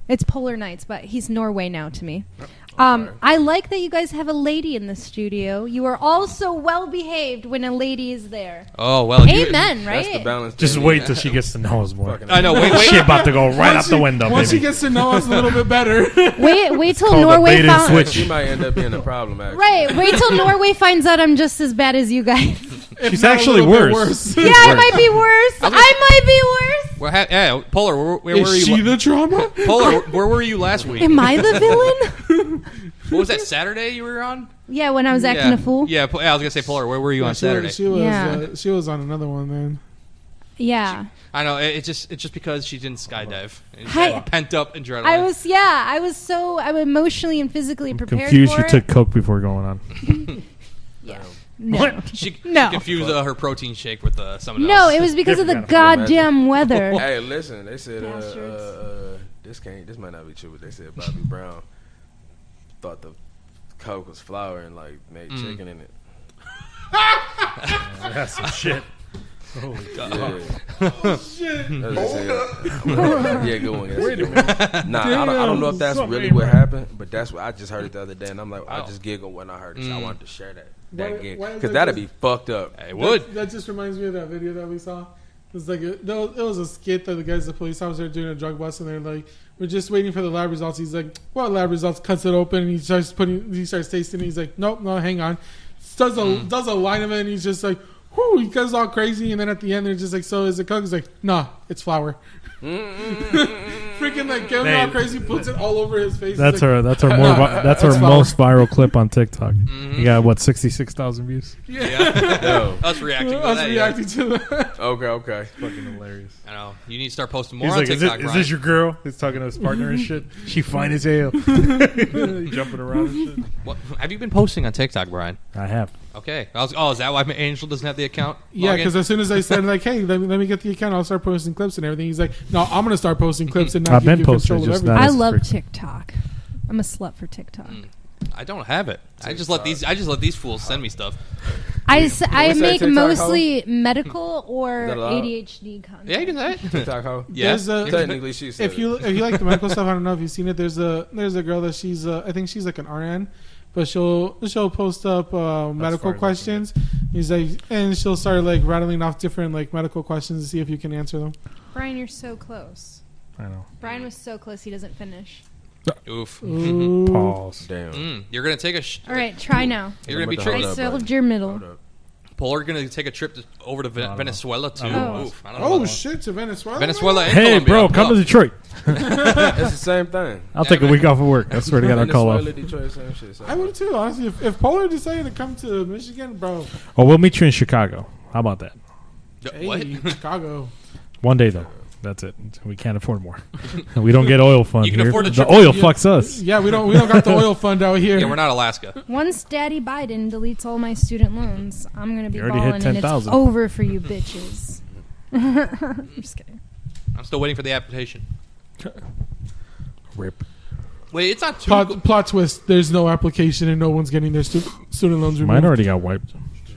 F: it's polar nights, but he's Norway now to me.
C: Oh,
F: Um, I like that you guys have a lady in the studio. You are all so well behaved when a lady is there.
C: Oh well. you-
F: Amen,
E: That's the
F: right?
E: balance.
D: Just
E: that-
D: wait till she gets to know us more.
E: Fucking-
C: I know. Wait, wait.
D: Shit about to go right out
G: Once
D: the
G: she-
D: window,
G: Once
D: baby.
G: she gets to know us *laughs* a little bit
D: *laughs*
G: better.
F: Wait, wait till
D: called a
F: Norway
D: bait and
F: finds
D: switch.
E: She might end up being a problem. Actually.
F: right. Wait till Norway finds out I'm just as bad as you guys.
D: She's actually worse.
G: worse. *laughs*
F: *laughs* yeah, I might be worse. I might be worse.
C: Well, ha- yeah, Polar, where, where were
G: Is
C: you?
G: she
C: la-
G: the drama?
C: Polar, where were you last week?
F: Am I the villain? *laughs*
C: What was that Saturday you were on?
F: yeah, when I was acting
C: yeah.
F: a fool.
C: Yeah, Po- yeah, I was gonna say Polar, where were you on
G: she, was-
C: Saturday?
G: she was
F: Yeah.
G: uh, she was on another one, man.
F: Yeah.
C: I know it, it's just it's just because she didn't skydive. And she
F: Hi-
C: had pent up adrenaline.
F: I was yeah, I was so I'm emotionally and physically prepared
D: Confused,
F: for
D: you
G: *laughs*
F: it.
D: took coke before going on.
F: yeah.
D: *laughs*
A: No.
C: She,
A: No.
C: she confused uh, her protein shake with uh, someone
A: No,
C: else.
A: it was because of the
D: Different kind
E: of magic.
A: goddamn weather.
E: Hey, listen, they said uh,
A: Bastards.
E: uh, uh, this can't, this might not be true, but they said Bobby Brown thought the coke was flour and like made
G: Mm.
E: chicken in it.
D: That's some shit.
E: Yeah.
G: Oh, *laughs*
E: yeah, good one. That's a good one. Nah, I don't, I don't know if that's
D: Damn,
E: really
D: something
E: what
D: ain't right.
E: happened, but that's what I just heard it the other day, and I'm like, I
C: Wow.
E: just giggled when I heard it. 'cause I wanted to share that that
G: Oh. Mm. Why-
E: gig
G: why is
E: because
G: it
E: that'd be
G: just-
E: fucked up.
C: It would.
G: That just reminds me of that video that we saw. It's like a, no, it was a skit that the guys, the police officer, doing a drug bust, and they're like, "We're just waiting for the lab results." He's like, "What lab results?" Cuts it open, and he starts putting, he starts tasting. it. He's like, "Nope, no, hang on." Does a does a line of it, and he's just like, "Whoo!" He goes all crazy, and then at the end, they're just like, "So is it coke?" He's like, "Nah, it's flour." *laughs* Freaking like going all
D: Man.
G: crazy, puts it all over his face.
D: That's
G: He's like,
D: her. That's her more. Vi- that's her
G: That's
D: most viral clip on TikTok. You got what sixty six thousand views.
C: *laughs*
G: *laughs*
E: Yo,
C: Us reacting. to
G: Us
C: that, yeah.
G: reacting to that.
E: okay, okay.
D: Fucking hilarious.
C: I know. You need to start posting more
D: He's
C: on
D: like, is,
C: TikTok,
D: it, is
C: Brian.
D: this your girl? He's talking to
C: *laughs*
D: his partner and shit. She fine as hell. *laughs* Jumping around and shit.
C: What, have you been posting on TikTok, Brian?
D: I have.
C: Okay. I was, oh, is that why Angel doesn't have the account?
G: Yeah,
C: login?
G: because as soon as I said like, "Hey, let me, let me get the account. I'll start posting clips and everything," he's like, "No, I'm gonna start
D: *laughs*
G: posting clips and not
D: I've
G: give
D: been
G: you
D: posting,
G: control of
D: just
G: everything."
D: not-
A: I
D: That's
A: love
D: freak-
A: TikTok. I'm a slut for TikTok.
C: I don't have it. I just let these. I just let these fools send me stuff.
A: I, s- I
E: What's that
A: make
E: TikTok
A: mostly medical or
E: that allowed?
A: ADHD content.
C: Yeah, you can say it.
E: TikTok hoe.
C: Yeah.
G: There's a-
E: Technically, she said
G: If you if you like the medical stuff, I don't know if you've seen it. There's a there's a girl that she's uh, I think she's like an RN, but she'll she'll post up uh, medical
D: far as I can
G: questions. He's like, and she'll start like rattling off different like medical questions to see if you can answer them.
A: Brian, you're so close.
D: I know.
A: Brian was so close, he doesn't finish.
C: Oof.
G: Ooh.
C: Mm-hmm.
D: Pause.
E: damn.
C: Mm, you're gonna take a. Sh-
A: All right, try now.
C: You're gonna be
E: What the
A: I
E: hell
C: tricked.
E: up,
A: solved
E: Brian.
A: your middle.
E: Hold
G: *laughs*
E: up.
C: Paul, you're gonna take a trip to, over to Ve- Venezuela too.
D: know.
C: Oof. I don't know.
G: Oh shit! To Venezuela.
C: Venezuela. And
D: Hey,
C: Colombia.
D: bro, come
C: Oh.
D: to
C: *laughs*
D: Detroit.
E: It's the same thing.
D: I'll
C: Yeah,
D: take a
C: man.
D: week off of work. I swear to God, I'll call off.
E: Venezuela, Detroit, same shit. same
G: I would too, honestly. If, if Polar decided to come to Michigan, bro,
D: Or Oh, we'll meet you in Chicago. How about that?
C: D-
G: hey,
C: What?
G: Chicago.
D: One day though. That's it. We can't afford
C: *laughs*
D: more. we don't get oil fund
C: You can
D: here.
C: afford a
D: the
C: trip-
D: oil fucks us.
G: Yeah, we don't we don't got the oil fund out here.
C: *laughs* Yeah, we're not Alaska.
A: Once Daddy Biden deletes all my student loans, I'm gonna be
D: You already hit
A: balling and it's
D: 10,000.
A: over for you bitches. *laughs* I'm just kidding.
C: I'm still waiting for the application.
D: Rip.
C: Wait, it's not too.
G: Plot, plot twist: There's no application and no one's getting their stu- student loans removed.
D: Mine already got wiped.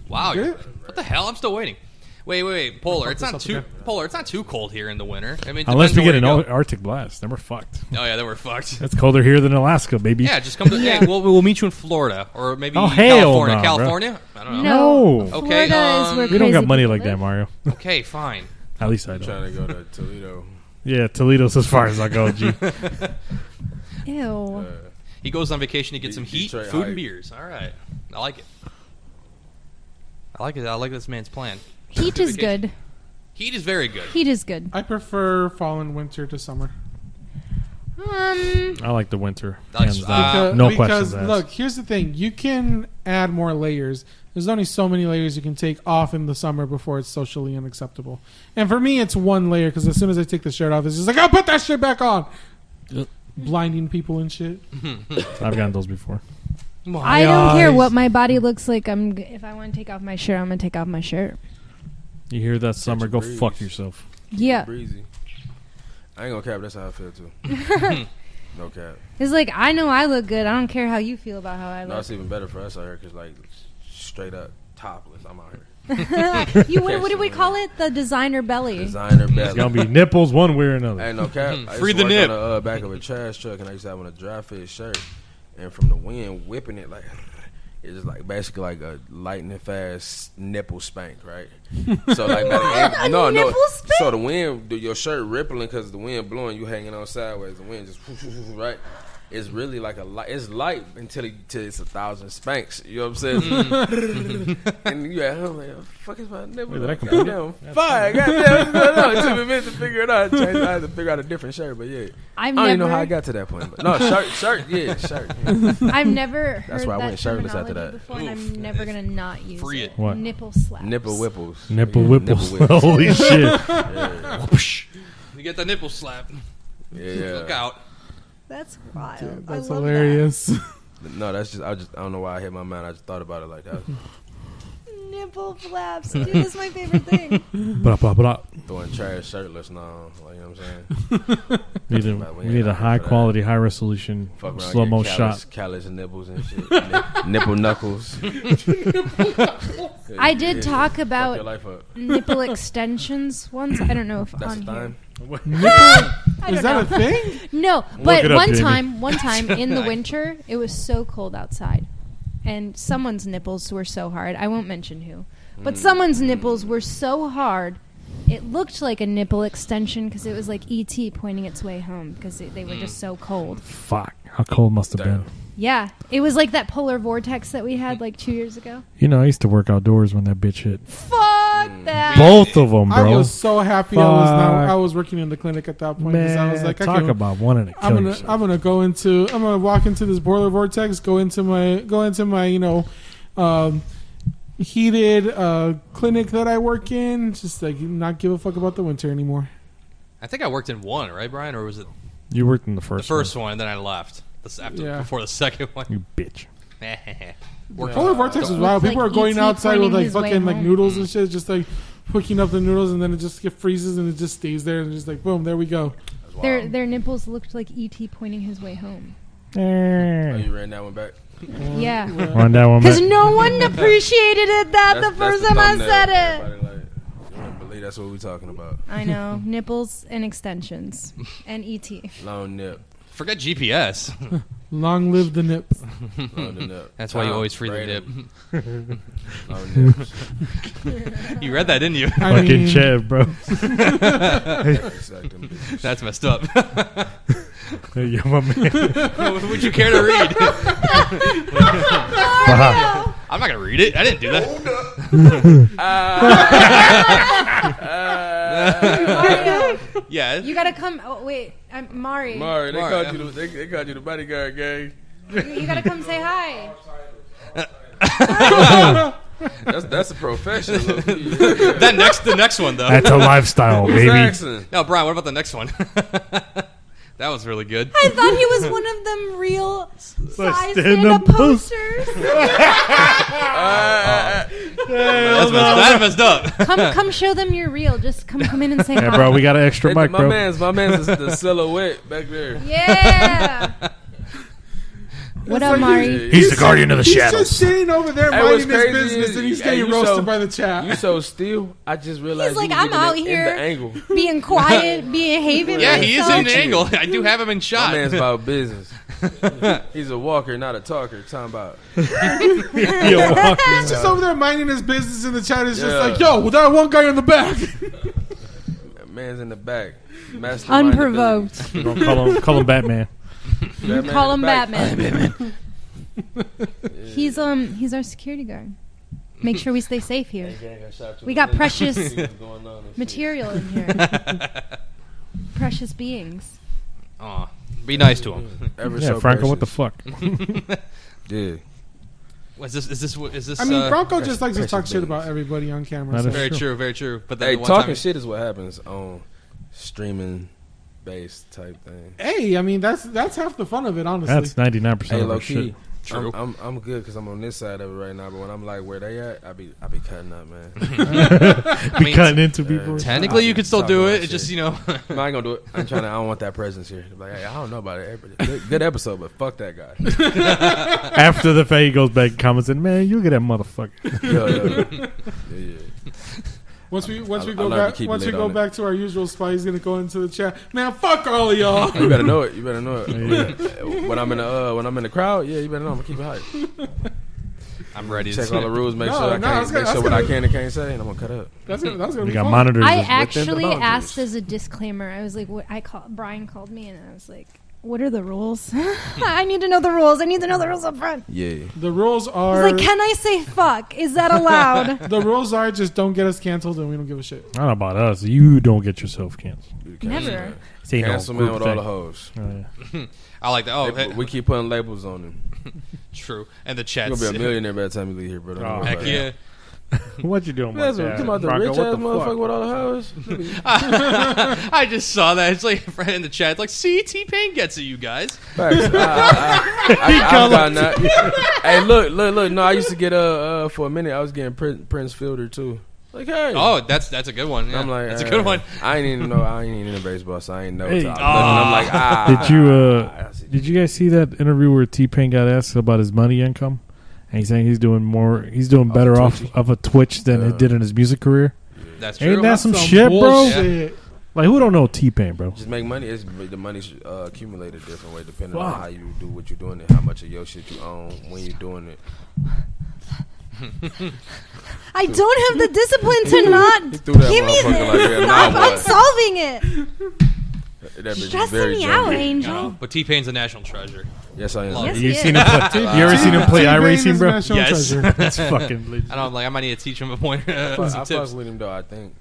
C: Wow.
G: Yeah.
C: you're- What the hell? I'm still waiting. Wait, wait, wait, Polar. It's not
G: this up
C: too
G: again.
C: Polar. It's not too cold here in the winter. I mean, it
D: Unless
C: depends
D: we
C: on
D: get
C: where
D: an
C: you
D: Ar-
C: go.
D: Arctic blast, then we're fucked.
C: Oh yeah, then we're fucked.
D: *laughs* It's colder here than Alaska, baby.
C: Yeah, just come to. hey, we'll, we'll meet you in Florida or maybe
D: Oh, hell
C: California.
D: no, bro.
C: California? I don't know.
A: No,
D: No.
A: Florida
C: Okay,
A: is
C: um,
A: where
D: we don't got
A: crazy
D: money
A: people
D: like that,
A: live.
D: Mario.
C: Okay, fine.
D: At least I
E: thing.
D: don't.
E: Trying to go to Toledo.
D: Yeah, Toledo's as far as I go. G. *laughs*
E: Uh,
A: Ew.
C: *laughs* He goes on vacation to get some heat,
E: Detroit
C: food,
E: hike.
C: and beers. All right, I like it. I like it. I like this man's plan.
A: Heat is
C: vacation.
A: good.
C: Heat is very good.
A: Heat is good.
G: I prefer fall and winter to summer.
A: Um,
D: I like the winter.
C: That's-
D: hands down.
C: uh,
G: Because-
D: no
G: because
D: questions asked.
G: look, here's the thing: you can add more layers. There's only so many layers you can take off in the summer before it's socially unacceptable. And for me, it's one layer because as soon as I take the shirt off, it's just like I'll put that shit back on. Blinding people and shit.
D: I've gotten those before.
A: I don't care
G: eyes.
A: what my body looks like. I'm g- if I want to take off my shirt, I'm gonna take off my shirt.
D: You hear that summer?
E: a
D: Go
E: breeze.
D: fuck yourself.
A: Yeah,
E: Breezy. I ain't gonna cap. That's how I feel too. *laughs* no cap.
A: it's like I know I look good. I don't care how you feel about how I
E: No,
A: look.
E: it's even better for us out here because like straight up topless. I'm out here.
A: you what, what do we call it? The designer belly.
E: Designer
D: It's gonna
E: belly.
D: be nipples one way or another.
E: Ain't no cap. I used
C: Mm-hmm. Free
E: to
C: the
E: work
C: nip.
E: On the uh, back of a trash truck, and I used to have on a dry fit shirt, and from the wind whipping it like. It's just like basically like a lightning fast nipple spank, right? So like
A: *laughs*
E: by the end, no, no.
A: nipple spank?
E: So the wind, the- your shirt rippling because the wind blowing, you hanging on sideways. The wind just *laughs* right. It's really like a light. It's light until, it, till it's a thousand spanks. You know what I'm saying?
C: Mm-hmm.
E: and you at home like, oh, fuck is my nipple?
D: Wait, did I complete it?
E: goddamn, fire, goddamn, what's going on? It took me a minute to figure it out. I changed- I had to figure out a different shirt, but yeah.
A: I've
E: I don't
A: never,
E: even know how I got to that point. But no, shirt, shirt, yeah, shirt. *laughs*
A: I've never. heard
E: That's why I
A: that
E: went shirtless
A: terminology
E: after that.
A: Before, and
C: Oof.
A: I'm never gonna not use
C: Free it.
D: What?
A: Nipple slap.
E: Nipple whipples.
D: Nipple
E: Yeah,
D: whipples.
E: Nipple whipples.
D: *laughs* Holy shit!
E: *laughs*
D: Whoosh.
C: You get the nipple slap.
E: yeah,
C: Look
E: yeah.
C: out.
A: That's wild. I
G: That's
A: love
G: hilarious.
E: No, that's just I just I don't know why I hit my mind. I just thought about it like that.
F: full flaps. Dude, that's my favorite thing.
D: Blah, blah, blah.
E: Throwing trash shirtless now. Like, you know what I'm
D: *laughs*
E: saying?
D: Need a, we need a high quality, high resolution
E: Fuck around.
D: slow mo
E: get
D: shot.
E: callous- Callous nipples and shit. Nip- Nipple knuckles.
F: I did talk
E: Fuck your
F: about
E: life up. *laughs*
F: nipple extensions once. I don't know if
E: That's
F: on
E: a
F: here.
E: time.
F: I
G: Is that
F: don't know.
G: a
A: *laughs*
G: thing?
F: No,
D: it
F: but
D: up,
F: one
D: Jamie.
F: time, one time
E: *laughs*
F: in the winter, it was so cold outside, and someone's nipples were so hard. I won't mention
E: Mm.
F: who, but someone's nipples were so hard, it looked like a nipple extension because it was like ET pointing its way home because they were
E: Mm.
F: just so cold.
D: Fuck, how cold must have been.
E: Damn.
F: Yeah, it was like that polar vortex that we had like two years ago.
D: You know, I used to work outdoors when that bitch
G: *laughs*
D: hit.
F: Fuck
E: Mm.
F: that.
D: Both of them,
G: I
D: bro.
G: was so happy I was not,
D: Fuck.
G: I was working in the clinic at that point because
D: Man,
G: I was like, I
D: talk
G: can,
D: about wanting to kill
G: I'm gonna
D: yourself.
G: I'm gonna go into I'm gonna walk into this boiler vortex, go into my go into my you know, um, heated uh, clinic that I work in, just like not give a fuck about the winter anymore.
C: I think I worked in one, right, Brian, or was it
D: you worked in the
C: the
D: first,
C: first one? and Then I left this after
G: Yeah.
C: before the second *laughs* one.
D: one. You bitch.
C: Worked
G: Polar
C: on-
G: vortex is wild.
F: It's
G: People
F: like
G: are going
F: ET
G: outside with
F: pointing
G: like
F: his way
G: fucking like
F: home.
G: noodles
D: Mm.
G: and shit, just like hooking up the noodles, and then it just get freezes and it just stays there, and just like boom, there we go.
F: Their their nipples looked like ET pointing his way home.
E: Oh,
D: Eh.
E: you ran that one back.
F: Yeah.
D: Run that one
F: Because
D: back.
F: no
E: *laughs*
F: one appreciated it that the
E: That's- that's
F: first time I
E: thumbnail.
F: said it.
E: Everybody like, you wouldn't believe that's what we talking about.
F: I
E: *laughs*
F: know. Nipples and extensions. And E ET.
E: Long nip.
C: Forget GPS.
G: Long live the nip.
F: *laughs*
E: Long nip.
C: That's why you
E: Tom
C: always free the dip.
E: Brady. *laughs* Long nips.
C: *laughs* You read that, didn't you? *laughs*
G: I
D: Fucking
G: mean,
D: Chev, *laughs* bro.
E: It's like
F: *laughs*
E: them bitches.
C: That's messed up. *laughs*
D: Hey, yo, my man.
C: Would you care to read? *laughs*
D: Uh-huh.
C: I'm not gonna read it. I didn't do that.
E: *laughs*
F: Mario,
C: Yeah.
F: you gotta come. Oh, wait. I'm Mari.
E: Mari, they
C: Mari,
E: called
C: I'm-
E: you the they, they called you the bodyguard gang.
F: you, you gotta come say hi.
E: That's that's a professional. low-key.
F: *laughs*
C: that next, the next one though.
D: *laughs* That's a lifestyle, baby.
E: Jackson.
C: No, Brian. What about the next one? *laughs* that was really good.
F: I thought he was one of
E: *laughs*
F: them real size
D: stand-up
F: stand-up posters. Ah,
C: That's messed, that
E: *laughs*
C: messed up.
F: come, come show them you're real. Just come, come in and say
D: Yeah,
F: hi.
D: bro, we got an extra
E: They-
D: mic,
E: my
D: bro.
E: man's my man's is the silhouette back
F: *laughs*
E: there.
C: *laughs*
F: Yeah. what up, Mari?
D: He's the guardian of the
G: He's
D: shadows.
G: just sitting over there
E: Hey,
G: minding
E: what's
G: his
E: crazy
G: business,
E: is-
G: and he's
E: hey,
G: getting
E: you
G: roasted
E: so-
G: by the chat.
E: You so still? I just realized
F: He's like,
E: you was
F: "I'm
E: in
F: out
E: the,
F: here."
E: in the
F: *laughs*
E: angle.
C: *laughs*
F: Being quiet, being having.
C: Yeah, he is in
F: myself.
C: an angle. I do have him in
E: My
C: shot. *laughs*
E: man's about business. He's a walker, not a talker. Talking about
D: Yo,
E: *laughs*
D: fuck.
G: He's just over there minding his business, and the chat is
E: Yeah.
G: just like, "Yo, that one guy in the
E: *laughs*
G: back."
E: that man's in the back. Mastermind
F: Unprovoked.
D: We gonna call him, call him Batman.
E: abilities. Batman
F: Call
E: in
F: him
E: the
C: *laughs*
E: back.
F: Batman. he's um he's our security guard. Make sure we stay safe here. We
C: *laughs*
F: got precious material in here. precious beings.
C: Aw, be nice to him.
E: *laughs*
C: *laughs*
E: Ever
D: Yeah,
E: so
D: Franco, what the
E: precious. *laughs*
D: fuck?
E: Yeah.
C: Is this? Is this? what- Is this?
G: I mean,
C: uh,
G: Bronco just likes to
E: precious
G: talk shit
E: beings.
G: about everybody on camera.
D: That
G: so-
D: is
C: very
D: Sure.
C: true. Very true. But then
E: Hey,
C: the one
E: talking
C: time-
E: shit is what happens on streaming based type thing.
G: Hey, I mean that's that's half the fun of it, honestly.
D: That's 99%
E: Hey,
D: of our
E: low
D: shit.
E: key.
C: True.
E: I'm, I'm I'm good because I'm on this side of it right now. But when I'm like where they at, I be I be cutting up,
C: *laughs*
E: man.
C: I mean,
D: Cutting into people.
C: Technically, you could still
E: Talking
C: do
E: about
C: it. It's just
E: shit.
C: you
E: *laughs*
C: know.
E: No, I ain't gonna do it. I'm trying to. I don't want that presence here. Like, hey, I don't know about it. Everybody- Good, good episode, but fuck that
C: *laughs*
E: guy.
D: *laughs* After the fact, he goes back and comments, and man, you get that motherfucker.
E: Yo, yo, yo. Yeah, yeah.
G: Once we once
E: I-
G: we
E: I
G: go
E: learned to
G: back
E: keep
G: once we
E: lid
G: go
E: on it.
G: back to our usual spot, he's gonna go into the chat. Man, fuck all of
D: *laughs*
G: y'all.
E: You better know it. You
G: *laughs*
E: better know it. *laughs* when I'm in the uh, when I'm in the crowd, yeah, you better know. I'm gonna keep it
G: *laughs*
E: hype.
C: *laughs* I'm ready. to
E: Check all the rules. Make
G: No,
E: sure I
G: no, I was
E: can't.
G: gonna-
E: make
G: I
E: sure
G: was
E: what I
G: gonna-
E: can and can't say, and I'm gonna cut up.
G: That's gonna, that's gonna
D: We
G: be
D: got
G: fun.
D: monitors.
F: I
D: as well.
F: actually
E: boundaries.
F: asked as a disclaimer. I was like, what I call Brian called me and I was like, what are the rules? *laughs* I need to know the rules. I need to know the rules up front.
E: Yeah.
G: The rules
F: I
G: are
F: was like, can I say fuck?
C: *laughs*
F: Is that allowed?
G: the rules are just don't get us canceled and we don't give a shit.
D: I don't know about us. You don't get yourself canceled.
F: Never.
D: Say
E: Cancel man with all the hoes.
D: Oh,
C: I like that. Oh,
E: They-
C: hey,
E: we keep putting labels on them.
C: *laughs* true. And the
E: You're
C: chat's
E: gonna be a millionaire by the time you leave here, bro. Don't
D: Oh,
E: worry
C: Heck
E: about
C: yeah. *laughs*
E: it.
D: what you doing?
E: That's
D: like
E: what
D: that,
E: come out the
D: Bronco?
E: rich ass
D: What the
E: motherfucker
D: fuck?
E: with all the hoes.
G: *laughs*
C: I just saw that. It's like *laughs* right in the chat. It's like, see, T Pain gets it, you guys.
E: Facts. I, I, I, I, I've gotten that. hey, look, look, look. No, I used to get uh, uh for a minute. I was getting Prince, Prince Fielder too. Like, hey,
C: Oh, that's that's a good one. Yeah.
E: I'm like, uh,
C: that's a
E: all
C: good one.
E: right. I ain't even know. I ain't even in baseball, so I ain't know.
D: Hey. uh,
E: Hey. uh, I'm like,
D: *laughs*
E: ah.
D: Did you uh,
E: I see.
D: did you guys see that interview where T Pain got asked about his money income, and he's saying he's doing more, he's doing better off
E: Twitch.
D: of a Twitch than he
E: Uh.
D: did in his music career.
C: That's true.
D: Ain't that some, shit, bro?
G: bullshit.
D: Like who don't know T Pain, bro?
E: Just make money. It's the money's uh, accumulated a different way depending
D: Fuck.
E: on how you do what you're doing and how much of your shit you own when you're doing it.
A: I don't have the
E: *laughs*
A: discipline to not
E: threw that
A: give me
E: motherfucker
A: this. *laughs*
E: like that. Nah,
A: I'm, I'm
E: boy.
A: solving it.
E: That bitch is
A: Stressing
E: very
A: me
E: jungle.
A: out, Angel.
C: No, but T Pain's a national treasure.
E: Yes, I am.
C: Love
A: Yes,
D: You
A: he
D: seen
A: is.
D: him play? you ever seen him play
G: T-Pain
D: iRacing,
G: is
D: bro?
G: national
C: Yes.
G: treasure.
D: *laughs* That's fucking legit.
C: I don't. I'm like, I might need to teach him a
E: *laughs*
C: point. Uh,
E: I,
C: some
E: fuck
C: tips.
E: with him though. I think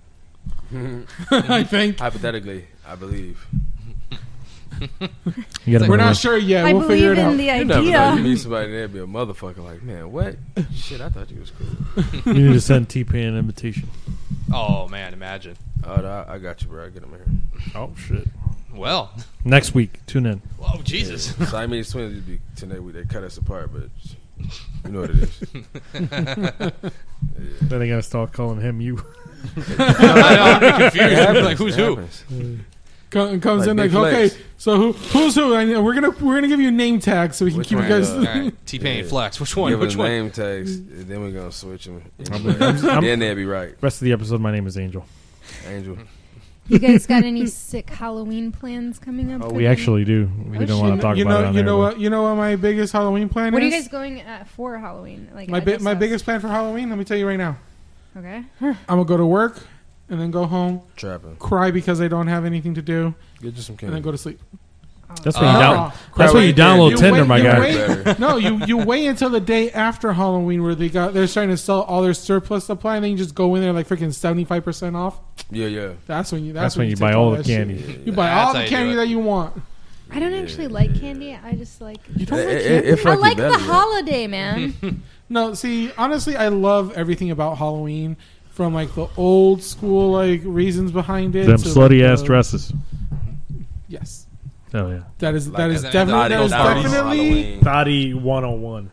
G: I think
E: hypothetically, I believe.
D: You gotta
G: we're
D: remember-
G: not sure yet.
A: I
G: we'll figure
A: believe
G: it out.
A: in the
E: You never know. You
A: idea.
E: meet somebody and they'd be a motherfucker. Like, man,
D: *laughs*
E: what? shit, I thought you was cool.
D: You need to send T Pain an invitation.
C: Oh man, imagine.
E: Oh, no, I, I got you, bro. I get him here.
D: Oh shit!
C: Well, *laughs*
D: Next week, tune in.
C: oh Jesus.
E: So I mean, it's twins would be tonight. We they cut us apart, but you know what it
C: *laughs*
E: is.
D: Then they gotta start calling him you.
C: *laughs* I know, I'm
E: *laughs*
C: pretty confused.
E: It
C: I'm
E: happens,
C: like, who's
E: it
C: who?
E: happens.
G: Co- comes
E: Like
G: in like,
E: big
G: okay,
E: flex.
G: so who, who's who? I know, we're gonna we're gonna give you name tags so we can
E: Which
G: keep you
E: one,
G: guys.
E: uh,
G: *laughs*
C: All right, T Pain,
E: Yeah.
C: Flex. Which one?
E: Give
C: Which
E: them
C: one?
E: name tags, and then we're gonna switch them.
D: I'm-
E: *laughs* then they'd be right,
D: Rest of the episode, my name is Angel.
E: Angel.
A: You guys got
G: *laughs*
A: any sick Halloween plans coming up?
D: Oh,
A: for
D: we
A: the-
D: actually do. We
A: Oh,
D: don't
A: shit.
D: want to talk
G: you
D: about it
G: know,
D: on
G: you
D: there,
G: know
D: but-
G: what, you know what my biggest Halloween plan
A: What are
G: is.
A: you guys going at for Halloween? Like
G: my
A: at
G: bi-
A: this
G: my
A: house?
G: biggest plan for Halloween. Let me tell you right now.
A: Okay.
G: I'm gonna go to work and then go home,
E: Trapping.
G: cry because I don't have anything to do,
E: Get you some
G: and
E: candy.
G: then go to sleep.
D: That's when you
C: Uh,
D: down.
G: Oh,
D: That's
E: crap,
D: when you
E: wait,
D: download
E: you
D: Tinder,
G: wait,
D: my
G: you
D: guy.
G: wait. *laughs*
E: Better.
G: no, you you wait until the day after Halloween where they got they're starting to sell all their surplus supply, and then you just go in there like freaking seventy five percent off.
E: Yeah, yeah.
G: That's when you.
D: That's when you
G: take
D: buy all the
G: that shit.
D: candy.
G: You buy all
C: That's how
G: the
C: you do
G: candy
C: it.
G: that you want.
A: I don't actually like candy. I just like.
G: You don't
E: It-
G: like
E: it-
G: candy?
E: it fuck
A: I
E: your
A: like the
E: belly up.
A: holiday,
E: *laughs*
A: man.
G: No, see, honestly, I love everything about Halloween, from like the old school like reasons behind it.
D: Them
G: to,
D: slutty
G: like,
D: ass
G: the-
D: dresses.
G: Yes,
D: Oh yeah.
G: that is that
E: Like
G: is
C: that
G: definitely that
E: Body
G: is
E: parties on
G: definitely
E: Halloween.
D: Body 101.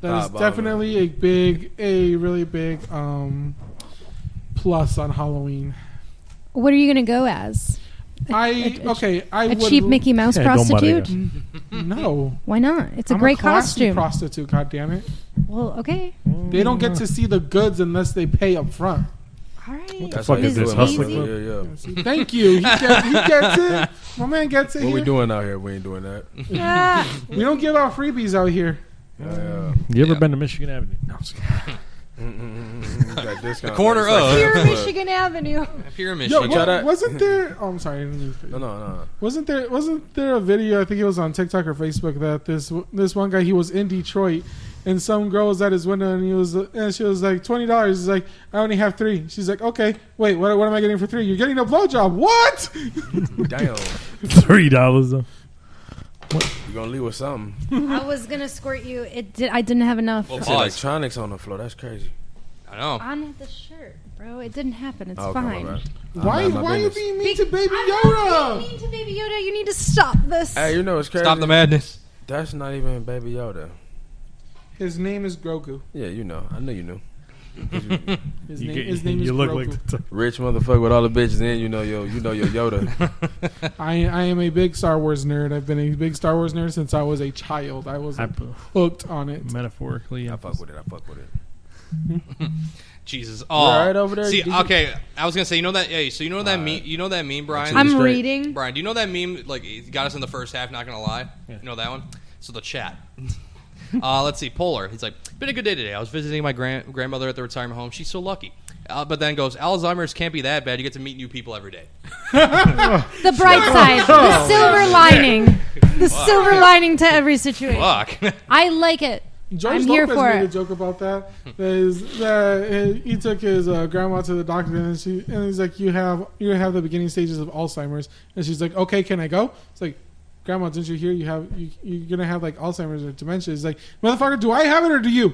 G: that is
E: Nah, bottom.
G: definitely a big a really big um plus on Halloween.
A: What are you gonna go as?
G: I
A: a- a-
G: okay, I
A: A
G: would
A: cheap Mickey Mouse
D: Yeah, don't bother
A: prostitute?
G: No,
A: Why not? It's a
G: I'm
A: great
G: classy
A: costume.
G: Prostitute, God damn it!
A: well, okay,
G: They don't
A: Mm.
G: get to see the goods unless they pay up front.
A: all right.
E: That's
D: fuck
E: how you
D: is
E: do
D: this,
E: it,
D: hustler
E: man.
D: club?
E: Yeah, yeah.
G: See, thank you. He, get, he gets it. My man gets it.
E: What we
G: here.
E: doing out here? We ain't doing that. Yeah,
A: Ah,
G: We don't give out freebies out here.
E: yeah. *laughs*
D: You ever
C: Yeah.
D: been to Michigan Avenue? No. I'm just kidding.
E: the
C: corner
A: *laughs*
C: of-
A: pure Michigan
E: *laughs*
A: Avenue.
C: Pyramid.
G: Yo,
C: Shake.
E: what-
G: wa-
E: gotta-
D: *laughs*
G: wasn't there? Oh, I'm sorry. I didn't mean to-
E: No, no, no.
G: Wasn't there? Wasn't there a video? I think it was on TikTok or Facebook that this this one guy he was in Detroit, and some girl was at his window and he was and she was like twenty dollars. He's like, I only have three. She's like, okay, wait, what, what am I getting for three? You're getting a blowjob. What?
E: Damn.
D: *laughs* Three dollars though.
E: You gonna leave with something?
A: I was gonna squirt you. It did. I didn't have enough.
C: Well,
E: It's
C: Pause.
E: electronics on the floor. That's crazy.
C: I know.
A: on the shirt, bro. It didn't happen. It's
E: Oh, come on,
A: fine.
E: man. I'm
G: Why?
E: minding my
G: Why are you
E: business.
G: being mean to Baby
A: I'm not
G: Yoda?
A: being mean to Baby Yoda. You need to stop this.
E: Hey, you know what's crazy?
C: Stop the madness.
E: That's not even Baby Yoda.
G: His name is Grogu.
E: Yeah, you know. I know you *laughs* knew.
G: His
D: You,
G: name.
D: get-
G: his name is
D: you
G: *laughs*
D: look
G: Grogu.
D: like the
E: Rich motherfucker with all the bitches in. You know yo. You know your *laughs* Yoda.
G: I I am a big Star Wars nerd. I've been a big Star Wars nerd since I was a child. I was
D: I-
G: hooked on it.
D: metaphorically.
E: I fuck with it. I fuck with it.
C: Jesus. Oh,
E: right over there.
C: See,
E: Did you-
C: okay. I was gonna say, you know that. Hey, so you know that meme. You know that meme, Brian.
A: I'm
E: straight.
A: reading.
C: Brian, do you know that meme? Like, it got us in the first half. Not gonna lie. You know that one. So the chat. *laughs* uh, let's see. Polar. He's like, been a good day today. I was visiting my grand- grandmother at the retirement home. She's so lucky. Uh, but then goes, Alzheimer's can't be that bad. You get to meet new people every day.
A: The bright side, the silver lining, the silver lining to every situation.
C: Fuck.
A: I like it.
G: George
A: I'm
G: Lopez
A: here for
G: made a
A: it.
G: joke about that.
C: Hmm.
G: That, is, that he took his uh, grandma to the doctor, and she and he's like, "You have you have the beginning stages of Alzheimer's," and she's like, "Okay, can I go?" It's like, "Grandma, didn't you hear you have you, you're gonna have like Alzheimer's or dementia?" He's like, "Motherfucker, do I have it or do you?"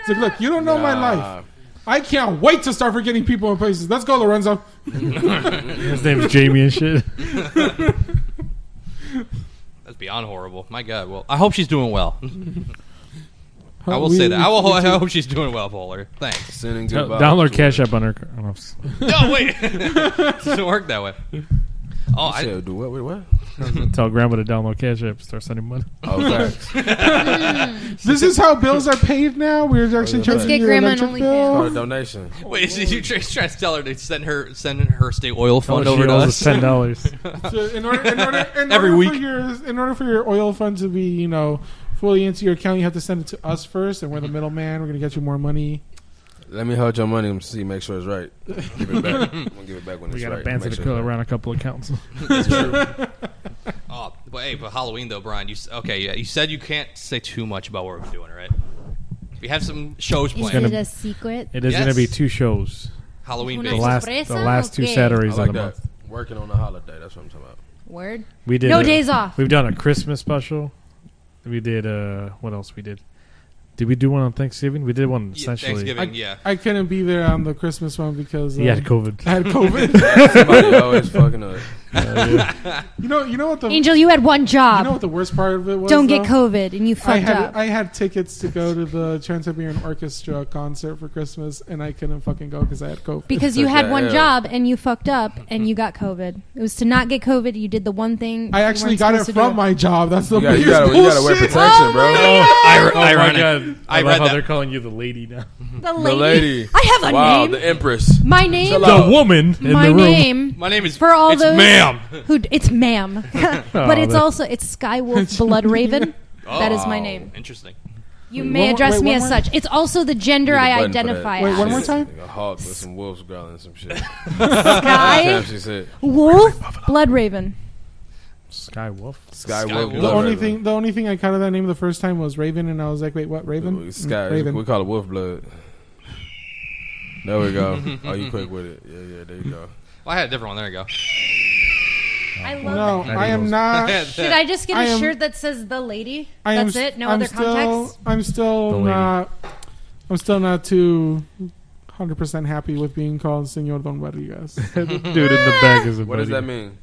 G: It's like, "Look, you don't know my
E: Nah.
G: life. I can't wait to start forgetting people and places. Let's go, Lorenzo. *laughs*
D: His name's Jamie and shit.
C: *laughs*
G: *laughs*
C: That's beyond horrible. My God. Well, I hope she's doing well. *laughs* I will say that. I will. I hope she's doing well, Polar. Thanks. *laughs*
E: Sending good vibes.
D: Download Cash App on her. I don't know.
C: No, wait. *laughs* doesn't work that way. Oh,
E: I
C: I,
E: said, do what? Wait, what?
D: Tell grandma to download Cash App. Start sending money.
E: *laughs* Oh, facts.
G: This is how bills are paid now.
C: Oh,
G: We're actually
E: Let's
G: charging
E: get
G: your
F: grandma
G: electric
F: on
G: bill.
E: Or a donation.
C: *laughs* wait. *laughs* So you try, trying to tell her to send her send her state oil
D: Tell her
C: fund
D: she
C: over to
D: owes
C: us? *laughs*
D: us ten dollars.
G: So in order, in order, in
C: Every
G: order
C: week.
G: For your, in order for your oil fund to be, you know, fully into your account, you have to send it to us first, and we're the middleman. We're gonna get you more money.
E: Let me hold your money and see, make sure it's right. Give it *laughs* back. I'm gonna give it back when
D: We
E: it's
D: got to
E: right.
D: bounce
E: Make
D: it
E: sure it's
D: around a couple of counts.
C: Oh, but hey, but Halloween though, Brian. You s- okay? Yeah, you said you can't say too much about what we're doing, right? We have some shows
F: Is
C: planned.
F: it a secret?
D: It is
C: Yes.
D: going to be two shows.
C: Halloween
F: Una
D: The
C: based.
D: last, the
F: Sorpresa,
D: last two
F: okay.
E: I
D: Saturdays
E: like
D: of the
E: that.
D: month.
E: Working on a holiday. That's what I'm talking about.
F: Word.
D: We did
F: No
D: a-
F: days off.
D: We've done a Christmas special. We did uh, what else? We did. Did we do one on Thanksgiving? We did one
C: Yeah,
D: essentially.
C: Thanksgiving, yeah.
G: I couldn't be there on the Christmas one because um,
D: He had COVID.
G: I had COVID.
E: *laughs*
D: *laughs*
E: Somebody always fucking up.
G: you know, you know what the
F: Angel, you had one
G: you know
F: job.
G: what the worst part of it was.
F: Don't get
G: though?
F: COVID, and you
G: I
F: fucked
G: had
F: up.
G: I had tickets to go to the Trans Siberian Orchestra concert for Christmas, and I couldn't fucking go because I had COVID.
F: because you
E: Took
F: had
E: that
F: one
E: L.
F: job and you fucked up and you got COVID. It was to not get COVID. You did the one thing.
G: I
F: you
G: actually
F: weren't
G: got it
F: supposed to
G: from
F: do.
G: my job. That's the
E: You gotta, you
G: biggest
E: gotta, you gotta wear
G: bullshit.
E: protection, bro.
C: Ir-
D: Oh my
C: ironic.
D: god! I,
C: I
D: love
C: read
D: how
C: that.
D: they're calling you the
C: *laughs*
D: lady now.
F: The
E: The
F: lady.
E: lady.
F: I have a
E: wow,
F: name.
E: the Empress.
F: my name.
E: Chill out.
D: The woman in
F: my
D: the room. Oh,
F: name.
C: My name is
F: For all
C: it's
F: those
C: ma'am.
F: who d- it's ma'am,
G: *laughs*
F: but it's
D: that-
F: also it's Skywolf
D: *laughs*
F: Blood
E: *laughs*
F: Raven. That is
E: Oh.
F: my name.
C: Oh, Interesting.
F: You
G: Wait,
F: may
G: one more-
F: address
G: wait,
F: me
G: one
F: as
G: more?
F: such. It's also the gender
E: Need a
F: I
E: button for
F: identify
E: that.
F: as.
G: one more
E: Shit,
G: time?
E: like A hawk with some wolves growling and some
F: *laughs*
E: shit. *laughs*
F: Sky
E: She said,
F: Wolf Blood Raven.
D: Sky
F: *laughs*
D: Wolf.
E: "Sky,
C: Sky
E: wolf."
C: wolf.
G: The
E: blood
G: only
E: raven.
G: thing, the only thing I counted that name the first time was Raven, and I was like, wait, what? Raven?
E: Sky.
G: Mm, Raven.
E: We call it wolf blood. There we go. *laughs* oh, you quick with it? Yeah, yeah. There you go.
C: Well, I had a different one. There you go. *laughs*
F: I love.
G: No,
F: that.
G: I am not.
F: Did I just get a
G: I am-
F: shirt that says the lady?
G: I am,
F: That's it. No
G: I'm
F: other
G: still,
F: context.
G: I'm
D: The
G: still
D: lady.
G: not. I'm still not too. Hundred percent happy with being called Señor Don Rodriguez.
D: Dude in the back is a
E: What does that
D: buddy.
E: mean?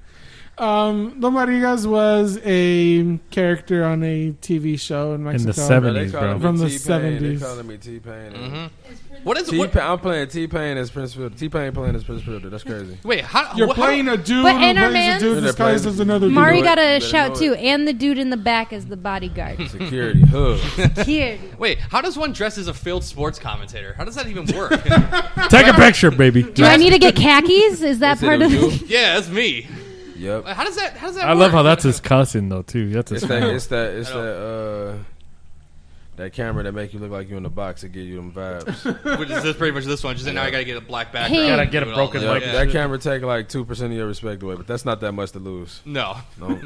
G: um, Don Rodriguez was a character on a TV show in Mexico.
D: 70s.
E: Bro, they
D: Seventies,
E: calling
D: bro.
E: me
G: From the
E: T-Pain. They
G: 70s.
E: calling me T Pain.
C: Mhm. What is
E: T
C: what?
E: Pain. I'm playing T Pain as Prince Fielder. T Pain playing as Prince Fielder. That's crazy.
C: Wait, how?
G: You're
C: what- how-
G: playing a dude
F: But
G: who
F: in
G: plays
F: our
G: a
F: man's-
G: dude disguised
E: They're playing-
G: as another dude.
F: Mari
E: know it.
F: got a
E: Better
F: shout
E: know
F: too,
E: it.
F: and the dude in the back is the
E: *laughs*
F: bodyguard.
E: *laughs* Security. Huh.
F: Here.
C: Wait, how does one dress as a field sports commentator? How does that even
D: *laughs*
C: work?
D: Take a picture, baby.
F: Do I need to get khakis? Is that
E: Said
F: part
E: it
F: of
E: was
F: it?
E: you?
C: yeah, that's me.
E: Yep.
C: How does that? How does that?
D: I love how
C: work?
D: that's his cousin though too. That's his.
E: It's that. It's that. It's
C: I
E: that. Uh, that camera that make you look like you in the box to give you them *laughs*
C: *laughs*
E: vibes.
C: Which is this pretty much this one. Just now I gotta get a black background.
F: Hey. Gotta
D: get a
C: Do it all
D: broken
C: that.
E: Yep,
D: Like
C: Yeah.
E: that camera take like two percent of your respect away, but that's not that much to lose.
C: No,
E: No.
C: *laughs*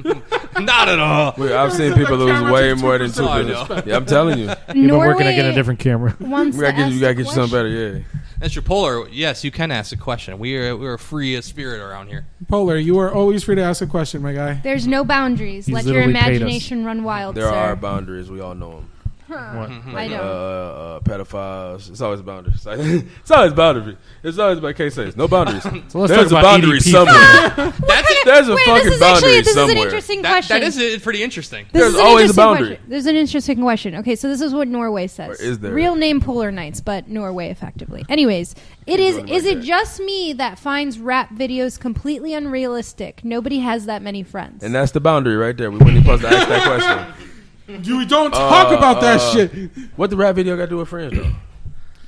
C: not at all.
E: Wait, I've seen people
G: The
E: lose
G: camera
E: way
G: took *laughs*
E: more than two
C: 2%.
E: percent. Yeah, I'm telling you,
D: You've been
F: *laughs* Norway
D: working to get a
F: *laughs*
D: different camera. *laughs*
F: wants
E: you gotta
F: to
E: get you
F: ask
E: gotta
F: a
E: get you
F: question.
E: something better. Yeah,
C: Mr. Polar, yes, you can ask a question. We are we are free of spirit around here.
G: Polar, you are always free to ask a question, my guy.
F: There's no boundaries.
D: He's
F: Let your
D: literally paid us.
F: imagination run wild,
E: there
F: sir.
E: are boundaries. We all know them.
D: What?
E: Uh,
F: I don't.
E: uh, pedophiles. It's always boundaries. *laughs* Like, it's always boundary. It's always about case says no boundaries.
D: So
E: There's
D: let's
E: a
D: talk about
E: boundary
D: EDP.
E: somewhere.
C: That's it.
E: There's a
F: Wait,
E: fucking
F: this is
E: boundary
F: actually this
E: somewhere.
F: is an interesting
C: That,
F: question.
C: that is it, pretty interesting.
F: This
E: There's
F: is an
E: always a
F: interesting
E: boundary.
F: Question. There's an interesting question. Okay, so this is what Norway says.
E: Or is there?
F: Real name Polar Knights, but Norway effectively. Anyways, it is.
E: doing it
F: Is
E: like
F: it
E: that.
F: just me that finds rap videos completely unrealistic? Nobody has that many friends.
E: And that's the boundary right there. We wouldn't even supposed to ask that question.
G: You don't talk
E: Uh,
G: about that
E: uh,
G: shit.
E: What the rap video got to do with friends though?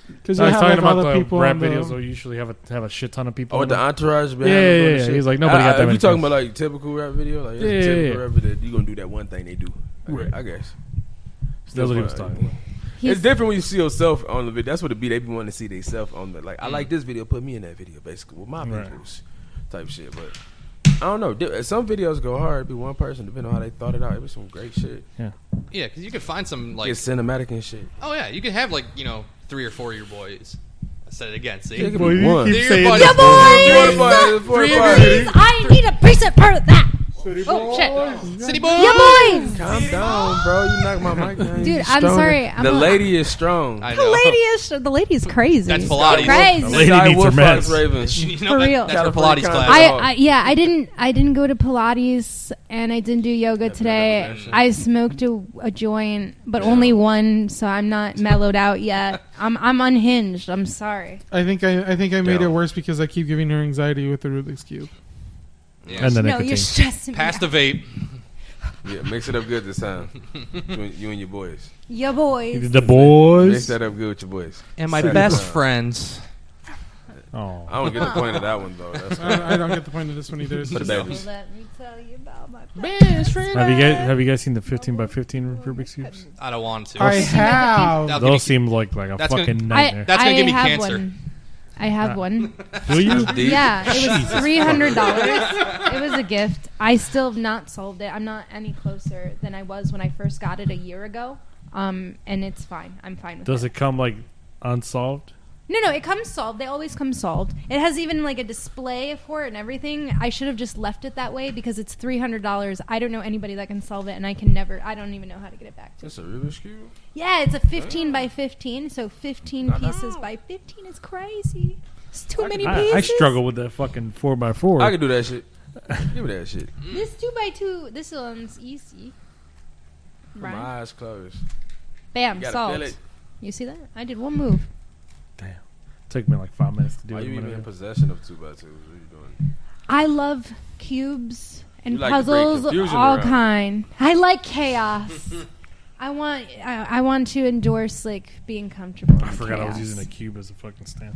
G: Because you
D: I was
G: have
D: talking
G: like all
D: about
G: the
D: the
G: people
D: rap
G: on the-
D: videos. Where you usually have a have a shit ton of people.
E: Oh,
D: in
E: with the
D: them.
E: entourage behind them
D: Yeah, yeah,
E: doing
D: yeah,
E: Shit.
D: yeah. He's like, nobody
E: I-
D: got
E: I-
D: that
E: if
D: many
E: You talking
D: friends.
E: about like typical rap video? Like that's
D: Yeah, yeah,
E: typical
D: yeah.
E: rap video. You gonna do that one thing they do? I guess- I guess.
D: That's what he was
E: That's
D: talking
E: fine.
D: about.
F: He's-
E: it's different when you see yourself on the video. That's what the beat they be wanting to see themselves on the like. I like this video. Put me in that video, basically with my
D: Right.
E: videos, type shit. But I don't know. Di- Some videos go hard. Be one person, depending on how they thought it out. It was some great shit.
C: Yeah, because you can find some
E: Like
C: like
E: it's cinematic and shit.
C: oh yeah, you can have like you know three or four of your boys. I said it again. See,
E: Yeah, it could
D: Boy,
E: be
D: you
E: one.
D: keep
C: Three
F: *laughs*
D: saying
C: boys.
D: that.
F: Yeah, boy.
E: Four boys, four
C: Three
E: boys.
F: Please, I need a piece of part of that.
G: City
C: Oh, shit.
G: boys.
C: City
F: Yeah,
C: boy.
F: boys.
E: Calm down, bro. You knocked my mic down.
F: Dude,
E: You
F: I'm
E: stronger.
F: sorry, I'm
E: the
F: a- *laughs*
E: lady is strong.
C: I
A: The
C: know.
A: lady is the lady's crazy.
C: *laughs* That's Pilates.
F: Crazy.
D: Lady
E: Side
D: needs her
E: Wolf
D: meds.
E: Fox Ravens.
C: *laughs* You know,
A: For
C: that-
A: real.
C: That's her
E: Gotta play
C: Pilates
E: contact.
C: class.
F: I,
E: all.
F: I yeah, I didn't I didn't go to Pilates and I didn't do yoga today. I smoked a, a joint, but only one, so I'm not mellowed
C: *laughs*
F: out yet. I'm I'm unhinged. I'm sorry.
G: I think I, I think I made
E: Yeah.
G: it worse because I keep giving her anxiety with the Rubik's cube.
C: Yes.
D: And the
F: No,
D: nicotine.
F: you're stressing me.
C: Pass
F: out.
C: the vape.
E: Yeah, mix it up good this
D: *laughs*
E: time. you, and- you and your boys.
F: Yeah, boys.
D: the
E: Mix
D: boys.
E: that up good with your boys.
C: And my
E: City
C: best
E: boy.
C: friends.
D: Oh.
E: I don't get the point of that one though.
D: *laughs*
G: *laughs*
E: That's
G: I, don't- I don't get the point of this one either. It's
E: for the
G: just-
E: babies.
F: Let me tell you about my
D: Have you guys have you guys seen the 15 by 15 Rubik's cubes?
C: I don't want to.
G: I
C: That'll
G: have.
C: give you-
D: Those seem like like a
C: That's gonna-
D: fucking
F: I,
D: nightmare.
C: That's gonna
F: I
C: give me
F: have
C: cancer.
F: One. I have one.
D: Will you?
E: Deep.
F: Yeah, it was three hundred
C: *laughs*
F: dollars. it was a gift. I still have not solved it. I'm not any closer than I was when I first got it a year ago. Um, and it's fine. I'm fine with
D: Does it come like unsolved?
F: No, no, it comes solved. They always come solved. It has even like a display for it and everything. I should have just left it that way because it's three hundred dollars. I don't know anybody that can solve it, and I can never. I don't even know how to get it back to.
E: That's a Rubik's cube.
F: Yeah, it's a fifteen by fifteen, so fifteen pieces by fifteen is crazy. It's too many
D: I,
F: pieces.
D: I struggle with that fucking 4 by 4
E: I can do that shit. Give me that shit.
F: This two by two, this one's easy.
E: My
F: *laughs* Right.
E: eyes closed.
F: Bam,
E: You gotta feel
F: solved.
E: it.
F: You see that? I did one move.
D: Took me like 5 minutes to do
E: Why
D: it. a
E: you even
D: minute
E: in
D: ago.
E: possession of two by twos? What are you doing?
F: I love cubes and
E: You like to bring
F: puzzles,
E: confusion
F: all
E: around.
F: kind. I
E: *laughs*
F: like chaos. I want, I, I want to endorse like being comfortable.
D: I forgot I was using a cube as a fucking stand.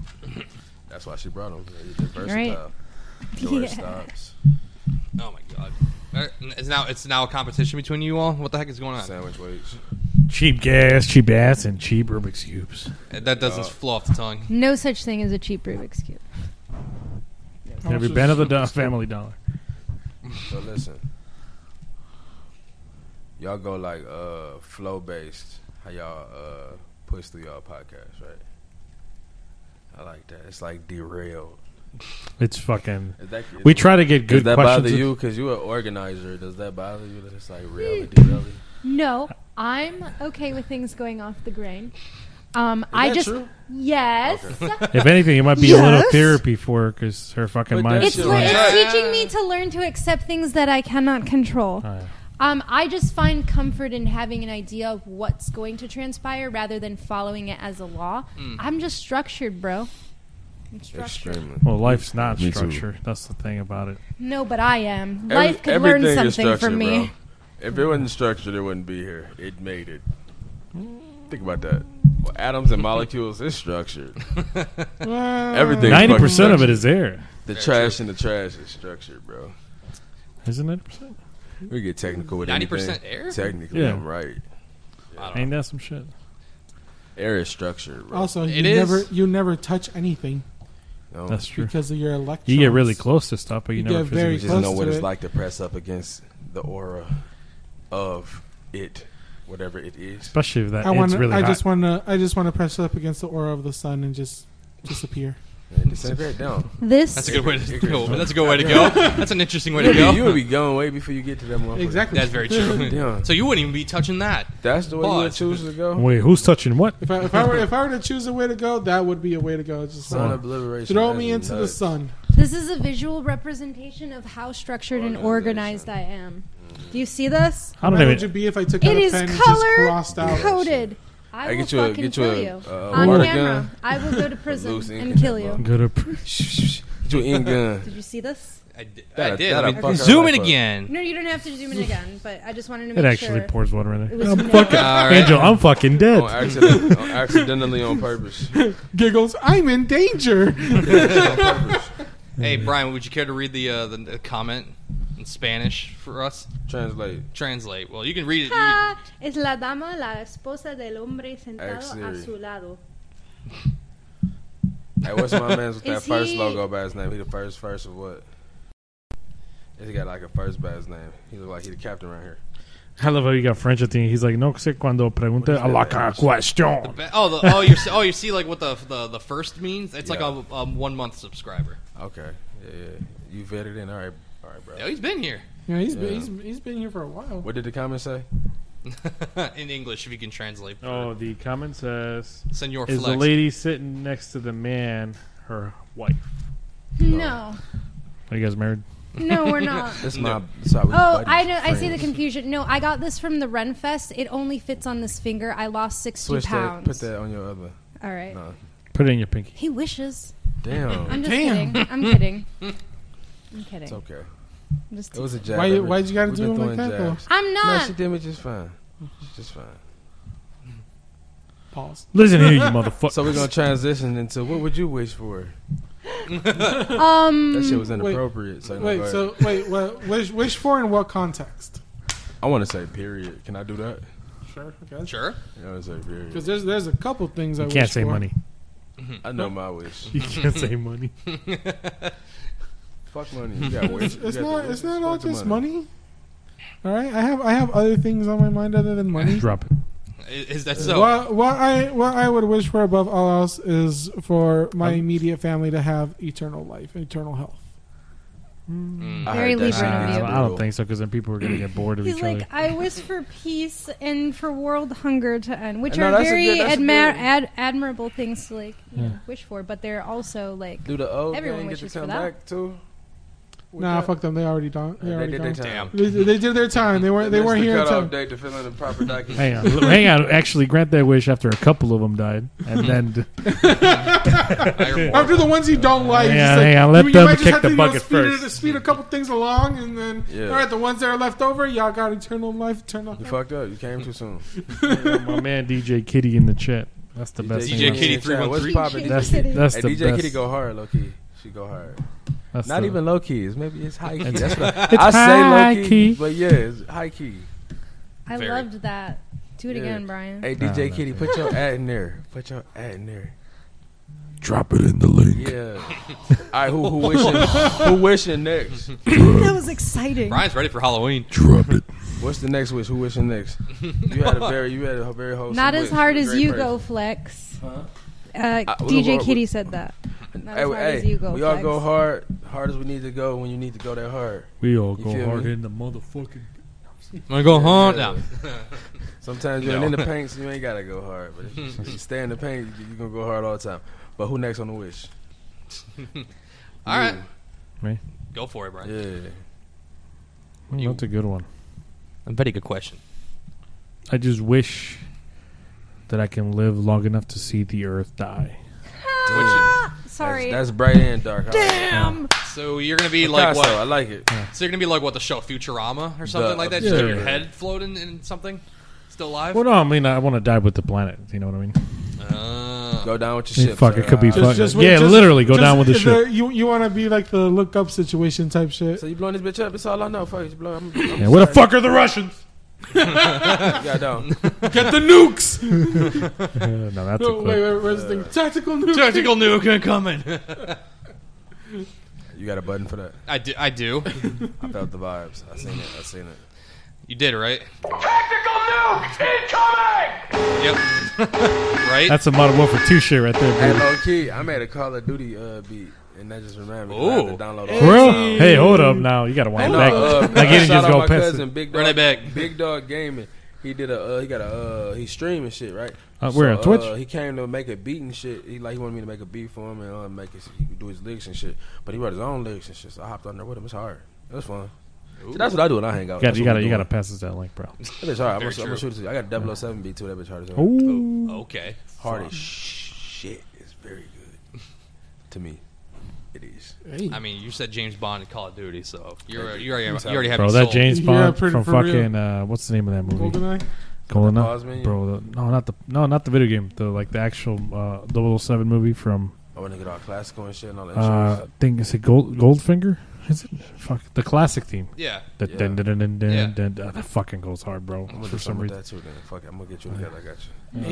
E: That's why she brought them. They're versatile.
F: Right.
E: They're where it
F: *laughs* Yeah.
E: stops.
C: Oh my god. Alright, n- It's now it's now a competition between you all. What the heck is going on?
E: Sandwich weights.
D: Cheap gas, cheap ass, and cheap Rubik's cubes.
F: Oh,
C: That doesn't
E: Uh,
C: flow off the tongue.
F: No such thing as a cheap Rubik's cube.
D: Every band of the do- Family Dollar.
E: So listen, y'all go like uh flow based. How y'all uh push through y'all podcast, right? I like that. It's like derailed.
D: It's fucking.
E: Is that, is
D: We try to get
E: Does
D: good
E: that
D: questions.
E: bother you? Because you an organizer. Does that bother you? That it's like really derailed.
F: No, I'm okay with things going off the grain. Um, I
E: that
F: just
E: true?
F: yes. *laughs*
D: If anything, it might be a little
F: Yes.
D: therapy for her because her fucking
E: But
D: mind.
E: that's
F: It's,
E: Shit
F: lear-
E: like
F: it's teaching me to learn to accept things that I cannot control.
D: yeah.
F: Um, I just find comfort in having an idea of what's going to transpire rather than following it as a law.
E: Mm.
F: I'm just structured, bro. I'm structured.
E: Extremely.
D: well, life's not
E: Me too.
D: structured. That's the thing about it.
F: No, but I am.
E: Every-
F: Life could learn
E: everything is
F: something
E: structured,
F: from me.
E: bro. If it wasn't structured, it wouldn't be here. It made it. Think about that. Well, atoms and molecules is *laughs* structured. Everything.
D: Ninety percent of it is there,
E: The trash in the trash is structured, bro.
D: isn't ninety percent?
E: We get technical with
C: 90%
E: anything.
C: air?
E: Technically,
D: Yeah.
E: I'm right.
C: I don't
D: Ain't
C: know.
D: that some shit?
E: Air is structured, bro.
G: Also, you
C: It is.
G: never you never touch anything
C: Oh.
E: No,
D: That's true.
G: because of your electrons.
D: You get really close to stuff, but you,
G: You
D: never
G: get very
E: we
D: physically.
E: just know
G: close
E: what
G: to
E: it's
G: it.
E: like to press up against the aura of it, whatever it is.
D: Especially if that
G: I
D: it's
G: want.
D: really
G: I
D: hot.
G: just want to. I just want to press up against the aura of the sun and just disappear.
E: And
G: *laughs*
E: disintegrate down.
F: This
C: That's a good way to go. That's a good way to go. That's an interesting way to
E: You, you
C: go.
E: would be going way before you get to that motherfucker.
G: Exactly.
C: That's very
E: *laughs*
C: true.
E: Yeah.
C: So you wouldn't even be touching that.
E: That's the way you would
C: Pause.
E: choose
G: *laughs*
E: to go.
D: Wait, who's touching what?
G: If I, if I were if I were to choose a way to go, that would be a way to go. Just
E: Sun
G: like,
E: obliteration.
G: throw
E: That's
G: me into the
E: nuts.
G: sun.
F: this is a visual representation of how structured and organized I am. Do you see this?
D: I don't
G: How would you
D: even.
G: be if I took out
F: It
G: a
F: is
G: pen and just
F: color
G: crossed out?
F: coded. I,
E: I
F: will
E: get you a-
F: fucking
E: get you
F: kill
E: a,
F: you
E: uh,
F: on
E: water
F: camera.
E: gun.
F: I will go to
E: *laughs*
F: prison
E: Loose ink in
F: and
E: that
F: kill you.
E: motherfucker.
D: Good
E: *laughs*
D: up.
E: Get you an end gun.
G: *laughs*
F: Did you see this?
C: I, d- I
E: That'd-
C: did.
E: that'd
C: Let
E: fuck
C: me
E: her
C: zoom
E: life
C: in
E: up.
C: again.
E: *laughs*
F: No, you don't have to zoom in again, but I just wanted to make
D: It actually
F: sure.
D: pours water in
F: It
D: it.
F: was
D: I'm
F: never-
D: fucking
C: All right. Oh,
D: Angel. I'm fucking dead.
E: On accident,
D: *laughs*
E: on accidentally
G: *laughs*
E: on purpose.
G: Giggles. I'm in danger. *laughs*
E: On purpose.
C: Hey Brian, would you care to read the uh, the, the comment in Spanish for us?
E: Translate.
C: Translate. Well, you can read it. You-
F: Ah, Es la dama, la esposa del hombre sentado
E: Ask
F: a
E: Siri.
F: su lado.
E: Hey, what's my man's with that
F: Is
E: first
F: he-
E: logo by his name? He the first first of what? He got like a first by his name. He look like he the captain right here.
D: I love how you got French at the end. He's like, no sé cuando pregunte a la ca- question.
C: Ba- Oh, the, oh, you see, oh, you see, like what the the, the first means? It's
E: Yeah.
C: like a, a one month subscriber.
E: Okay. Yeah, yeah. You vetted in. All right. All right, bro.
C: Oh, he's been here. *laughs*
G: Yeah, he's been,
E: Yeah.
G: he's, he's been here for a while.
E: What did the comment say?
C: in English, if you can translate. for-
D: Oh, the comment says
C: Senor
D: is the
C: Flex.
D: lady sitting next to the man her wife.
F: No,
D: Are you guys married?
F: no,
E: *laughs*
F: we're not.
E: That's my. That's how we
F: Oh,
E: buddies,
F: I know. I see the
E: friends.
F: confusion. No, I got this from the Renfest. It only fits on this finger. I lost sixty
E: Switch that.
F: pounds.
E: Put that on your other.
F: All right.
E: No.
D: Put it in your pinky.
F: He wishes.
E: Damn.
F: I'm just
G: Damn.
F: kidding. I'm
E: *laughs*
F: kidding. I'm kidding.
E: It's okay.
F: I'm just.
E: It was a jab.
G: Why-
E: at me.
G: why'd you gotta
E: We've
G: do
E: been
G: him like
E: throwing
G: that, though?
E: jabs.
F: I'm
E: No,
F: not.
E: she did me just fine. She's just fine.
G: Pause.
D: Listen here, you motherfucker.
E: So we're gonna transition into what would you wish for?
F: um.
E: That shit was
G: Wait.
E: inappropriate. so no, go
G: Wait,
E: ahead.
G: so wait, what, wish, wish for in what context?
E: I want to say period. Can I do that?
G: Sure, okay.
C: Sure. *laughs*
E: I want to say
G: Because
E: period.
G: there's there's a couple things I
D: you
G: wish
D: can't say
G: for. *laughs*
D: money.
E: I know my wish.
D: You can't say money.
E: Fuck
G: *laughs*
E: money. You got wish.
G: It's
E: you got
G: not
E: the
G: it's
E: wish.
G: not all
E: Fuck the
G: just money. All right, I have I have other things on my mind other than money.
D: Drop it.
C: Is, is that so?
G: What, what I what I would wish for above all else is for my
D: Um,
G: immediate family to have eternal life, eternal health.
C: Mm.
E: I
F: Very
E: heard that
F: Libra
E: shit
F: of
E: gets
F: you.
D: I don't, I don't
E: brutal.
D: think so because then people are gonna get bored of
F: He's
D: each
F: like,
D: other.
F: I wish for peace and for world hunger to end, which
E: No,
F: are
E: that's a
F: very
E: good- that's a
F: admir-
E: good-
F: ad- admirable things to like you
D: Yeah.
F: know, wish for, but they're also like
E: Do the old
F: Everyone
E: gang get to
F: wishes for
E: come
F: that.
E: back too? With
G: Nah,
E: that?
G: fuck them. They already don't. They,
E: They
G: already
E: did
G: gone.
E: their
C: Damn.
E: time.
G: They, they did their time. They weren't. They
E: That's
G: weren't
E: the
G: here
E: cutoff
G: until.
E: date to fill in the proper
G: *laughs*
E: document.
D: Hang on, hang on. Actually, grant that wish after a couple of them died, and then d-
G: After the ones you don't like,
D: Yeah,
G: it's like,
D: hang on, let
G: you,
D: them
G: you might just
D: kick
G: have
D: the
G: to, you know,
D: bucket
G: speed,
D: first.
G: It, speed a couple things along, and then
E: Yeah.
G: all right, the ones that are left over, y'all got eternal life, eternal.
E: You fucked up. You came
G: *laughs*
E: too soon.
D: my man DJ Kitty in the chat. That's the best.
C: DJ
D: thing
C: Kitty
E: Yeah, What's
C: 313?
E: poppin', DJ
D: That's,
E: Kitty?
D: that's
E: Hey,
D: the
E: DJ
D: best.
E: Kitty go hard, low key. She go hard.
D: That's
E: Not
D: the-
E: even low key. It's maybe it's high key.
D: It's-
E: That's what
D: *laughs* it's
E: I
D: high
E: say low
D: key.
E: key, but yeah, it's high key.
F: I
C: Very.
F: loved that. Do it
E: Yeah.
F: again, Brian.
E: Hey
D: Nah,
E: DJ
D: nah.
E: Kitty, put
D: *laughs*
E: your ad in there. Put your ad in there.
B: Drop it in the link.
E: Yeah. All right, who, who wishing? who wishing next?
A: That was exciting.
C: Brian's ready for Halloween.
B: Drop
C: *laughs*
B: it.
E: What's the next wish? Who wishing next? You had a very, you had a very wholesome.
F: Not
E: wish.
F: as hard
E: You're a
F: as
E: great
F: you
E: person.
F: go, Flex.
E: Huh?
F: Uh,
E: I-
F: DJ
E: well,
F: Kitty said that. Not as hard
E: Hey,
F: as
E: hey,
F: you go,
E: we all
F: Flex.
E: go hard, hard as we need to go when you need to go that hard.
D: We all
E: You
D: go
E: feel
D: hard
E: me?
D: in the motherfucking.
C: I'm gonna go home
E: Yeah.
C: now.
E: Sometimes you
C: No.
E: ain't in the paint, so you ain't gotta go hard. But
C: *laughs*
E: if you- if you stay in the paint, you, you gonna go hard all the time. But who next on the wish?
C: All right,
D: Me?
C: go for it, Brian.
E: Yeah.
D: Mm,
C: You-
D: that's a good one.
C: A very good question.
D: I just wish that I can live long enough to see the Earth die.
F: Ah, Sorry.
E: That's, that's bright and dark. Damn.
F: Damn.
C: So you're gonna be like
E: I
C: what?
E: like it.
C: So you're gonna be like what the show Futurama or something
E: The-
C: like that? Just have your
E: yeah.
C: head floating in something, still alive.
D: Well, no, I mean I want to die with the planet. You know what I mean?
C: Uh,
E: Go down with your
D: Yeah,
E: ship.
D: fuck,
E: sir.
D: it could be
E: Uh,
D: fuck. Yeah, literally, go down with the ship.
G: You you want to be like the look up situation type shit.
E: So you blowing this bitch up? That's all I know. Fuck, you just blow. I'm, I'm
D: Yeah, where the fuck are the Russians?
E: You
C: *laughs*
E: got down.
G: Get the
E: *laughs*
G: nukes.
D: Uh, no, that's
G: No,
D: a
G: wait,
D: clip.
G: wait, where's the thing?
E: Uh,
G: Tactical nukes.
C: Tactical nuke coming.
E: You got a button for that.
C: I do. I do.
E: I felt the vibes. I seen it. I seen it.
C: You did right.
H: Tactical nukes incoming!
C: Yep. *laughs* right.
D: That's a Modern Warfare 2 shit right there,
E: Hey,
D: baby.
E: low key, I made a Call of Duty uh, beat, and that just reminded me. 'cause I had to
C: Ooh.
E: download
D: For
E: all
D: real?
G: Hey.
D: Hey, hold up now. You gotta
E: I
D: wind
E: know,
D: back.
E: uh,
D: like you
E: shout
D: didn't just
E: out
D: go
E: my
D: past
E: cousin,
D: it.
E: Big Dog,
C: Run it back.
E: Big Dog Gaming. He did a uh, he got a uh, he's streaming shit right.
D: Uh, we're on Twitch?
E: he came to make a beat and shit. He like he wanted me to make a beat for him and uh, make his he could do his lyrics and shit. But he wrote his own lyrics and shit. So I hopped on there with him. It's hard. It was fun. See, that's what I do when I hang out.
D: You gotta,
E: That's
D: you
E: what
D: gotta,
E: we
D: you gotta
E: doing.
D: pass us that link, bro.
E: That bitch hard. I'm
C: Very
E: gonna, I'm gonna
C: true.
E: shoot it. to you. I got a 007 beat too. That bitch hard as hell.
D: Ooh.
E: Oh.
C: okay.
E: Hard as shit. It's very good *laughs* to me. It is.
C: I mean, you said James Bond in Call of Duty, so you're you already, you already have
D: Bro,
C: me
D: that
C: sold.
D: James
G: Yeah,
D: Bond
G: pretty-
D: from
G: for real.
D: fucking uh, what's the name of that movie?
G: Goldeneye.
D: Goldeneye.
E: Pause menu?
D: Bro, the- no, not the no, not the video game. The like the actual uh, 007 movie from
E: I want to get all classical and shit and all that.
D: uh,
E: shit.
D: I think is it Gold Goldfinger? Is it fuck the classic theme?
C: Yeah.
D: The
E: Yeah.
D: dun, dun, dun, dun, dun,
C: Yeah.
D: dun, dun. that fucking goes hard, bro.
E: I'm gonna
D: For
E: do
D: some
E: something with
D: reason,
E: that too. Then fuck, it, I'm gonna get you together. I got you.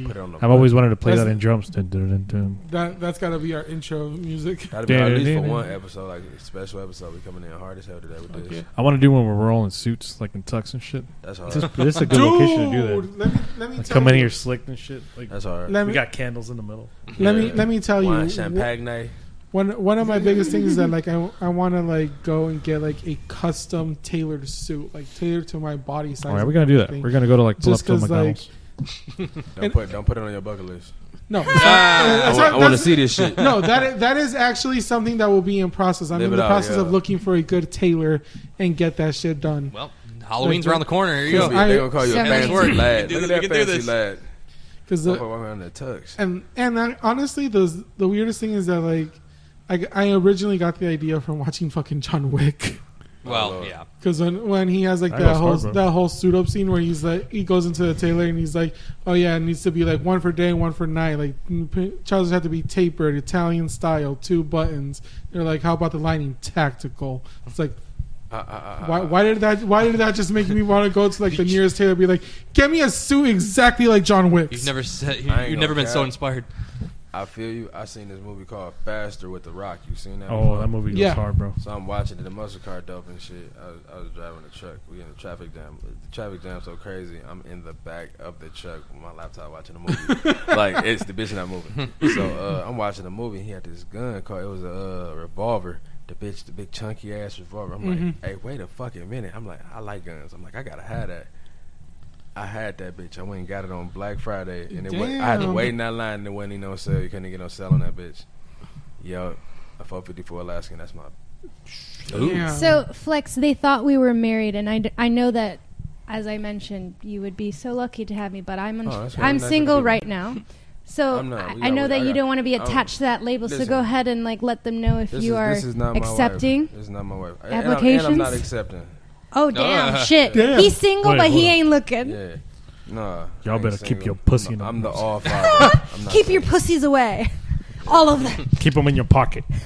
G: Hey,
E: Put it on the.
D: I've always wanted to play
G: That's-
D: that in drums. Dun, dun, dun, dun.
G: that that's gotta be our intro music.
E: That'd be at least for
D: Da-da-da-da.
E: one episode, like a special episode. We coming in hard as hell today with
G: Okay.
E: this.
D: I want to do one where we're all in suits, like in tux and shit.
E: That's
D: This is,
E: hard.
D: this is a good
G: Dude,
D: location to do that.
G: let me let me
D: Like,
G: tell
D: come in
G: you-
D: here slicked and shit. Like
E: That's hard.
G: Let me
D: we got candles in the middle.
G: let me let me tell
E: Wine,
G: you.
E: champagne night.
G: One one of
E: *laughs*
G: my biggest things is that like I, I want to like go and get like a custom tailored suit, like tailored to my body size.
D: All right, we're gonna do that.
G: Thing.
D: We're gonna go to like pull
G: Just
D: up to
G: 'cause, like,
D: McDonald's.
E: Don't put don't put it on your bucket
D: *laughs*
E: list.
G: no,
E: Ah, I,
G: that's not-
E: want to
G: that's-
E: see this
G: *laughs*
E: shit.
G: no, that is, that is actually something that will be in process. I'm
E: Live
G: in
E: it
G: the
E: out,
G: process
E: yeah.
G: of looking for a good tailor and get that shit done.
C: Well, Halloween's around the corner. Here you
E: They're
C: go.
G: I-
E: gonna call you a fancy
F: Seventeen.
C: We can
E: lad.
C: do
E: Look
C: this,
E: at that
C: we can do
E: fancy
C: this.
E: lad.
G: Because
E: Don't put one around the tux.
G: and and I, honestly, the the weirdest thing is that like I, I originally got the idea from watching fucking John Wick. *laughs*
C: Well, yeah.
G: Because when, when he has like
D: That
G: that
D: goes
G: whole
D: hard, bro.
G: that whole suit up scene where he's like he goes into the tailor and he's like, oh yeah, it needs to be like one for day, one for night. Like mm, p- trousers have to be tapered, Italian style, two buttons. They're like, how about the lining tactical? It's like.
C: Uh,
G: Why, why did that? Why did that just make me want to go to
C: *laughs*
G: like the nearest tailor? And be like, get me a suit exactly like John Wick's.
C: You've never said, you,
E: I ain't
C: have never
E: gonna
C: been so
E: cap.
C: inspired.
E: I feel you. I seen this movie called Faster with the Rock. You seen that?
D: Oh,
E: before?
D: that movie goes
G: Yeah.
D: hard, bro.
E: So I'm watching it, the muscle car dope and shit. I was, I was driving the truck. We in the traffic jam. The traffic jam so crazy. I'm in the back of the truck with my laptop watching the movie. like it's the bitch not moving. So uh, I'm watching the movie. He had this gun called it was a uh, revolver. The bitch, the big chunky ass revolver. I'm like, hey, wait a fucking minute. I'm like, I like guns. I'm like, I gotta have that. I had that bitch. I went and got it on Black Friday, and it went, I had to
G: Damn.
E: wait in that line, and it wasn't even no sale. You couldn't get no sale on that bitch. Yo, a 454 Alaskan. That's my Um,
G: Yeah. *laughs*
F: So, Flex, they thought we were married, and I, d- I know that, as I mentioned, you would be so lucky to have me, but I'm, un-
E: Oh, that's really
F: I'm
E: nice of
F: single
E: you. *laughs*
F: right now. So,
E: I'm not.
F: I,
E: We
F: I
E: got-
F: know
E: we-
F: that
E: I
F: you
E: got-
F: don't want to be
E: I'm-
F: attached to that label, so
E: Listen.
F: go ahead and like let them know if
E: This
F: you
E: is,
F: are
E: this is not My
F: accepting.
E: wife. This is not my wife. And I'm- And I'm,
F: Applications?
E: not accepting. *laughs*
F: Oh, damn.
C: Ah.
F: shit.
G: Damn.
F: He's single,
D: Wait,
F: but he
D: hold on.
F: ain't looking.
E: Yeah. Nah.
D: Y'all
E: I ain't
D: better keep
E: single.
D: your pussy in
E: I'm,
D: the-
E: I'm the
A: *laughs*
E: all father. I'm not
F: Keep your
E: single.
F: pussies away. *laughs* All of them.
D: Keep them in your pocket.
E: Yeah,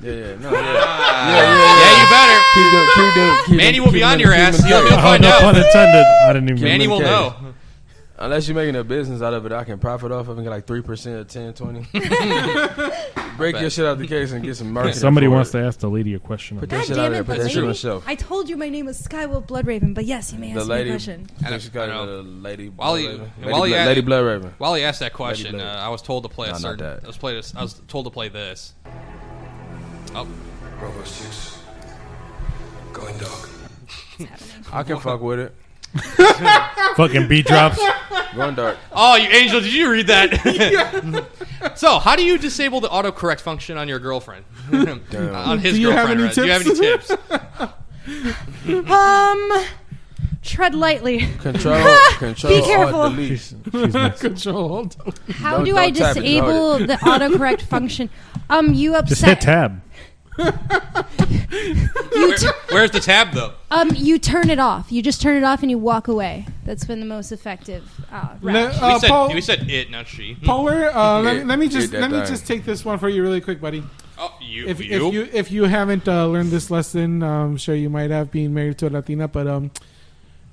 A: *laughs*
E: yeah, no, yeah.
C: Ah. Yeah, you better.
E: keep them, keep them, keep
C: Manny
E: them-
C: will
E: keep
C: be on
E: them-
C: your
E: keep
C: ass.
E: them
C: You'll
E: safe.
C: be *laughs*
D: Oh,
C: Find
D: no
C: out.
D: pun intended. I didn't even.
C: Manny will
E: Okay.
C: know.
E: Unless you're making a business out of it, I can profit off of it and get like 3% or 10,
A: *laughs*
E: 20. Break your shit out the case and get some marketing.
D: Somebody
E: for
D: wants
E: it.
D: to ask the lady a question.
E: Put
A: God
E: that shit
A: damn
E: out there.
A: it,
E: Put
A: but
E: that shit on the
A: lady,
E: shelf.
A: I told you my name was Skywolf Bloodraven, but yes, you may
E: The
A: ask me
E: lady.
A: a question.
E: I think she got
C: I
E: it,
C: know.
E: uh, Lady
C: While you-
E: Blood Raven.
C: while
E: Lady
C: you
E: Blood-
C: at-
E: Lady Blood Raven.
C: While he asked that question,
E: Blood.
C: uh, I was told to play a
E: No, not
C: certain.
E: that.
C: I was played. I was told to play this. Oh,
H: Going dog.
E: *laughs* I can fuck with it.
D: *laughs* Fucking beat drops.
E: Going dark.
C: oh, you angel! Did you read that? *laughs* so, how do you disable the autocorrect function on your girlfriend? *laughs* on his
G: Do you have
C: girlfriend,
G: any
C: right? Do you have any
G: tips? *laughs*
C: tips?
A: Um, tread
E: *laughs*
A: lightly.
E: *laughs*
F: *laughs*
E: Control, control,
A: careful.
E: Alt, delete.
D: She's, she's next.
G: Control.
F: How
E: Don't-
F: do I
E: don't tap it, don't
F: disable the autocorrect function? Um, you
D: Just hit
F: upset.
D: tab.
F: You t-
C: Where's the tab though?
F: um, you turn it off. You just turn it off and you walk away. That's been the most effective. Uh, route.
G: Le-
C: We
G: uh,
C: said
G: Paul,
C: we said it, not she.
G: Polar, uh, let, me-
E: Yeah,
G: let me
E: yeah,
G: just
E: that
G: let me
E: time.
G: just take this one for you really quick, buddy.
C: Oh, you,
G: If
C: you.
G: if you if you haven't uh, learned this lesson, I'm sure you might have being married to a Latina, but um,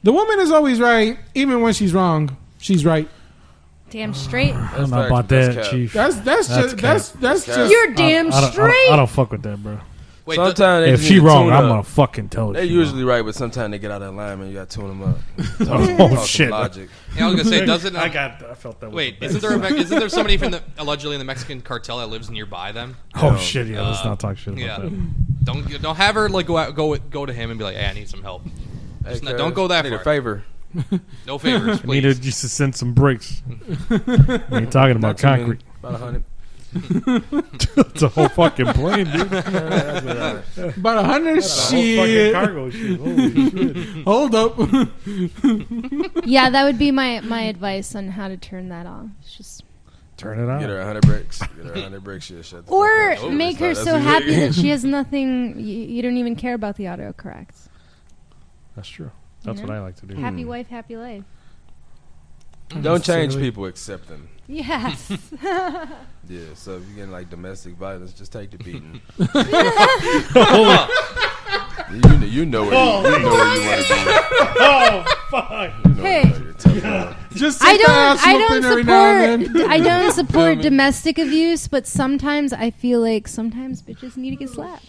G: the woman is always right, even when she's wrong. She's right.
F: Damn straight.
D: I don't know
E: facts.
D: about
E: That's
D: that,
E: cap.
D: chief.
G: That's that's
D: That's
G: just that's that's
E: Cap.
G: just
F: You're
D: I don't-
F: damn
D: I don't- I don't-
F: straight.
D: I don't fuck with that, bro.
C: Wait, the-
E: Sometimes they
D: if
E: just
D: she
E: need to
D: wrong,
E: tune
D: I'm
E: up.
D: gonna fucking tell her.
E: They
D: she wrong. *laughs*
E: usually right, but sometimes they get out of line and you gotta tune them up.
D: Oh,
E: Talk
D: shit.
E: Some logic.
C: yeah, I was gonna say,
E: *laughs*
C: doesn't
D: I got. I felt that.
C: Wait,
D: is
C: isn't there a, Me- isn't there somebody from the allegedly in the Mexican cartel that lives nearby them?
D: Oh shit! Yeah, let's
C: Uh,
D: not talk shit about
C: Yeah,
D: that.
C: don't don't have her like go out, go go to him and be like, hey, I need some help.
E: Hey,
C: Just not-
E: cuz,
C: don't go that
E: need a
C: far.
E: favor.
C: No favors,
D: We
C: please.
D: Needed just to send some bricks. we ain't talking
E: Not
D: about
E: too many.
D: concrete. *laughs*
E: About a hundred.
D: it's a whole fucking plane, dude.
G: about a hundred. Shit.
D: cargo shit. Holy shit.
G: Hold up. *laughs*
F: yeah, that would be my my advice on how to turn that off. It's just
D: Turn it
E: Get
D: on.
E: her a hundred bricks. Get her a hundred bricks. Shit, shut the
F: or
E: fuck up.
F: make her
E: Oh, That's
F: so
E: easy.
F: happy that she has nothing. You, you don't even care about the autocorrect.
D: That's true. That's
F: Yeah.
D: what I like to do. *laughs*
F: Happy wife, happy life.
E: Don't change people, accept them.
F: Yes.
E: Yeah, so if you're getting like domestic violence, just take the
F: *laughs*
E: beating. you, know, you know where you, you know where you want to be.
D: Oh fuck!
F: hey.
E: You're a tough guy.
G: Just
F: I
G: take the
F: don't.
G: ass
F: I
G: whooping
F: don't
G: every now and
F: support.
G: then.
F: *laughs* I don't support
E: me?
F: domestic abuse, but sometimes I feel like sometimes bitches need to get slapped.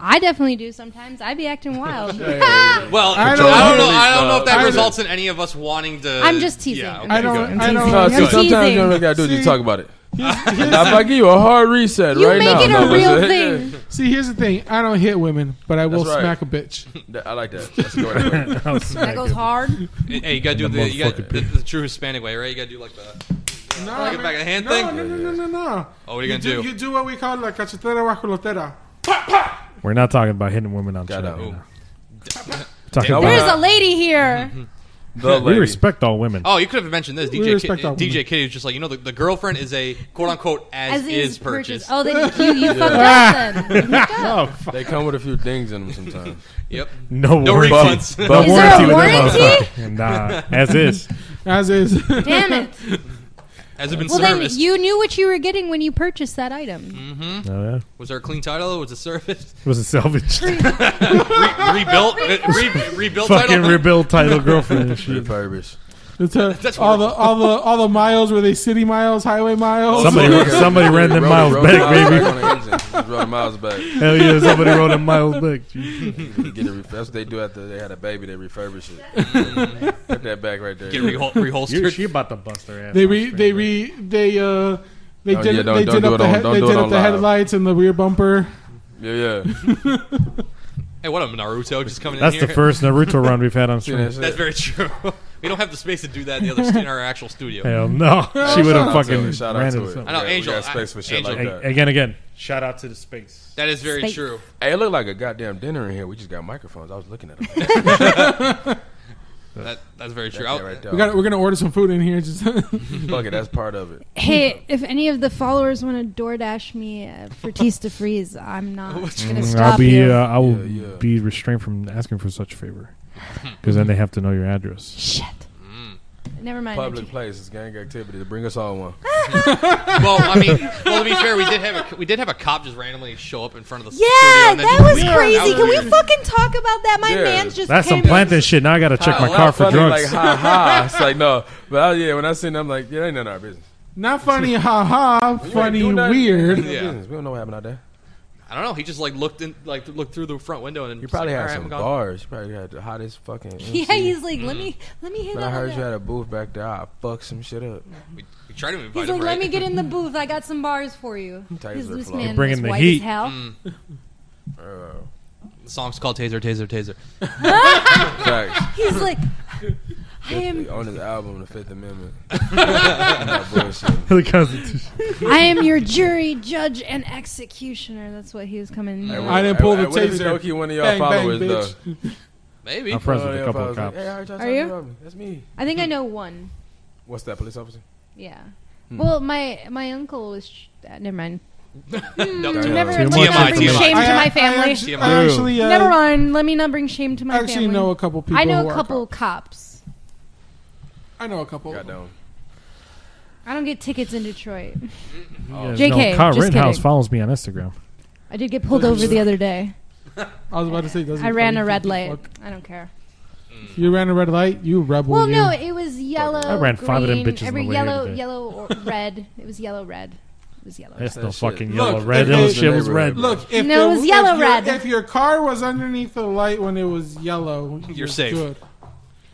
F: I definitely do. Sometimes I be acting wild.
C: well,
G: I
C: I
G: don't
C: don't, know.
E: really-
C: I don't know if that
E: I-
C: results in any of us wanting to.
F: I'm just teasing.
C: Yeah, okay,
G: I don't.
C: good.
G: I
F: teasing.
E: No,
G: don't.
F: I'm
E: see, sometimes
F: teasing.
E: you don't really gotta do it. You
G: See-
E: talk about it. I'm about to give you a hard reset
F: You
E: right
F: make
E: now.
F: it
E: No,
F: a real
E: listen.
F: thing.
E: *laughs*
G: See, here's the thing. I don't hit women, but I will
E: That's right.
G: smack a
C: *laughs*
G: bitch.
E: That- I like that. Let's go with
F: *laughs*
E: that.
F: That goes
D: Uh,
F: hard.
C: Hey, you gotta do
D: And
C: the,
D: the
C: you gotta,
D: motherfucking
C: the, the true Hispanic way, right? You gotta do like the
G: No,
C: like
G: man.
C: a back of the hand
G: no,
C: thing.
G: No, no, no, no, no.
C: Oh, what are you gonna do?
G: You do what we call la cachetera guajolotera.
D: We're not talking about hitting women on
E: Got
D: chat.
E: out.
D: right
E: Ooh.
D: now. Talking
E: Now
D: about,
E: we-
F: There's a lady
D: *laughs*
F: here.
E: The
D: we
E: lady.
D: respect all women.
C: Oh, you could have mentioned this.
G: We
C: DJ
G: respect
C: Kid,
G: that
C: DJ Kitty was just like, you know, the, the girlfriend is a quote unquote as, is purchase.
F: Oh, then you,
D: *laughs*
F: you fucked up then.
D: Oh, fuck.
E: They come with a few things in them
D: *laughs*
E: sometimes.
C: Yep.
D: No,
C: No
D: warranty.
C: refunds. *laughs*
D: No
E: Is
F: there
D: warranty
F: a
D: with
F: warranty?
D: them motherfuckers. Nah, as is.
G: As is. *laughs*
F: Damn
D: *laughs*
F: it.
C: Has it been
F: Well, then
C: serviced?
F: you knew what you were getting when you purchased that item.
D: Oh, yeah.
C: was there a clean title? Was it serviced? *laughs*
D: It was a
F: *laughs*
D: salvage.
C: rebuilt? Re- rebuilt
D: fucking
C: title?
D: rebuild title girlfriend and shit.
E: Refurbished.
G: It's a,
C: *laughs* That's
G: all the
C: horrible.
G: all the all the miles were they city miles, highway miles.
D: Somebody- somebody ran them
E: Rode-
D: miles
E: rode
D: back,
E: miles
D: baby.
E: on the engine. Just rode miles back.
D: Hell yeah, somebody wrote a Miles Beck.
E: Get it ref- that's what they do after they had a baby. They refurbish it.
D: *laughs*
E: Put that back right there.
C: Get rehol- reholstered.
D: she about to bust her ass.
G: They re they re they uh they
E: Oh,
G: did
E: yeah, don't-
G: they
E: don't
G: did
E: do
G: up
E: it
G: the
E: on-
G: head
E: don't
G: they
E: do
G: did
E: it
G: up
E: on
G: the
E: live.
G: headlights and the rear bumper.
E: Yeah, yeah.
C: hey, what up, Naruto? Just coming
D: That's
C: in here.
D: the first Naruto run we've had on
E: See,
D: stream.
E: that's
C: *laughs* That's
E: it.
C: very true. *laughs* we don't have the space to do that in the other stu- in our actual studio.
D: Hell no, she would have
E: Shout out to
D: fucking
E: it. Shout out
D: ran
E: to
D: into
E: it.
C: I
D: something.
C: know,
E: We got- we
C: Angel,
E: got space
C: I-
E: for shit
C: Angel.
E: like that.
D: A- Again, again, shout out to the space.
C: That is very
F: Space.
C: true.
E: Hey, it looked like a goddamn dinner in here. We just got microphones. I was
C: *laughs*
E: looking at them.
C: That that's very true.
E: Yeah,
C: I'll-
E: right there.
G: We got we're gonna order some food in here. Just *laughs*
E: Fuck it, that's part of it.
F: Hey, if any of the followers want to DoorDash me uh, for Tista Freeze, I'm
D: *laughs*
F: not going to
D: Mm,
F: stop
D: I'll be,
F: you.
D: uh, I will
E: Yeah, yeah.
D: be restrained from asking for such favor, because then they have to know your address.
F: Shit.
D: Mm.
F: Never mind.
E: Public place. It's gang activity. To bring us all one.
C: well, I
E: *laughs*
C: mean, well to be fair, we did have a we did have a cop just randomly show up in front of the
F: Yeah,
C: studio. and then
F: that
C: just
F: was
C: leave.
F: crazy. Can we
C: weird.
F: fucking talk about that? My
E: Yeah.
F: man's just
D: That's
F: came
D: some planting shit. Now I gotta check my
C: Wow,
D: car for
E: Funny,
D: drugs.
E: Like ha ha. It's like no, but I, yeah, when I seen them, I'm like yeah, ain't none of our business.
G: not funny, haha.
E: You ain't
G: Funny,
E: do nothing.
G: weird.
E: Ain't none of our
C: Yeah.
E: business. we don't know what happened out there.
C: I don't know. He just like looked in, like looked through the front window and then
E: You
C: just
E: probably
C: like,
E: had
C: "All right,
E: some
C: I'm gone."
E: bars. You probably had the hottest
C: *laughs*
E: fucking. MC.
F: *laughs* Yeah, he's like, let me, let me hit
E: But
F: that.
E: I heard
F: on
E: you
F: that.
E: had a booth back there. I fuck some shit up.
C: We, we tried to invite
F: He's
C: him.
F: like,
C: right?
F: let me get in the booth. I got some bars for you.
E: Tigers
F: His
E: are
F: loose
E: flawed.
F: man
D: Bringing
F: was
D: the
F: white
D: heat.
F: as hell.
G: Mm.
E: Uh,
C: The song's called Taser, Taser, Taser.
E: facts.
F: He's
G: *laughs*
F: like, I am,
E: on his album, The Fifth
D: *laughs*
E: Amendment. I'm not bullshitting.
D: the Constitution.
F: I am your jury, judge, and executioner. That's what he was coming.
E: Hey,
F: in.
E: what-
G: I didn't pull
E: hey,
G: the
E: what if
G: taser.
E: Loki, one of y'all
G: Bang bang,
E: followers
G: bitch.
E: though.
C: Maybe.
D: I'm friends
E: One
D: with
E: of
D: a
E: y'all
D: couple of
E: followers, like,
D: cops.
E: Hey, I heard y'all
F: Are
E: talking
F: you?
E: about me. That's me.
F: I think I know one.
E: What's that police officer?
F: Yeah.
E: Hmm.
F: Well, my my uncle was. Sh- uh, never mind.
C: No,
E: Too
F: Never,
D: much
F: let me not bring
C: TMI.
F: shame to
G: I- I
F: my
G: actu-
F: family.
G: I actually, uh,
F: Never mind. Let me not bring shame to my
G: I actually
F: family.
G: know a couple people.
F: I know
G: who
F: a
G: are
F: couple
G: cops.
F: cops.
G: I know a couple.
E: Got down.
F: I don't get tickets in Detroit.
D: Yeah,
F: JK,
D: no, Kyle
F: just
D: Rittenhouse
F: kidding.
D: follows me on Instagram.
F: I did get pulled over the other day.
G: I was about to say, doesn't
F: I ran
G: fucking
F: a red
G: fuck-
F: light. I don't care.
G: You ran a red light. You rebel.
F: Well,
G: you.
F: no, it was yellow.
D: I ran five of them
F: green,
D: bitches on the
F: Every
D: way here
F: yellow,
D: today.
F: yellow
D: *laughs*
F: or red. It was yellow, red. It was yellow.
D: That's
E: that
D: no
E: shit.
D: fucking
E: Look,
D: yellow,
G: if
D: red.
G: they-
D: That shit was
E: Neighborhood.
D: red.
G: Look, if
F: No, it
G: the-
F: was yellow
G: if your-
F: red.
G: If your car was underneath the light when it was yellow,
C: You're safe.
G: Good.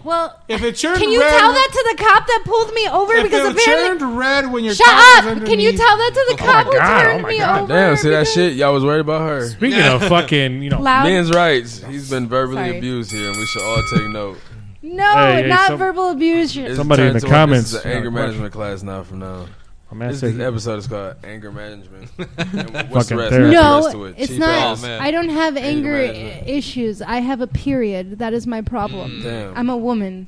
F: Well,
G: If it turned
F: can you
G: red,
F: tell that to the cop that pulled me over
G: If
F: because
G: it
F: apparently?
G: turned red when your
F: Shut
G: car was
F: up! Can you
G: underneath-
F: tell that to the
C: Oh
F: cop who
D: God, oh
F: turned
D: my
F: me
D: God.
F: over?
E: Damn, see that
F: because-
E: shit? Y'all was worried about her.
D: Speaking of fucking, you know,
F: Loud?
E: Men's rights. He's been verbally
F: Sorry.
E: abused here, and we should all take note.
F: No,
D: Hey, hey,
F: not
D: some-
F: verbal abuse.
E: It's
D: Somebody in
E: turned
D: the
E: to a-
D: comments-
E: This is an anger
D: Uh,
E: management class now from now.
D: I'm
E: This,
D: asking
E: this episode is called Anger
D: *laughs*
E: Management. And what's the
D: Fucking
E: rest? Not
D: therapy.
E: the rest of
F: No,
E: it.
F: it's
E: Cheap
F: not. Oh,
E: ass.
C: man.
F: I don't have anger
E: Anger
F: i-
E: management.
F: issues. I have a period. That is my problem.
D: Mm.
E: Damn.
F: I'm a woman.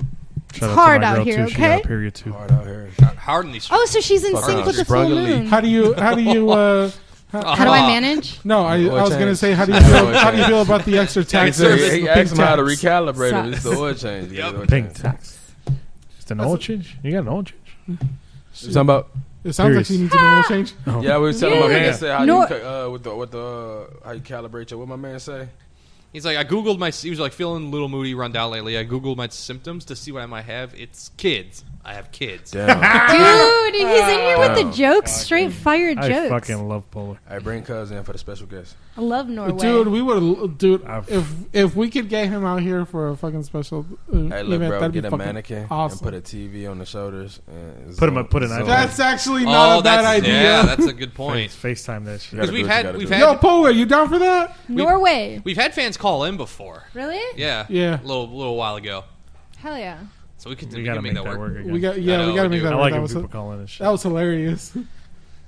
D: shout out to
F: hard
D: my
F: out
D: girl,
F: here,
D: too. She got a
F: okay?
D: period too.
E: hard out here.
C: Hard in these.
F: Oh, so she's in
E: Fuck
F: sync
E: off.
F: with the full
E: Sprung a leak.
F: moon.
G: How do you? How do you? Uh,
F: How do I
C: Ah.
F: manage?
G: no, I,
E: Oil
G: I was gonna
E: change.
G: say, how
E: *laughs*
G: do you?
E: Oil
G: Feel, how do you
E: change.
G: feel about the extra tax?
C: service.
E: He, he asked him how to recalibrate him. It's the oil change.
C: Yep.
E: It's the oil
D: Pink
E: change.
D: tax. Just an oil change. You got an oil change.
E: Something about
G: It sounds like she needs an oil change.
E: yeah. We was telling my
D: Uh-huh. Yeah.
E: man said how
F: No-
E: you ca- uh, with the with the uh, how you calibrate your what my man say.
C: He's like, I googled my. He was like feeling a little moody, run down lately. I googled my symptoms to see what I might have. It's kids. I have kids.
E: *laughs* Damn.
A: Dude, he's in here with the
E: Wow.
A: jokes, straight fire
D: I
A: jokes.
D: fucking love Polar.
E: I bring Cuz in for the special guest.
A: I love Norway.
G: Dude, we would, dude.
D: I've-
G: If if we could get him out here for a fucking special uh,
E: Hey, look,
G: event,
E: bro,
G: that'd be
E: get a
G: fucking
E: mannequin
G: awesome.
E: and put a TV on the shoulders. And
D: Put him up- put an iPad.
G: that's actually not
C: Oh,
G: a bad
C: that's
G: idea. *laughs*
C: yeah. That's a good point.
D: FaceTime that shit.
C: Because we've had we've had
G: Yo, Polar, you down for that?
F: Norway.
C: we've had fans call in before.
F: Really?
C: Yeah.
G: Yeah.
C: A little little while ago.
F: Hell yeah.
C: So we could
D: We
C: we
D: gotta
C: can
D: make that work, again.
G: We got yeah,
C: know,
G: we gotta make
C: dude.
G: that.
D: I
G: work.
D: like
G: that
D: when
G: was
D: people call in and shit.
G: that was hilarious. *laughs*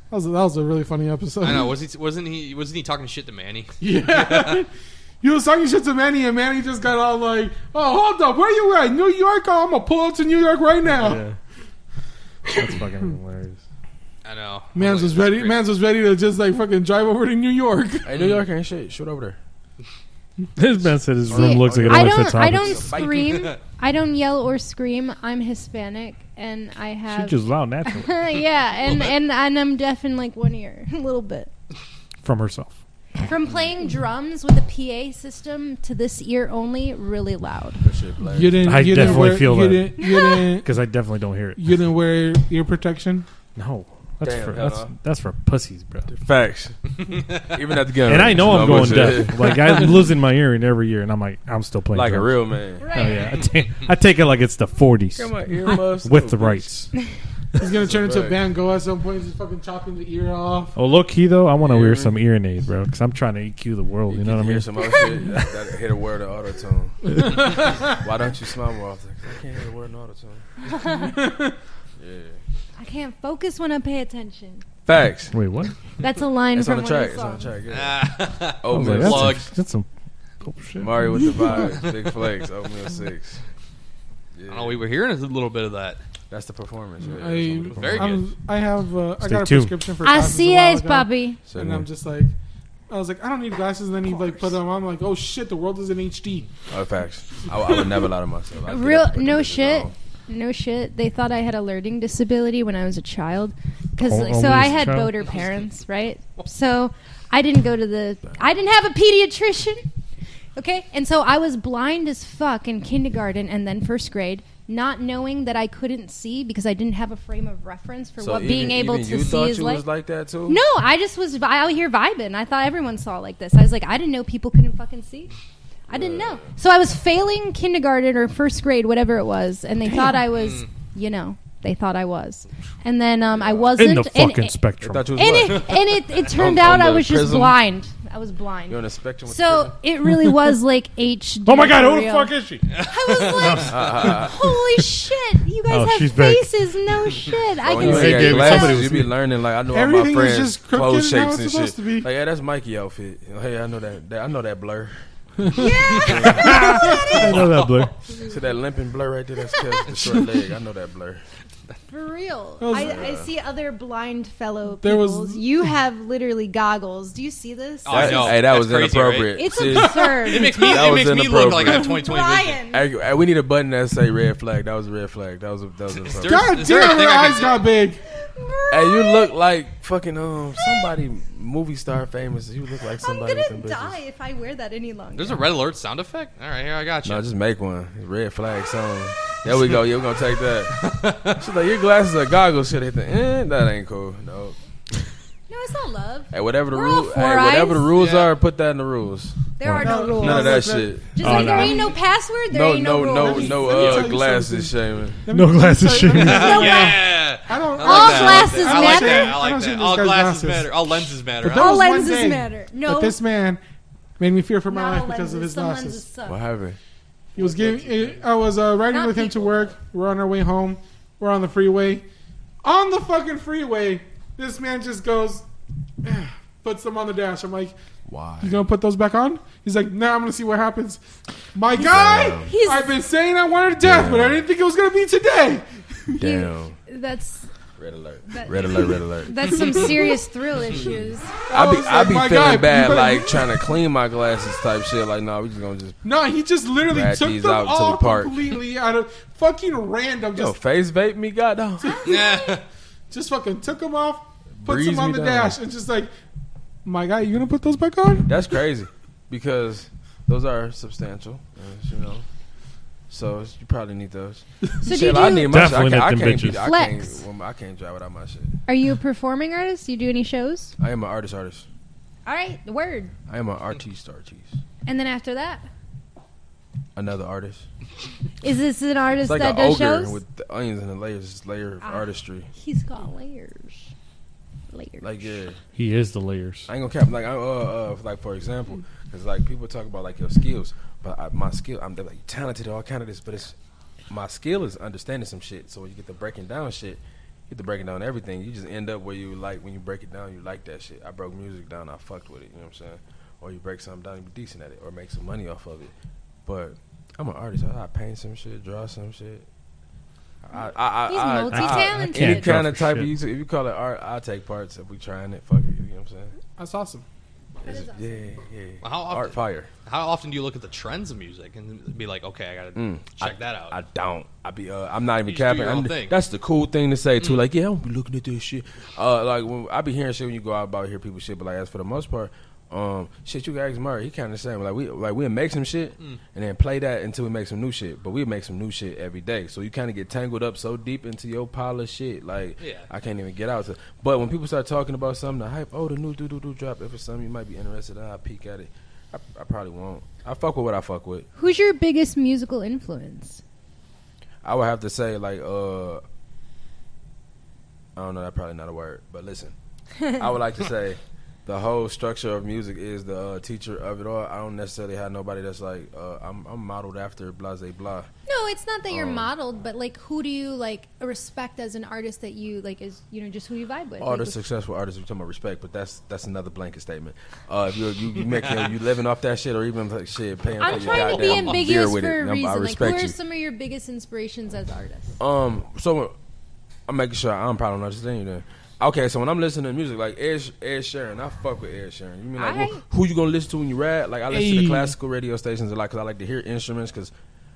G: That was that was a really funny episode.
C: I know. Was he wasn't he wasn't he talking shit to Manny?
G: *laughs* Yeah. *laughs* You was talking shit to Manny, and Manny just got all like, "Oh, hold up, where you at? New York? Oh, I'm gonna pull up to New York right now."
D: yeah. That's fucking *laughs* hilarious.
C: I know.
G: Mans was ready. Mans was ready to just like fucking drive over to New
D: *laughs*
G: York.
E: Hey, New York ain't shit. Shoot over there.
D: His man said his room
F: See,
D: looks like it
F: I
D: only fits
F: don't. I
D: topics.
F: don't
C: *laughs*
E: Fight.
F: scream. I don't yell or scream. I'm Hispanic, and I
D: She
F: have.
D: just loud naturally
F: *laughs*
D: *laughs*
F: yeah, and,
C: bit.
F: and and I'm deaf in like one ear, *laughs* a little bit.
D: from herself.
F: From playing drums with a PA system to this ear only, really loud.
E: That shit blaring.
G: You didn't.
D: I
G: you didn't
D: definitely
G: wear,
D: feel
G: you
D: that.
G: Didn't, you didn't.
D: *laughs* Because I definitely don't hear it.
G: You didn't wear ear protection.
D: No, that's
E: Damn,
D: for
E: hell
D: that's,
E: no.
D: that's for pussies, bro.
C: *laughs*
E: Facts. Even at the game.
D: And I know I'm going
E: Almost,
D: deaf.
E: yeah.
D: Like I'm losing my ear in every year, and I'm like, I'm still
E: *laughs*
D: playing.
E: Like a
D: drums.
E: real man. *laughs*
D: Oh yeah, I ta- I take it like it's the 40s with
F: *laughs*
D: the rights.
G: He's gonna turn into
E: fact.
G: Van Gogh at some point. He's fucking chopping the ear off.
D: Oh, low key though, I want to
E: Yeah,
D: wear
E: man.
D: some ear aid, bro, because I'm trying to EQ the world. You know what I mean?
E: Some other shit that, that hit a word of auto tune. *laughs* Why don't you smile more often? 'Cause I can't hit a word in auto tune.
C: *laughs*
E: yeah.
F: I can't focus when I pay attention.
E: Facts.
D: Wait, what?
F: That's a line
E: It's on
F: from
E: the
F: one of
E: track.
F: the
E: It's on the
F: songs.
E: track.
C: *laughs*
E: Yeah.
C: Ah,
D: I
E: Oatmeal
G: Oh,
D: was like,
E: six.
D: that's,
C: plug.
D: some- that's some oh, shit.
E: Mario with the vibes. Big flex. Oatmeal six. Yeah.
C: I know we were hearing a little bit of
E: *laughs*
C: that.
E: That's the performance. Yeah,
G: I,
E: that's on the
C: Very
E: performance.
G: I'm- I have. Uh, I
D: Stay
G: got a
D: tuned.
G: prescription for. glasses a
F: Así
G: while
F: es,
G: ago.
F: papi.
E: So,
G: And
E: yeah.
G: I'm just like, I was like, I don't need glasses. And then he like put them on. I'm like, oh shit, the world is in HD.
E: Oh, facts. I, I would never lie to myself. I'd get
F: Real-
E: up and put
F: no
E: them bitches
F: shit.
E: on.
F: No shit. They thought I had a learning disability when I was a child, because
D: O- only
F: so I
D: as a
F: had
D: child?
F: voter parents, right? So I didn't go to the. I didn't have a pediatrician. Okay, and so I was blind as fuck in kindergarten and then first grade, not knowing that I couldn't see because I didn't have a frame of reference for
E: So
F: what
E: even-
F: being able
E: even
F: to
E: you
F: see
E: thought
F: is
E: you
F: like.
E: was like that too.
F: No, I just was vi- out here vibing. I thought everyone saw it like this. I was like, I didn't know people couldn't fucking see. I didn't know. So I was failing kindergarten or first grade, whatever it was, and they thought I was, you know, they thought I was. And then um, I wasn't.
D: in the
F: and,
D: fucking
E: I
D: spectrum.
E: thought you was
F: and
E: what?
F: it and it,
D: *laughs*
F: it turned
E: On- on
F: out I
E: the
F: was just
E: prism?
F: blind. I was blind.
E: You're on a spectrum. With
F: so it really was
D: *laughs*
F: like HD.
D: oh my god,
F: for
D: who the
F: real.
D: fuck is she?
F: I was
D: *laughs*
F: like, holy shit! You guys
D: Oh, she's
F: have
D: back. Oh,
F: faces, no shit. I
E: When you
F: can
D: Hey,
E: see
F: see.
E: that
D: Gabe,
E: glasses,
D: somebody was
E: you be
D: here.
E: learning. Like I know all my
G: Everything is
E: friends'
G: just crooked
E: clothes
G: and how
E: shapes
G: it's
E: and
G: supposed
E: shit.
G: to be.
E: Like yeah, that's Mikey outfit. Hey, I know that. that I know that blur.
D: I know that blur.
E: See that limping blur right there? That's
F: *laughs*
E: Kev's the short leg. I know that blur.
F: For real.
G: was-
F: I, I see other blind fellow
G: There was-
F: peoples. You have literally goggles. Do you see this?
C: Oh, I know.
E: Hey, that
C: That's
E: was
C: crazy,
E: inappropriate.
F: It's
E: See,
C: It
F: absurd.
C: makes me.
E: That
C: It
E: was
C: makes me look like I have
E: inappropriate.
C: 2020 vision.
F: Brian.
E: Hey, hey, we need a button that say red flag. That was a red flag. That was a that was. A
C: there-
E: flag.
G: God
C: is there a
G: damn,
C: thing
G: her
C: I can
G: eyes
C: do?
G: got big.
E: Hey, you look like fucking um somebody movie star famous. You look like
F: I'm
E: somebody.
F: gonna
E: with them bitches.
F: die if I wear that any longer.
C: There's a red alert sound effect. All right, here I got you.
E: No, just make one. Red flag song. There we go. Yeah, we're gonna take that.
C: *laughs*
E: She's like, your glasses are goggles. Should hit the end. That ain't cool. No.
F: No, it's not love.
E: Hey, whatever the
F: We're all
E: rules.
F: four
E: Hey, whatever the
F: eyes.
E: rules
C: Yeah.
E: are, put that in the rules.
F: There are no rules.
E: None of that
G: Let's let-
E: shit.
F: Just
D: Oh,
F: like there
D: no.
F: ain't no password, there
E: No,
F: ain't
E: no,
F: no,
E: no,
F: rules.
E: no
G: Let me tell
E: uh,
G: you
E: glasses shaming.
G: Let me-
D: No
G: let me
D: glasses
G: tell you- *laughs*
D: shaming.
F: No
C: yeah.
G: I don't.
C: I like
F: All
C: that.
F: glasses
C: I like that.
G: matter?
C: I
G: I
C: like
G: don't see
C: that.
G: this
C: All
G: guy's
C: glasses
G: glasses.
C: matter. All lenses matter.
G: But
C: huh?
F: All
G: That was one
F: lenses
G: thing.
F: matter.
G: But
F: No,
G: this man made me fear for
F: not
G: my
F: all
G: life because of
F: lenses.
G: his
F: Some
G: glasses.
F: lenses suck.
E: What happened?
G: He was giving. I was uh, riding
F: Not
G: with him to
F: people.
G: work. We're on our way home. We're on the freeway. On the fucking freeway, this man just goes, *sighs* puts them on the dash. I'm like, you
F: *laughs*
E: Why?
G: gonna put those back on? He's like, nah, I'm gonna see what happens. My guy,
F: He's-
G: I've been saying I wanted death, but I didn't think it was gonna be today.
E: Damn.
F: That's
E: Red alert.
F: That-
E: Red alert. Red
F: *laughs*
E: alert.
F: that's some serious thrill issues.
E: I be
F: Oh,
G: was
E: I
G: like,
E: be
G: my
E: feeling
G: guy,
E: bad,
F: *laughs*
G: you better-
E: like trying to clean my glasses type shit. Like, nah, we just gonna just
G: No, he just literally
E: Rat
G: took
E: these
G: them
E: out to the
G: all
E: park.
G: completely out of fucking random.
E: yo
G: Just
E: face vape me, goddamn.
F: *laughs*
C: Yeah.
G: just fucking took them off, puts
E: Breeze
G: them on
E: me
G: the
E: down.
G: dash, and just like, my guy, you gonna put those back on?
E: That's crazy because Those are substantial, as you know. So you probably need those.
F: So do
E: shit,
F: you
E: I
F: do-
E: need my shit. I
D: Definitely
E: can't, I
D: need them
E: can't, be,
D: bitches.
E: I can't,
F: Flex.
E: well, I can't drive without my shit.
F: Are you a performing artist? Do you do any shows?
E: I am an artist artist.
F: All right, the word.
E: I am an artiste artiste.
F: And then after that,
E: Another artist.
F: is this an
E: It's
F: artist
E: like
F: that Ah.
E: an
F: does
E: ogre
F: shows?
E: with the onions and the layers, it's layer of artistry.
F: He's got layers. Layers.
E: Like yeah,
D: He is the layers.
E: I ain't gonna cap. Like I, uh, uh, like for example, because like people talk about like your skills, but I, my skill, I'm like talented all kind of this, but it's my skill is understanding some shit. So when you get to breaking down shit, you get to breaking down everything. You just end up where you like when you break it down. You like that shit. I broke music down. I fucked with it. You know what I'm saying? Or you break something down, you be decent at it, or make some money off of it. But I'm an artist. I, I paint some shit, draw some shit. I, I, I,
F: He's
E: I- I-
F: multi-talented.
E: Any
D: Can't draw
E: kind of
D: for
E: type of
D: shit.
E: music, if you call it art, I'll take parts. If we trying it, fuck it. You know what I'm saying?
G: That's awesome.
E: It's- Yeah, yeah.
C: Well, how
E: Art
C: often-
E: fire.
C: How often do you look at the trends of music and be like, okay, I gotta check that out?
E: Hmm. I don't. I be. Uh, I'm not even
C: You just do
E: capping.
C: your own
E: I'm-
C: thing. Mm.
E: That's the cool thing to say too. Like, yeah, I don't be looking at this shit. Uh, like when I be hearing shit when you go out about hear people shit, but like as for the most part, um, shit you guys Murray, he kind of same. Like we like we make some shit
C: Mm.
E: and then play that until we make some new shit. But we make some new shit every day, so you kind of get tangled up so deep into your pile of shit. Like
C: Yeah.
E: I can't even get out. To, but when people start talking about something, the hype. Oh, the new do do do drop. If it's something you might be interested in, I peek at it. I, I probably won't. I fuck with what I fuck with.
F: Who's your biggest musical influence?
E: I would have to say like uh I don't know, that's probably not a word, but listen. I would like to say the whole structure of music is the uh, teacher of it all. I don't necessarily have nobody that's like uh, I'm, I'm modeled after blah blah blah.
F: No, it's not that you're
E: Um,
F: modeled, but like, who do you like respect as an artist that you like is you know just who you vibe with?
E: All
F: *laughs* Like,
E: the successful artists we talking about respect, but that's that's another blanket statement. Uh, if you're, you you make you, you living off that shit or even like shit paying
F: I'm
E: for your
F: trying to be
E: goddamn beer
F: ambiguous
E: with it,
F: for a
E: I'm- I
F: reason. Like, who
E: respect
F: are
E: you.
F: some of your biggest inspirations as artists?
E: Um, so I'm making sure I'm probably not understanding you then. Okay, so when I'm listening to music, like Ed, Ed Sheeran, I fuck with Ed Sheeran. You mean like
F: Alright.
E: who, who you gonna listen to when you rap? Like I listen to
D: Ayy.
E: the classical radio stations a lot because I like to hear instruments because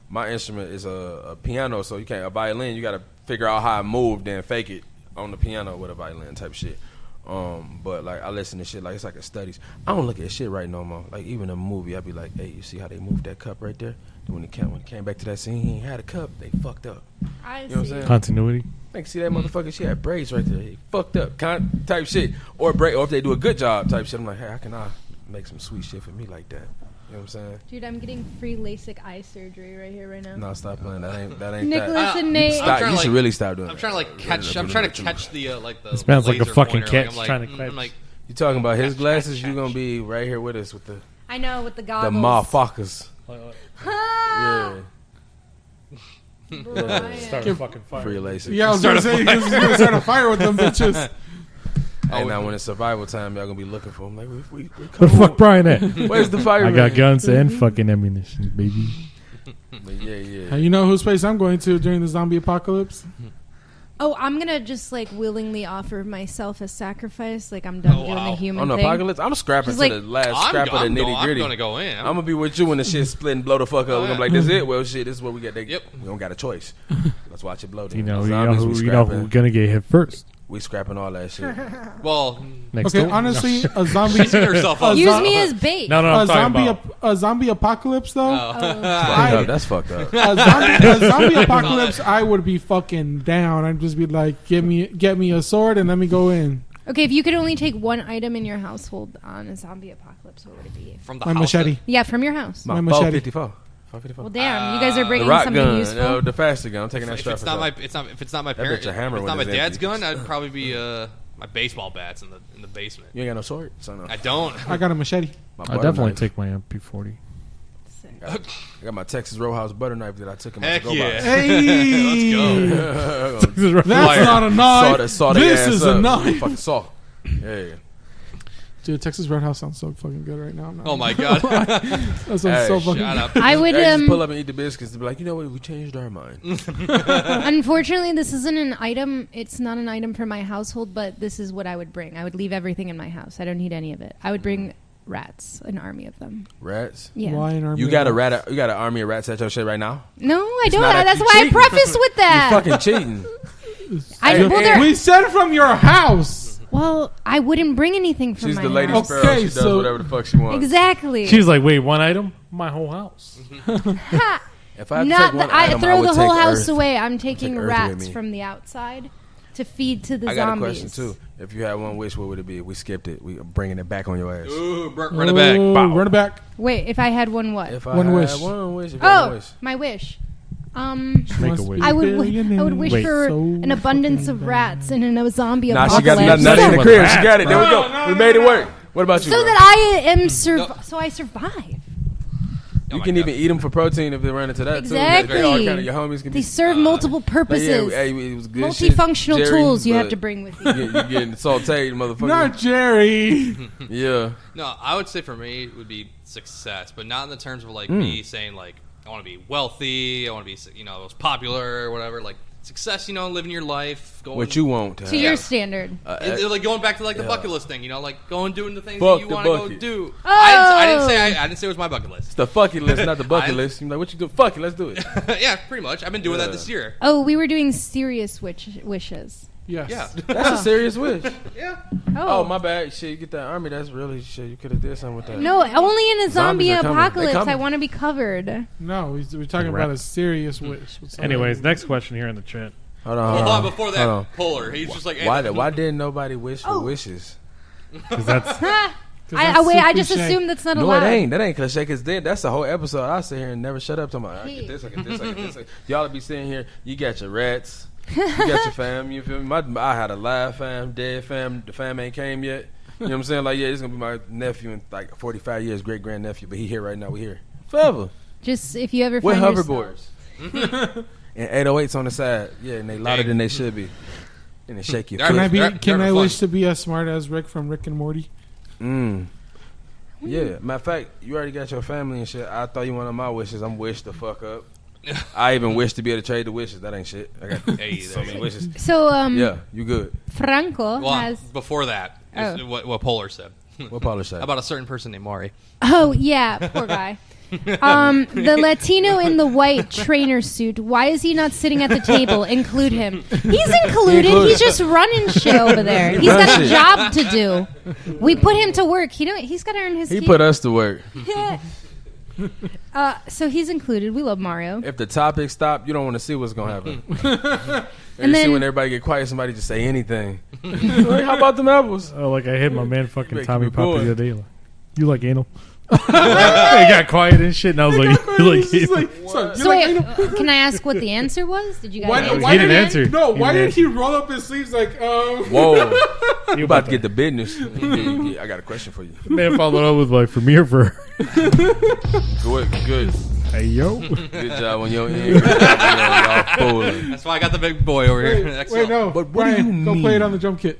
E: my instrument is a, a piano, so you can't a violin. You gotta figure out how I move, then fake it on the piano with a violin type shit. Um, but like I listen to shit like it's like a studies. I don't look at shit right no more. Like even a movie, I'd be like, hey, you see how they moved that cup right there? Then when it came when it came back to that scene, he ain't had a cup. They fucked up.
F: I
E: You know what I'm saying?
D: Continuity.
E: Like, see that motherfucker? She had braids right there. He fucked up, con- type shit. Or break, or if they do a good job, type shit. I'm like, hey, how can I make some sweet shit for me like that? You know what I'm saying?
F: Dude, I'm getting free LASIK eye surgery right here, right now.
E: No, stop playing. That ain't that ain't that.
F: Nicholas
C: Uh,
F: and Nate.
E: Stop.
C: trying
E: You
C: to,
E: should
C: like-
E: really stop doing.
C: I'm trying to like catch. I'm trying to catch the uh, like the.
D: This man's like a
C: laser
D: fucking
C: pointer.
D: cat
C: I'm like,
D: trying to
C: mm,
D: catch-
C: I'm like,
E: You talking about his glasses? You gonna be right here with us with the
F: I know with the
E: the
F: goggles.
E: motherfuckers.
F: Ah,
E: Yeah,
F: Brian.
D: Started fucking fire.
E: free laces.
G: Yeah, I was going to say, because you're going to start a fire with
E: *laughs*
G: them bitches.
E: And now when it's survival time, y'all gonna be looking for him. Like, we, we, we
D: Where
E: come
D: the fuck Brian
G: *laughs*
D: at?
E: Where's the fire?
D: I got
E: man?
D: guns and fucking ammunition, baby.
E: But yeah, yeah.
G: Now, you know whose place I'm going to during the zombie apocalypse?
F: Oh, I'm gonna just like willingly offer myself as sacrifice. Like I'm done
C: Oh,
F: doing
C: wow.
F: the human
E: On the
F: thing.
E: apocalypse, I'm scrapping
F: Just
E: to
F: like-
E: the last
C: I'm,
E: scrap
C: I'm
E: of the
C: go-
E: nitty gritty.
C: I'm gonna go in.
E: I'm gonna be with you when the shit split and blow the fuck up.
C: yeah.
E: I'm like, that's it. Well, shit, this is what we got. They,
C: Yep.
E: We don't got a choice. Let's watch it blow. Then.
D: You know, you know
E: Zombies,
D: who,
E: we
D: you know
E: scrapping.
D: who's gonna get hit first.
E: we scrapping all
C: *laughs*
E: that shit.
C: well,
D: Next
G: Okay,
D: door.
G: honestly, uh, a
E: *laughs*
G: zombie.
C: get herself
G: a
C: up.
F: Use
G: zo-
F: me as bait.
D: no, no, no
G: a
D: I'm talking
G: zombie,
D: about.
G: ap- a zombie apocalypse, though.
F: Oh.
E: Fucked up. That's fucked up.
D: *laughs*
G: A zombie, a zombie apocalypse, I would be fucking down. I'd just be like, "Give me, get me a sword, and let me go in."
F: *laughs* Okay, if you could only take one item in your household on a zombie apocalypse, what would it be?
C: from the
G: My
C: house
G: machete.
F: Yeah, from your house.
E: My
G: My machete.
E: 454.
F: Well,
E: 454.
F: damn, you guys are
E: Ah, The
F: bringing
E: rock
F: something
E: gun,
F: useful.
E: no, the faster gun. I'm taking that
C: If
E: strap.
C: it's not my, it's not if it's not my
E: That
C: parent,
E: bitch a
C: if
E: hammer
C: it's
E: when
C: not my
E: it's
C: dad's
E: empty.
C: gun, I'd probably be uh, my baseball bats in the in the basement.
E: you ain't got no sword, so no.
C: I don't.
G: I got a machete.
E: My
D: I
E: butter
D: definitely
E: knife.
D: take my *laughs* MP40.
E: I got my Texas Roadhouse butter knife that I took in my
C: Heck
E: go
C: yeah.
E: *laughs* box.
G: Hey,
C: Let's go.
G: that's
C: Wire.
G: not a
E: Saw
G: knife.
E: that, saw
G: this
E: their ass
G: is
E: up.
G: a knife,
E: Fucking saw. Yeah, yeah.
G: dude. Texas Roadhouse sounds so fucking good right now. I'm not-
C: *laughs* Oh
G: *laughs*
C: my god.
G: that sounds so
E: Hey,
G: fucking.
C: Shut up.
E: *laughs*
F: *laughs* I would.
E: They just
F: Um,
E: pull up and eat the biscuits and be like, you know what? We changed our
C: Mm.
E: mind.
F: Unfortunately, this isn't an item. It's not an item for my household, but this is what I would bring. I would leave everything in my house. I don't need any of it. I would bring rats, an army of them.
E: Rats.
F: Yeah.
G: Why in our
E: You
G: middle?
E: got a rat. You got an army of rats at your shit right now.
F: No, I
E: It's
F: don't.
E: not a-
F: That's
E: you
F: why I
E: cheating.
F: prefaced
E: *laughs*
F: with
E: You
F: *laughs* that.
E: fucking cheating.
F: I, well, they're-
G: We said from your house.
F: Well, I wouldn't bring anything from
E: She's
F: my
E: the lady
F: house.
G: Okay,
E: sparrow. She does
G: so-
E: whatever the fuck she wants.
F: Exactly.
D: She's like, wait, one item, my whole house.
E: If I had to
F: Not
E: take one
F: the, I
E: item,
F: throw
E: would
F: the whole
E: take
F: house
E: Earth.
F: away. I'm taking
E: Earth with
F: rats
E: me.
F: from the outside to feed to the
E: I got
F: zombies.
E: a question too. If you had one wish, what would it be? We skipped it. We bringing it back on your ass.
C: Ooh, br- run it back.
G: Ooh,
E: Bow.
G: Oh, Run it back.
F: Wait, if I had one what?
E: If I
G: One
E: had
G: wish.
E: one wish. If I had
F: oh,
E: one wish.
F: my wish. Um
G: Must
D: Make a wish.
G: be
F: I would w- I would
G: billionaire.
F: wish
D: Wait.
F: for
G: So
F: an abundance
G: fucking
F: of rats and in a zombie
E: Nah, she got nothing,
F: apocalypse.
E: nothing in the
D: With
E: crib. She
D: rats,
E: got it. There we
G: bro.
E: go.
G: No, no,
E: we
G: no,
E: made
G: no.
E: it work. What about you?
F: so
E: bro?
F: that I am sur-
C: No.
F: so I survive.
C: Oh
E: you
C: my
E: can
C: God.
E: even eat them for protein if they run into that too.
F: Exactly.
E: They all kinda- your homies can
F: They
E: be.
F: serve multiple
E: But
F: purposes.
E: yeah, hey, it was good shit,
F: Multifunctional
E: Jerry,
F: tools you
E: but
F: have to bring with
E: You *laughs*
F: you.
E: get- you getting sauteed, motherfucker.
G: Not Jerry.
C: *laughs*
E: yeah.
C: No, I would say for me it would be success, but not in the terms of like me
E: Hmm.
C: saying like I want to be wealthy, I want to be su- you know most popular or whatever. Like success, you know, living your life, going
E: What you want?
F: to your standard.
E: uh,
C: It- it's like going back to like the
E: Yeah.
C: bucket list thing, you know, like going doing the things
E: Fuck
C: that you
E: the
C: want to go
E: bucket.
C: do. I, didn't, I didn't say I, I didn't say it was my bucket
E: It's
C: list.
E: the fucking list, not the
C: *laughs*
E: bucket
C: I-
E: list. You're like, what you do? Fuck it, let's do it.
C: *laughs* yeah, pretty much. I've been doing
E: Yeah.
C: that this year.
F: Oh, we were doing serious wish- wishes.
G: Yes.
C: Yeah,
E: That's
F: *laughs*
E: a serious wish.
C: yeah.
F: Oh,
E: Oh my bad. Shit, you get that army. That's really shit. You could have did something with that.
F: no! Only in a
E: Zombies
F: zombie
E: are coming. They
F: apocalypse,
E: coming.
F: I want to be covered.
G: No, we- we're talking
E: Rap.
G: about a serious wish. What's up?
D: *laughs* Anyways, next question here in the chat.
E: Hold on. Hold
C: *laughs* Hold
E: on.
C: on, before
E: uh, Hold
C: that,
E: on.
C: Polar. He's just like, hey,
E: Why?
C: that's
E: Why didn't nobody wish
F: Oh.
E: for wishes?
G: *laughs*
D: Because that's
F: I,
G: that's
F: I wait. I
G: super
F: just
G: shame.
F: assume that's not
E: No,
F: allowed.
E: it ain't. That ain't cliche. Cause then that's the whole episode. I sit here and never shut up. Talking about I
F: Hey.
E: get this, I get this, I get this. I
F: *laughs*
E: get- Y'all be sitting here. You got your rats. You got your fam. You feel me? My, I had a live fam, dead fam. The fam ain't came yet. You know what I'm saying? Like, yeah, it's gonna be my nephew in like 45 years, great grand nephew. But he here right now. We here forever
F: Just if you ever
E: with
F: find yourself-
E: hoverboards and 808s on the side. Yeah, and they louder than they should be. And they shake your
C: They're
E: foot.
G: Can I be?
C: They're-
G: Can
C: they're
G: I
C: fun.
G: wish to be as smart as Rick from Rick and Morty?
E: Mm. Yeah, matter of fact, you already got your family and shit. I thought you one of my wishes. I'm wish the fuck up. I even wish to be able to trade the wishes. That ain't shit. I got
C: *laughs* Hey,
E: so
C: there you
E: many
C: go.
E: wishes.
F: So um,
E: Yeah, you good.
F: Franco
C: Well,
F: has.
C: before that, is
F: Oh.
C: what, what Polar said
E: What Paula said.
C: about a certain person named Mari.
F: Oh yeah, poor guy. Um, the Latino in the white trainer suit. Why is he not sitting at the table? Include him. He's included.
E: Included.
F: He's just running shit over there. He's
E: runs
F: got a
E: shit.
F: job to do. We put him to work. He don't. He's got to earn his.
E: he
F: keep.
E: put us to work.
F: *laughs* uh, so he's included. We love Mario.
E: If the topic stop, you don't want to see what's gonna happen. and you
F: And
E: see
F: then-
E: when everybody get quiet, somebody just say
F: *laughs*
E: anything. Like, How about them apples?
D: oh, like I hit my man fucking
E: Make
D: Tommy
E: you
D: Papa
E: boy.
D: the other day. Like, you
G: *laughs*
D: like anal? *laughs* they got quiet and shit, and I was *laughs* *laughs* like, you like
G: He's
D: anal?
G: like, so you
F: So
G: like,
F: wait, uh, *laughs* can I ask what the answer was? Did you guys?
G: Why-
F: answer?
D: He
G: why
D: didn't
G: did-
D: answer.
G: no,
D: He
G: why
D: didn't
G: did he roll up his sleeves like, um, *laughs*
E: *laughs* Whoa, you about to
D: that.
E: get the business? Yeah, yeah, yeah, I got a question for you.
D: Man followed up with like, for me or for her?
E: *laughs* Good, good,
D: *laughs* Hey yo,
E: good job on your *laughs* end. Good job on y'all
C: *laughs*
E: fooling.
C: That's why I got the big boy over here.
G: wait,
C: Excellent. *laughs*
G: no,
E: But what do
G: Brian,
E: you
G: go play
E: mean?
G: it on the drum kit.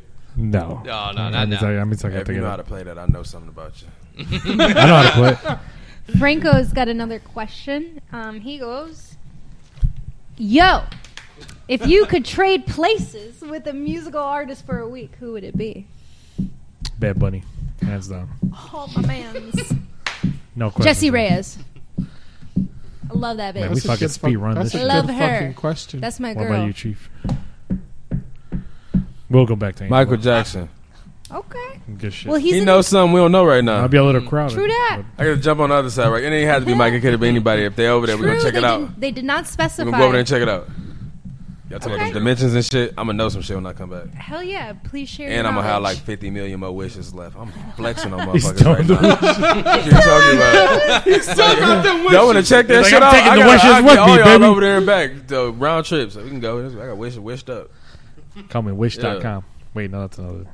C: No, no,
D: no, I'm
C: not
D: gonna
C: now.
D: tell you- I'm gonna tell you, I
E: If you
D: think
E: know
D: I
E: how to play that, I know something about you.
D: I know how to play. it.
F: Franco's got another question. Um, he goes, "Yo, if you could trade places with a musical artist for a week, who would it be?"
D: Bad Bunny, hands down,
F: Oh my
D: *laughs*
F: man's
D: no question.
F: Jesse Reyes. I love that
D: Man,
F: bitch.
D: we
G: a
D: fucking
G: good fuck-
D: speed run
G: That's
D: this
G: a
D: shit.
F: Love
G: good
F: her.
G: fucking question.
F: That's my
D: What about
F: girl.
D: you, Chief? We'll go back to Angela.
E: Michael Jackson.
F: Okay.
D: Good shit.
F: Well, he's
E: he
F: in-
E: knows something we don't know right
D: I'll
E: now.
D: be a little crowded.
F: true that.
E: I gotta jump on the other side, right? It ain't have to be Mike. It could have been anybody. If they over there,
F: True,
E: we're gonna check
F: they,
E: it out.
F: Did, they did not
E: We're
F: specify.
E: gonna go over there and check it out. Y'all talking
F: Okay.
E: about the dimensions and shit? I'm gonna know some shit when I come back.
F: Hell yeah! Please share. your
E: And I'm gonna have like
F: knowledge.
E: 50 million more wishes left. I'm flexing on *laughs*
D: He's
E: motherfuckers right
D: telling
E: now. What you talking about?
G: He's *laughs* still got them
E: Y'all
G: wishes.
E: wanna check that
D: He's like,
E: shit
D: I'm
E: out?
D: taking
E: I
D: the
E: got,
D: wishes
E: I got
D: with
E: all
D: me,
E: y'all
D: baby.
E: over there and back. The round trip, so we can go. I got wishes wished up.
D: *laughs* Come in wish.com. Wait, no, that's another.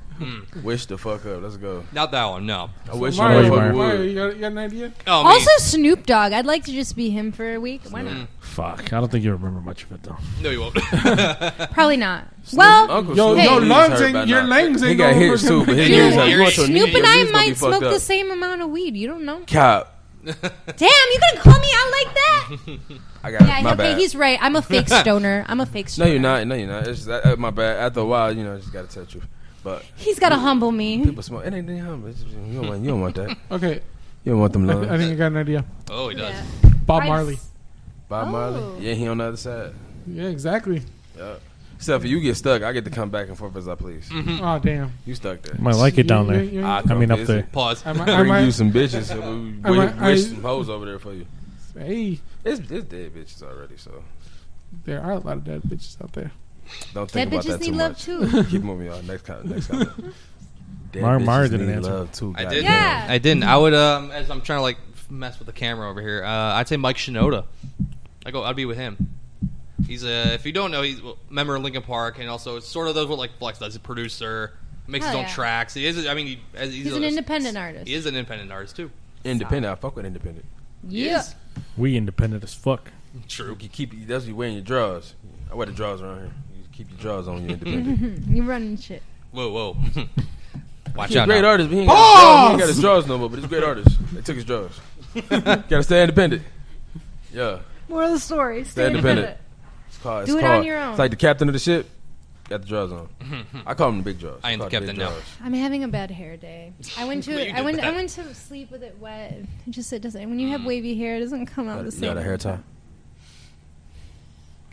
E: Wish the fuck up. Let's go.
C: Not that one. No.
E: I wish you
G: Mario,
E: motherfucker
D: Mario.
G: Mario, you
E: would.
G: got, you got an idea?
C: Oh, me.
F: Also, Snoop Dogg. I'd like to just be him for a week. Why
E: Mm.
F: not?
D: Fuck, I don't think you remember much of it though.
C: no, you won't. *laughs*
F: Probably not. Well,
E: Uncle
G: Yo,
E: Snoop
F: your
E: Lee's
G: lungs
E: hurt
G: ain't-
E: by
G: your
E: now.
G: lungs
E: He
G: ain't
E: got
G: gonna
E: his too,
G: overcome
E: but his
C: it.
E: ears
C: Dude,
E: hurt. You want your
C: Snoop
E: knees-
F: Snoop
E: your
F: and I
E: knees gonna be
F: might
E: fucked
F: smoke the
E: up.
F: same amount of weed. You don't know. *laughs*
E: Cop.
F: Damn, you gonna call me out like
E: *laughs*
F: that?
E: I got
F: Yeah,
E: my
F: okay,
E: bad.
F: he's right. I'm
E: *laughs*
F: a fake stoner. I'm a fake
E: no,
F: stoner.
E: you're not. No, you're not. It's just, uh, my bad. After a while, you know, I just gotta tell the truth. But
F: He's gotta humble me.
E: people smoke. It ain't that humble. It's just- You don't want. You don't want that.
G: Okay,
E: You don't want them
G: I, thi- I
E: lungs.
G: think I got an idea.
C: Oh, he does.
F: Yeah.
G: Bob
F: I-
G: Marley.
E: Bob
F: Oh.
E: Marley. Yeah, he on the other side.
G: Yeah, exactly.
E: Yeah. Except if you get stuck, I get to come back and forth as I please.
G: Oh damn.
E: You stuck there.
D: Might like it down
G: You- you-
D: there.
G: you-
E: I,
D: I mean, up
E: visit.
D: there.
C: Pause.
G: Am I-
E: Bring
G: Mm-hmm. am I-
E: you some bitches. So we
G: I-
E: wish,
G: I-
E: wish some hoes over there for you.
G: Hey,
E: It's, it's dead bitches already, so
G: there are a lot of dead bitches out there.
E: don't think about
F: That bitches
E: that too
F: need love
E: much. *laughs*
F: too.
E: Keep moving on. Next comment.
F: *laughs*
E: Next comment. Dead
D: Mar- Mar
E: bitches
D: didn't
E: need
D: answer.
E: Love too.
C: I
E: goddamn.
C: didn't.
F: Yeah.
C: I didn't. I would um as I'm trying to like mess with the camera over here. Uh, I'd say Mike Shinoda. I go. I'd be with him. He's a if you don't know he's a member of Linkin Park and also sort of does what like Flex does. He's a producer. Makes his
F: Hell
C: own
F: yeah.
C: tracks. He is. I mean, he, as- he's,
F: He's
C: a-
F: an independent artist.
C: He is an independent artist too.
E: Independent. I fuck with independent.
C: He
F: Yeah.
C: is.
D: We independent as fuck.
C: True.
E: You keep. That's you wearing your drawers. I wear the drawers around here. You keep your drawers on. You
F: *laughs*
E: independent.
F: You running shit.
C: Whoa, whoa. *laughs* Watch
E: He's a
C: out.
E: great
C: now.
E: artist, but he ain't, got his drawers. he ain't got his drawers no more. But he's a great artist. They took his drawers.
C: *laughs*
E: Gotta stay independent. Yeah.
A: More of the story. Stay,
E: Stay independent.
A: independent.
E: It's called,
F: Do
E: it's
F: it on
E: called-
F: your own.
E: It's like the captain of the ship. Got the drawers on. I call him the big drawers.
C: I am
E: Call
C: the
E: it big
C: captain now.
E: drawers.
F: I'm having a bad hair
E: *laughs*
F: day. I went
C: But
F: to
C: you
F: I
C: did
F: went I
C: that. Mm.
F: went to sleep with it wet. It just it doesn't. When you have wavy hair, it doesn't come out the
E: You
F: same.
E: got a hair tie.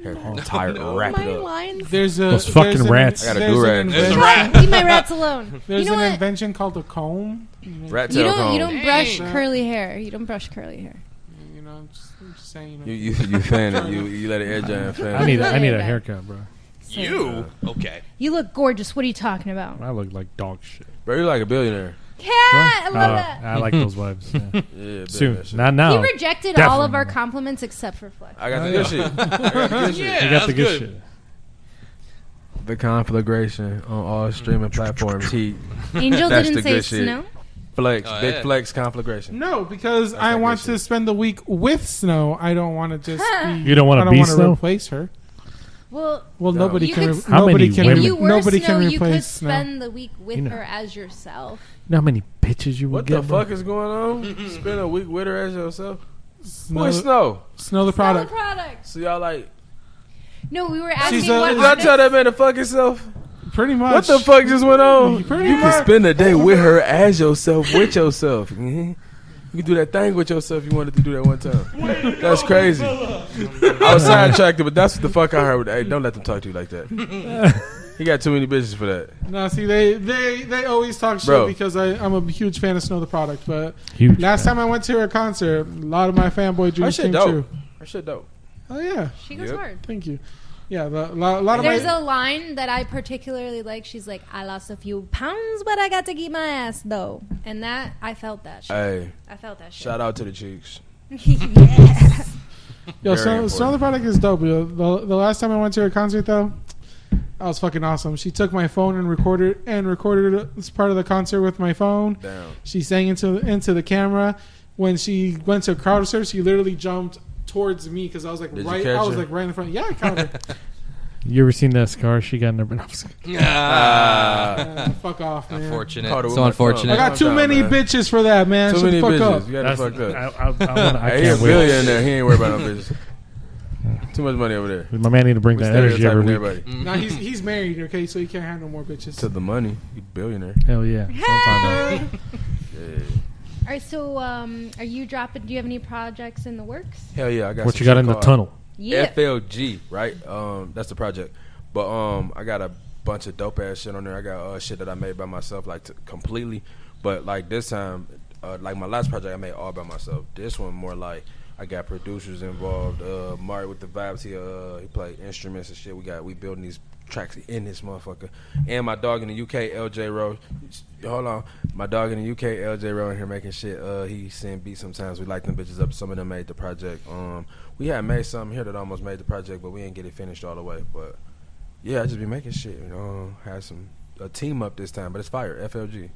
E: Hair
D: No.
E: tie.
C: No.
E: Wrap
F: My
E: it up.
F: lines.
G: There's a
D: Those
G: there's
D: fucking
G: an-
D: rats.
E: I got a
G: there's
E: do-rag.
G: an
C: There's
G: inven-
C: a rat.
F: Leave my
C: *laughs*
F: rats alone.
G: There's
F: you know
G: an
F: what?
G: invention called a comb.
E: Rat
F: you
E: tail
F: don't
E: comb.
F: you
C: Dang.
F: don't brush curly hair. You don't brush curly hair.
G: You know, I'm just, I'm just saying. You know.
E: You you you fan it. You you let it air giant fan.
D: I need a, I need a
F: Yeah.
D: haircut, bro.
F: So-
C: You okay?
F: You look gorgeous. What are you talking about?
D: I look like dog shit.
E: Bro, you like a billionaire.
F: Yeah, Ah, I
D: Huh?
F: love
D: Uh,
F: that.
D: I like those vibes. yeah.
E: Yeah,
D: Soon,
E: billionaire shit.
D: not now.
F: He rejected all of our
D: definitely.
F: compliments except for
E: *laughs*
F: Flex.
E: I got the
D: Oh,
E: good
D: yeah.
E: shit. I got
C: *laughs*
E: the good shit.
C: Yeah,
D: You
C: that's
D: got the good,
C: good.
D: shit.
E: The conflagration on all streaming platforms. Heat,
F: Angel
E: That's the
F: didn't say
E: good shit.
F: snow.
E: flex,
C: Oh,
E: big
C: yeah.
E: flex, conflagration.
G: No, because
E: not
G: I
E: good
G: want
E: shit.
G: to spend the week with Snow. I don't want to just. Be,
D: You don't want
G: I
D: to
G: don't
D: be
G: want to
D: snow.
G: replace her.
F: Well,
G: Well,
E: No.
G: nobody
F: You
G: can.
F: could-
G: Re-
D: How many
G: nobody can.
F: if
D: women-
G: Re-
F: you were
G: nobody
F: snow,
G: can
F: you could
G: replace Snow.
F: spend the week with
D: You know.
F: her as yourself.
D: You know how many bitches you would
E: What
D: get?
E: the
D: bro?
E: fuck is going on? Spend a week with her as yourself.
G: Snow,
E: Boy, snow.
G: Snow the product.
F: Sell the product.
E: So y'all like?
F: No, we were asking
G: She's a-
F: what
E: Did y'all tell
F: artists-
E: that man to fuck himself?
G: Pretty much.
E: What the fuck just went on?
G: Pretty
E: you can
G: much.
E: spend a day with her as yourself, with yourself. *laughs* Mhm. You can do that thing with yourself you wanted to do that one time. That's crazy. I was sidetracked, but that's what the fuck I heard. Hey, don't let them talk to you like that.
G: *laughs*
E: He got too many bitches for that.
G: No, see, they they they always talk shit
E: Bro.
G: because I I'm a huge fan of Snow the product. But
D: Huge.
G: last
D: man.
G: time I went to her concert, a lot of my fanboy
E: Her
G: dreams
E: shit
G: came true.
E: dope. Her shit dope.
G: Oh yeah,
F: She goes
E: Yep.
F: hard.
G: thank you. Yeah, the, lo- a lot of
F: There's
G: my.
F: a line that I particularly like. She's like, "I lost a few pounds, but I got to keep my ass though," and that I felt that. Shit.
E: Hey,
F: I felt that shit.
E: shout out to the cheeks.
F: yeah.
G: Yo,
E: Very
G: Snow,
E: important.
G: Snow the Product is dope. Yo. The, the last time I went to her concert, though, that was fucking awesome. She took my phone and recorded and recorded this part of the concert with my phone.
E: Damn.
G: She sang into into the camera. When she went to crowd surf, she literally jumped towards me because I was like
E: Did you
G: right.
E: catch
G: I was
E: her?
G: like right in front. Yeah, I caught
E: *laughs*
G: her.
D: You ever seen that scar she got in her? *laughs* No, I'm just kidding.
C: Ah, *laughs*
D: *laughs*
G: Man, fuck off, man.
C: unfortunate.
E: Caught her with
C: So
E: my
G: I
C: unfortunate.
E: thumb.
G: got too
E: Calm
G: many
E: down, man.
G: bitches for that, man.
E: Too
G: Shut
E: many
G: the fuck
E: bitches.
G: up.
E: You gotta
D: That's,
E: fuck up.
D: I, I, I, wanna, I
E: hey, he a
D: can't wait.
E: billionaire. He ain't worried about no
D: *laughs*
E: bitches. Too much money over there.
D: My man need to bring
E: We
D: that energy every
E: stereotyping
D: week.
E: everybody.
G: Nah,
E: *laughs*
G: he's he's married, okay, so he can't have no more bitches.
E: To the money, you billionaire.
D: Hell yeah. Sometime, uh,
F: All right, so um, are you dropping? Do you have any projects in the works?
E: Hell yeah, I got
D: what
E: some
D: you got
E: shit
D: in the
E: called
D: tunnel?
F: Yeah.
E: FLG, right? Um, that's the project. But um, I got a bunch of dope ass shit on there. I got uh, shit that I made by myself, like t- completely. But like this time, uh, like my last project, I made all by myself. This one more like I got producers involved. Uh, Mari with the vibes, he uh, he played instruments and shit. We got we building these tracks in this motherfucker. And my dog in the UK, LJ Rowe. Hold on, my dog in the UK, LJ Rowe, in here making shit. Uh, he send beats sometimes. We like them bitches up. Some of them made the project. Um, we had made something here that almost made the project, but we didn't get it finished all the way. But yeah, I just be making shit. You know, had some a team up this time, but it's fire. FLG,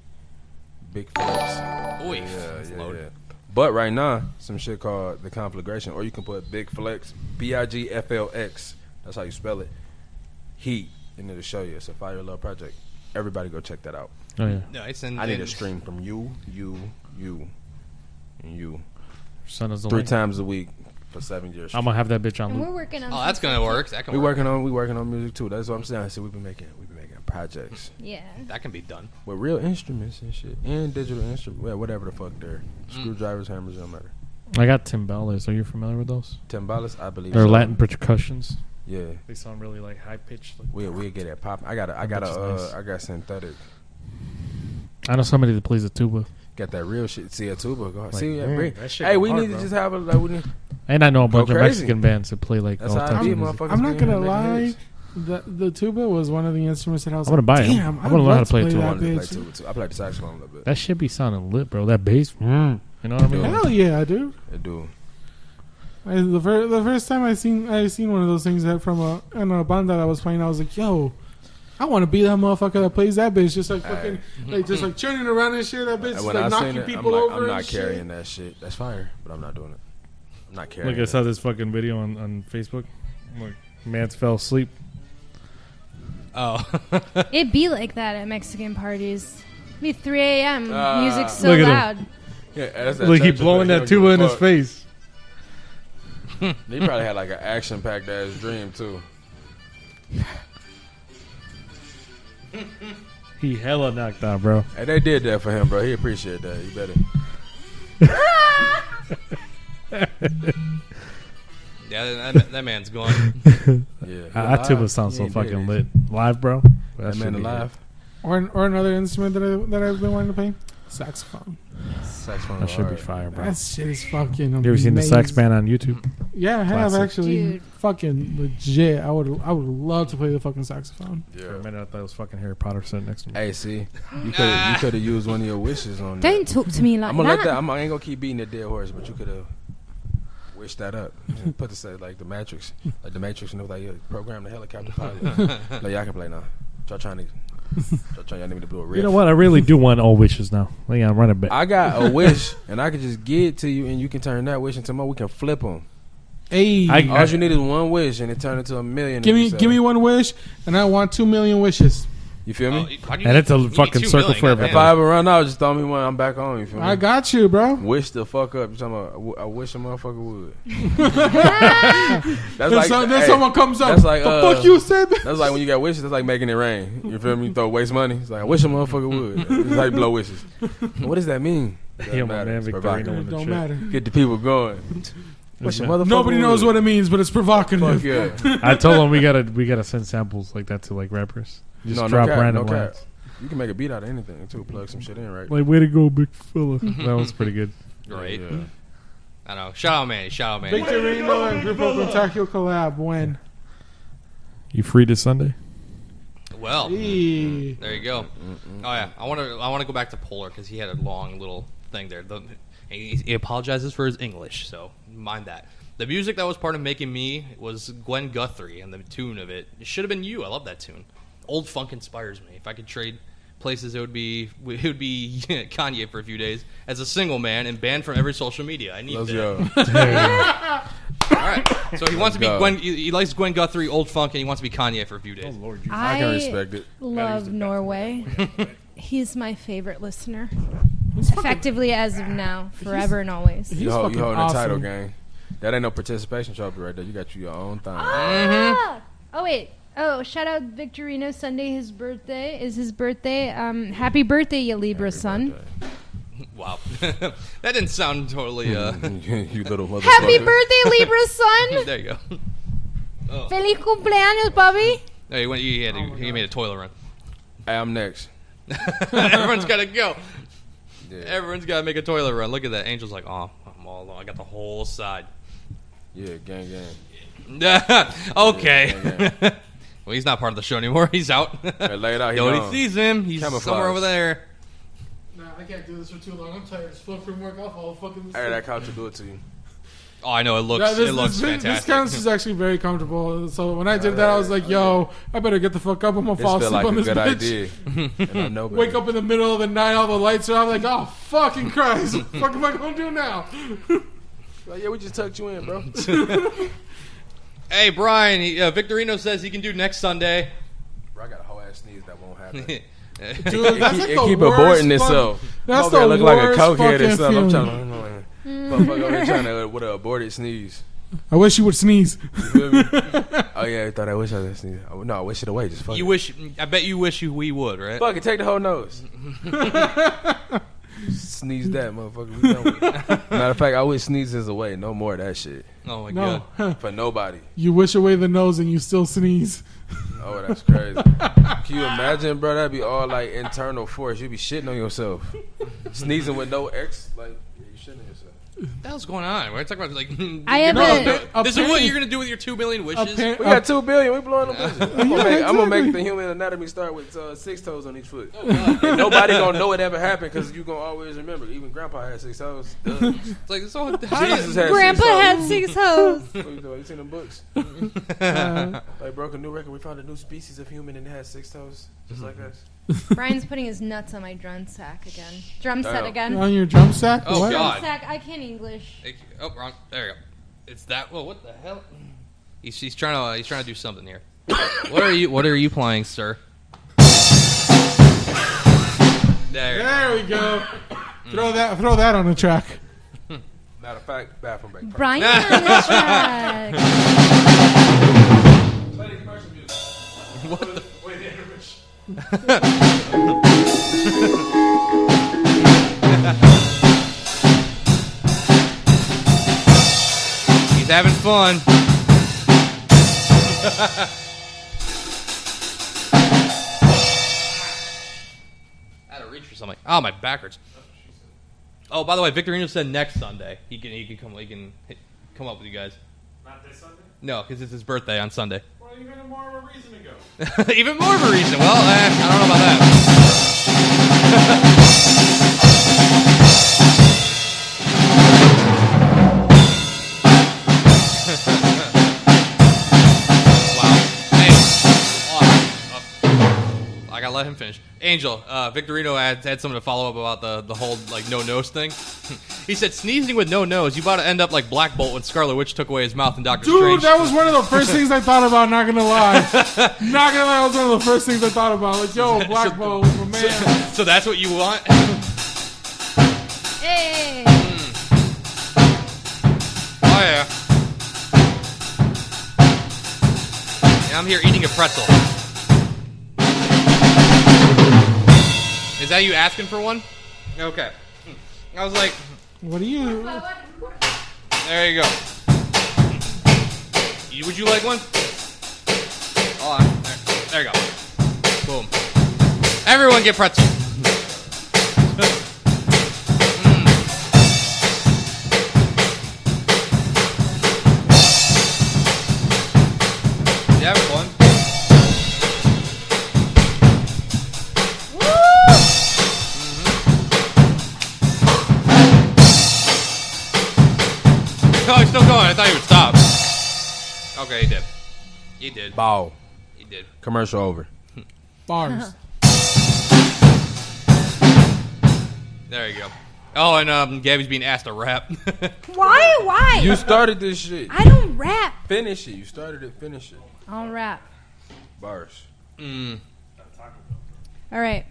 E: big flex.
C: Oy,
E: Yeah,
C: it's
E: yeah,
C: loaded.
E: yeah. But right now, some shit called the conflagration, or you can put Big Flex, B I G F L X. That's how you spell it. Heat, and it'll show you. It's a fire love project. Everybody go check that out.
D: Oh yeah.
C: Nice. And,
E: I need
C: and
E: a stream from you, you, you, and you
D: Son is the
E: three
D: light.
E: times a week for seven years.
D: I'm gonna have that bitch on
F: And we're
D: loop.
F: working on.
C: Oh, that's gonna work. That can
E: we
C: work.
E: working on we working on music too. That's what I'm saying. So we've been making we've been making projects
F: Yeah.
C: That can be done.
D: Mm-hmm.
E: with real instruments and shit, and digital instruments, well, whatever the fuck they're
D: Mm.
E: screwdrivers, hammers, don't matter.
D: Mm-hmm. I got timbales. Are you familiar with those?
E: Timbales, I believe.
D: They're
E: so.
D: Latin percussions.
E: Yeah,
D: They sound really like high pitched.
E: we we get it pop. I got a, I got a,
D: Which is nice.
E: uh, I got synthetic.
D: I know somebody that plays the tuba,
E: Got that real shit. See a tuba. Go, see
D: damn,
E: bring-
I: that shit
E: Hey,
I: go
E: we
I: hard,
E: need
I: bro.
E: to just have a like. We need,
D: and I know a bunch of
E: crazy.
D: Mexican bands that play like
E: that's
D: all
E: how I
D: types
E: be,
D: of music.
E: motherfuckers.
G: I'm not
E: bring
G: gonna
E: in the
G: lie.
E: niggas.
G: The, the tuba was one of the instruments that I was.
D: I wanna
G: like,
D: buy 'em.
G: Damn, I
D: I wanna
G: would
D: learn
G: love
D: how to play
E: I
D: tuba.
G: that
E: wanted to play
G: bitch.
E: tuba too. I played the saxophone a little bit.
D: That shit be sounding lit, bro. That bass, mm, you know what I mean?
E: Yeah.
G: Hell yeah, dude!
E: I do.
G: I, the, fir- the first time I seen I seen one of those things that from a in a band that I was playing, I was like, yo. I want to be that motherfucker that plays that bitch, just like fucking, like just like turning around and shit. That bitch,
E: And
G: just,
E: when
G: like
E: I
G: knocking
E: seen it, I'm
G: people
E: like,
G: over.
E: I'm not
G: and shit.
E: carrying that shit. That's fire, but I'm not doing it. I'm not carrying.
D: Like I saw this fucking video on on Facebook. Like man's fell asleep.
C: Oh,
F: It be like that at Mexican parties. It'd be 3 a.m.
E: Ah.
F: Music's so
D: Look at him.
F: loud.
E: Yeah, that's that
D: Like he
E: church shit,
D: blowing
E: he
D: that
E: don't give
D: tuba
E: a
D: in his
E: fuck.
D: face.
E: They probably had like an action packed ass dream too.
D: He hella knocked out, bro.
E: And they did that for him, bro. He appreciate that. You better.
C: *laughs* yeah, that, that man's
D: *laughs*
C: gone. Oh,
E: Yeah.
D: I That tuba
E: Live,
D: sounds
E: he
D: so
E: ain't did
D: fucking
E: it.
D: lit. Live, bro.
E: That
D: should
E: man
D: be lit.
E: alive.
G: Or, or another instrument that, I, that I've been wanting to play? Saxophone.
E: Saxophone.
D: That should be
E: hard.
D: fire, bro.
G: That shit is fucking amazing.
D: you ever seen the sax band on YouTube?
G: Yeah, I have
D: Classic.
G: actually.
F: Dude.
G: Fucking legit. I would I would love to play the fucking saxophone.
D: For a
E: Yeah.
D: minute, I thought it was fucking Harry Potter sitting next to me.
E: Hey, see, you could you could have used one of your wishes on that.
F: Don't talk to me like
E: I'm gonna
F: that.
E: let that. I'm, I ain't gonna keep beating the dead horse, but you could have wished
G: *laughs*
E: that up. Yeah, Put this like the Matrix, like the Matrix, and it was like yeah, program
G: *laughs*
E: the helicopter pilot. like y'all can play now. Y'all trying to, y'all trying y'all need me to blow a riff.
D: You know what? I really do want all wishes now. Like, I'm running back.
E: I got a wish, and I could just give it to you, and you can turn that wish into more. We can flip them.
G: Hey,
D: I-
E: All you need is one wish, and it turned into a million.
G: give
E: if
G: me
E: you sell
G: give me
E: it.
G: one wish, and I want two million wishes.
E: You feel me?
D: And it's a fucking circle for
C: Oh,
E: if I ever run out, just throw me one. I'm back on. You feel me?
G: I got you, *laughs* bro.
E: Wish the fuck up. You talking about? I w- I wish a motherfucker
G: *laughs*
E: would. that's
G: Then,
E: like
G: so- then
E: hey,
G: someone comes up.
E: that's like,
G: the
E: uh,
G: fuck you said that?
E: That's like when you got wishes. That's like making it rain. You feel me? You throw waste money. It's like I wish a motherfucker would. It's like blow wishes. What does that mean? Doesn't
D: Yeah, my man,
E: It's
D: Victorino
E: provocative.
D: with
G: It
D: the
G: don't
D: shit.
G: matter.
E: Get the people going. Wish a motherfucker.
G: Nobody knows what it means, but it's provocative.
E: Fuck
G: *laughs*
E: yeah.
D: I told him
E: *laughs*
D: we gotta we gotta send samples like that to like rappers. Just
E: No, no
D: drop
E: cap,
D: random
E: no cap.
D: lines.
E: You can make a beat out of anything too. Plug some shit in, right?
D: Like, way to go, big fella. that was pretty good.
C: Right.
E: Yeah.
C: I know. Shout out, man. Shout out, man.
G: Victorino and Grupo Contagio collab. When?
D: You free this Sunday?
C: Well,
G: Hey.
C: there you go. Oh yeah, I want to. I want to go back to Polar because he had a long little thing there. The, he, he apologizes for his English, so mind that. The music that was part of making me was Gwen Guthrie, and the tune of it, it should have been you. I love that tune. Old funk inspires me. If I could trade places, it would be *laughs* it would be Kanye for a few days as a single man and banned from every social media. I need
E: Let's
C: that.
E: go.
C: All right. So he wants to be
E: go.
C: Gwen. He he likes Gwen Guthrie, old funk, and he wants to be Kanye for a few
E: Oh,
C: days.
D: Lord, you
E: I can
F: I
E: respect it.
F: love Norway. He's my favorite listener. Effectively as of now, forever and always.
G: He's
E: You hold,
G: fucking
E: you holding
G: awesome.
E: the title, gang. That ain't no participation trophy right there. You got you your own thing.
F: Ah! Oh wait. Oh, shout out Victorino Sunday. His birthday is his birthday. Um, happy birthday, you Libra son.
C: Wow, *laughs* that didn't sound totally. Uh,
E: Mm-hmm. *laughs* you little motherfucker.
F: Happy birthday, Libra
C: *laughs*
F: son.
C: there you go. *laughs*
F: Feliz cumpleaños, papi.
C: No, Oh, he went. He had. a he made a toilet *laughs* run.
E: Hey, I'm next.
C: Everyone's gotta go.
E: Yeah.
C: Everyone's gotta make a toilet run. Look at that. Angel's like, oh, I'm all alone. I got the whole side. *laughs*
E: yeah, gang, gang.
C: okay. *laughs* well, he's not part of the show anymore. *laughs* He's out.
E: Hey, lay it out. He
C: Nobody
E: gone.
C: sees him. He's
E: Camouflage.
C: somewhere over there.
G: Nah, I can't do this for too long. I'm tired as fuck from work. I'll fall fucking.
E: Hey, that couch will do it to you.
C: Oh, I know. It looks.
G: Yeah, this,
C: it looks
G: this, this, this
C: fantastic.
G: couch is actually very comfortable. So when I did that, I was like, "Yo, I better get the fuck up. I'm gonna
E: This
G: fall
E: feel
G: asleep
E: like
G: on
E: a
G: this
E: good
G: bitch."
E: idea.
G: *laughs*
E: and I know
G: Wake
E: better.
G: up in the middle of the night, all the lights are out. Like, oh fucking
E: *laughs*
G: Christ, what the fuck am I gonna do now?
E: Like, yeah, we just tucked you in, *laughs* bro.
C: hey, Brian. He, uh, Victorino says he can do next Sunday.
E: bro, I got a whole ass sneeze that won't *laughs*
C: *laughs*
E: happen.
C: Dude,
E: It,
G: Dude, that's
E: keep-
G: like
E: it
G: the
E: keep
G: worst
E: aborting
G: fuck-
E: itself.
G: That's
E: Motherfucker
G: the
E: look like a
G: worst
E: cokehead or
G: fucking
E: something. I'm
G: feeling. Mm.
E: trying to. Motherfucker over here trying to uh, with an aborted sneeze.
G: I wish you would sneeze. *laughs*
E: Feel me? oh yeah, I thought I wish I was sneeze. Oh, no, I wish it away. Just fuck
C: you
E: it.
C: wish. I bet you wish you we would, right?
E: Fuck it, take the
G: *laughs*
E: whole nose.
G: *laughs*
E: Sneeze that, motherfucker. We done with it. Matter of fact, I wish sneezes away. No more of that shit.
C: Oh my
G: No,
C: god.
E: for nobody.
G: *laughs* you wish away the nose and you still sneeze.
E: Oh, that's crazy. Can you imagine, bro? That'd be all like internal force. You'd be shitting on yourself, sneezing with no X. Like yeah, you shitting on yourself.
C: What the hell's going on? We're talking about like
F: I have
G: No,
F: a.
C: *laughs*
G: appa-
C: this is what
G: apparently-
C: you're gonna do with your two million wishes.
G: appa-
E: We got two billion. We blowing the budget. *laughs* I'm gonna,
G: Yeah,
E: make, I'm gonna make the
G: exactly.
E: human anatomy start with uh, six toes on each foot. And nobody gonna know it ever happened because you gonna always remember. Even Grandpa had six toes. *laughs* Duh.
C: It's like so how does-
E: Jesus had
F: Grandpa had
E: six
F: six
E: toes.
F: hoes.
E: What you doing? You seen them books?
C: *laughs*
E: Like broke a new record. We found a new species of human and it had six toes, just like us.
F: Brian's putting his nuts on my drum sack again. Drum set
E: Oh.
F: again.
G: *laughs* on your drum sack.
C: Oh,
G: what?
C: God.
F: Drum sack. I can't English.
C: Thank you. Oh, wrong. There you go. It's that. Well, what the hell? He's, he's trying to. uh, he's trying to do something here. what are you? What are you playing, sir? There.
G: There we go.
C: Mm.
G: throw that. Throw that on the track.
E: Matter of fact, bathroom break.
F: Brian on the track.
C: *laughs* He's having fun. *laughs* Out of reach for something. Oh, my back hurts. Oh, by the way, Victorino said next Sunday he can he can come he can hit, come up with you guys.
I: Not this Sunday?
C: No, because it's his birthday on Sunday.
I: Well, even more of a reason to go.
C: *laughs* Even more of a reason. Well, uh, I don't know about that. *laughs* wow. Hey. Awesome. Oh, I gotta let him finish. Angel, uh, Victorino had, had something to follow up about the, the whole like no nose thing. *laughs* he said sneezing with no nose, you about to end up like Black Bolt when Scarlet Witch took away his mouth and Doctor
G: Dude,
C: Strange. *laughs*
G: that was one of the first things I thought about. Not gonna lie, not gonna lie, that was one of the first things I thought about. Like,
C: *laughs*
G: yo, Black Bolt, my man.
C: so that's what you want?
F: Hey.
C: Oh yeah. And I'm here eating a pretzel. Is that you asking for one? Okay. I was like,
G: What are you?
C: there you go. You, would you like one? Hold on. There, there you go. Boom. Everyone get pretzel. Hmm. Mm. You have one? *laughs* No, it's still going. I thought you would stop. Okay, he did. He did.
E: Bow.
C: He did.
E: Commercial over.
G: *laughs* Bars.
C: There you go. Oh, and um, Gabby's being asked to rap. *laughs*
F: Why? Why?
E: You started *laughs* this shit.
F: I don't rap.
E: Finish it. You started it. Finish it.
F: I don't rap.
E: Bars.
F: All right.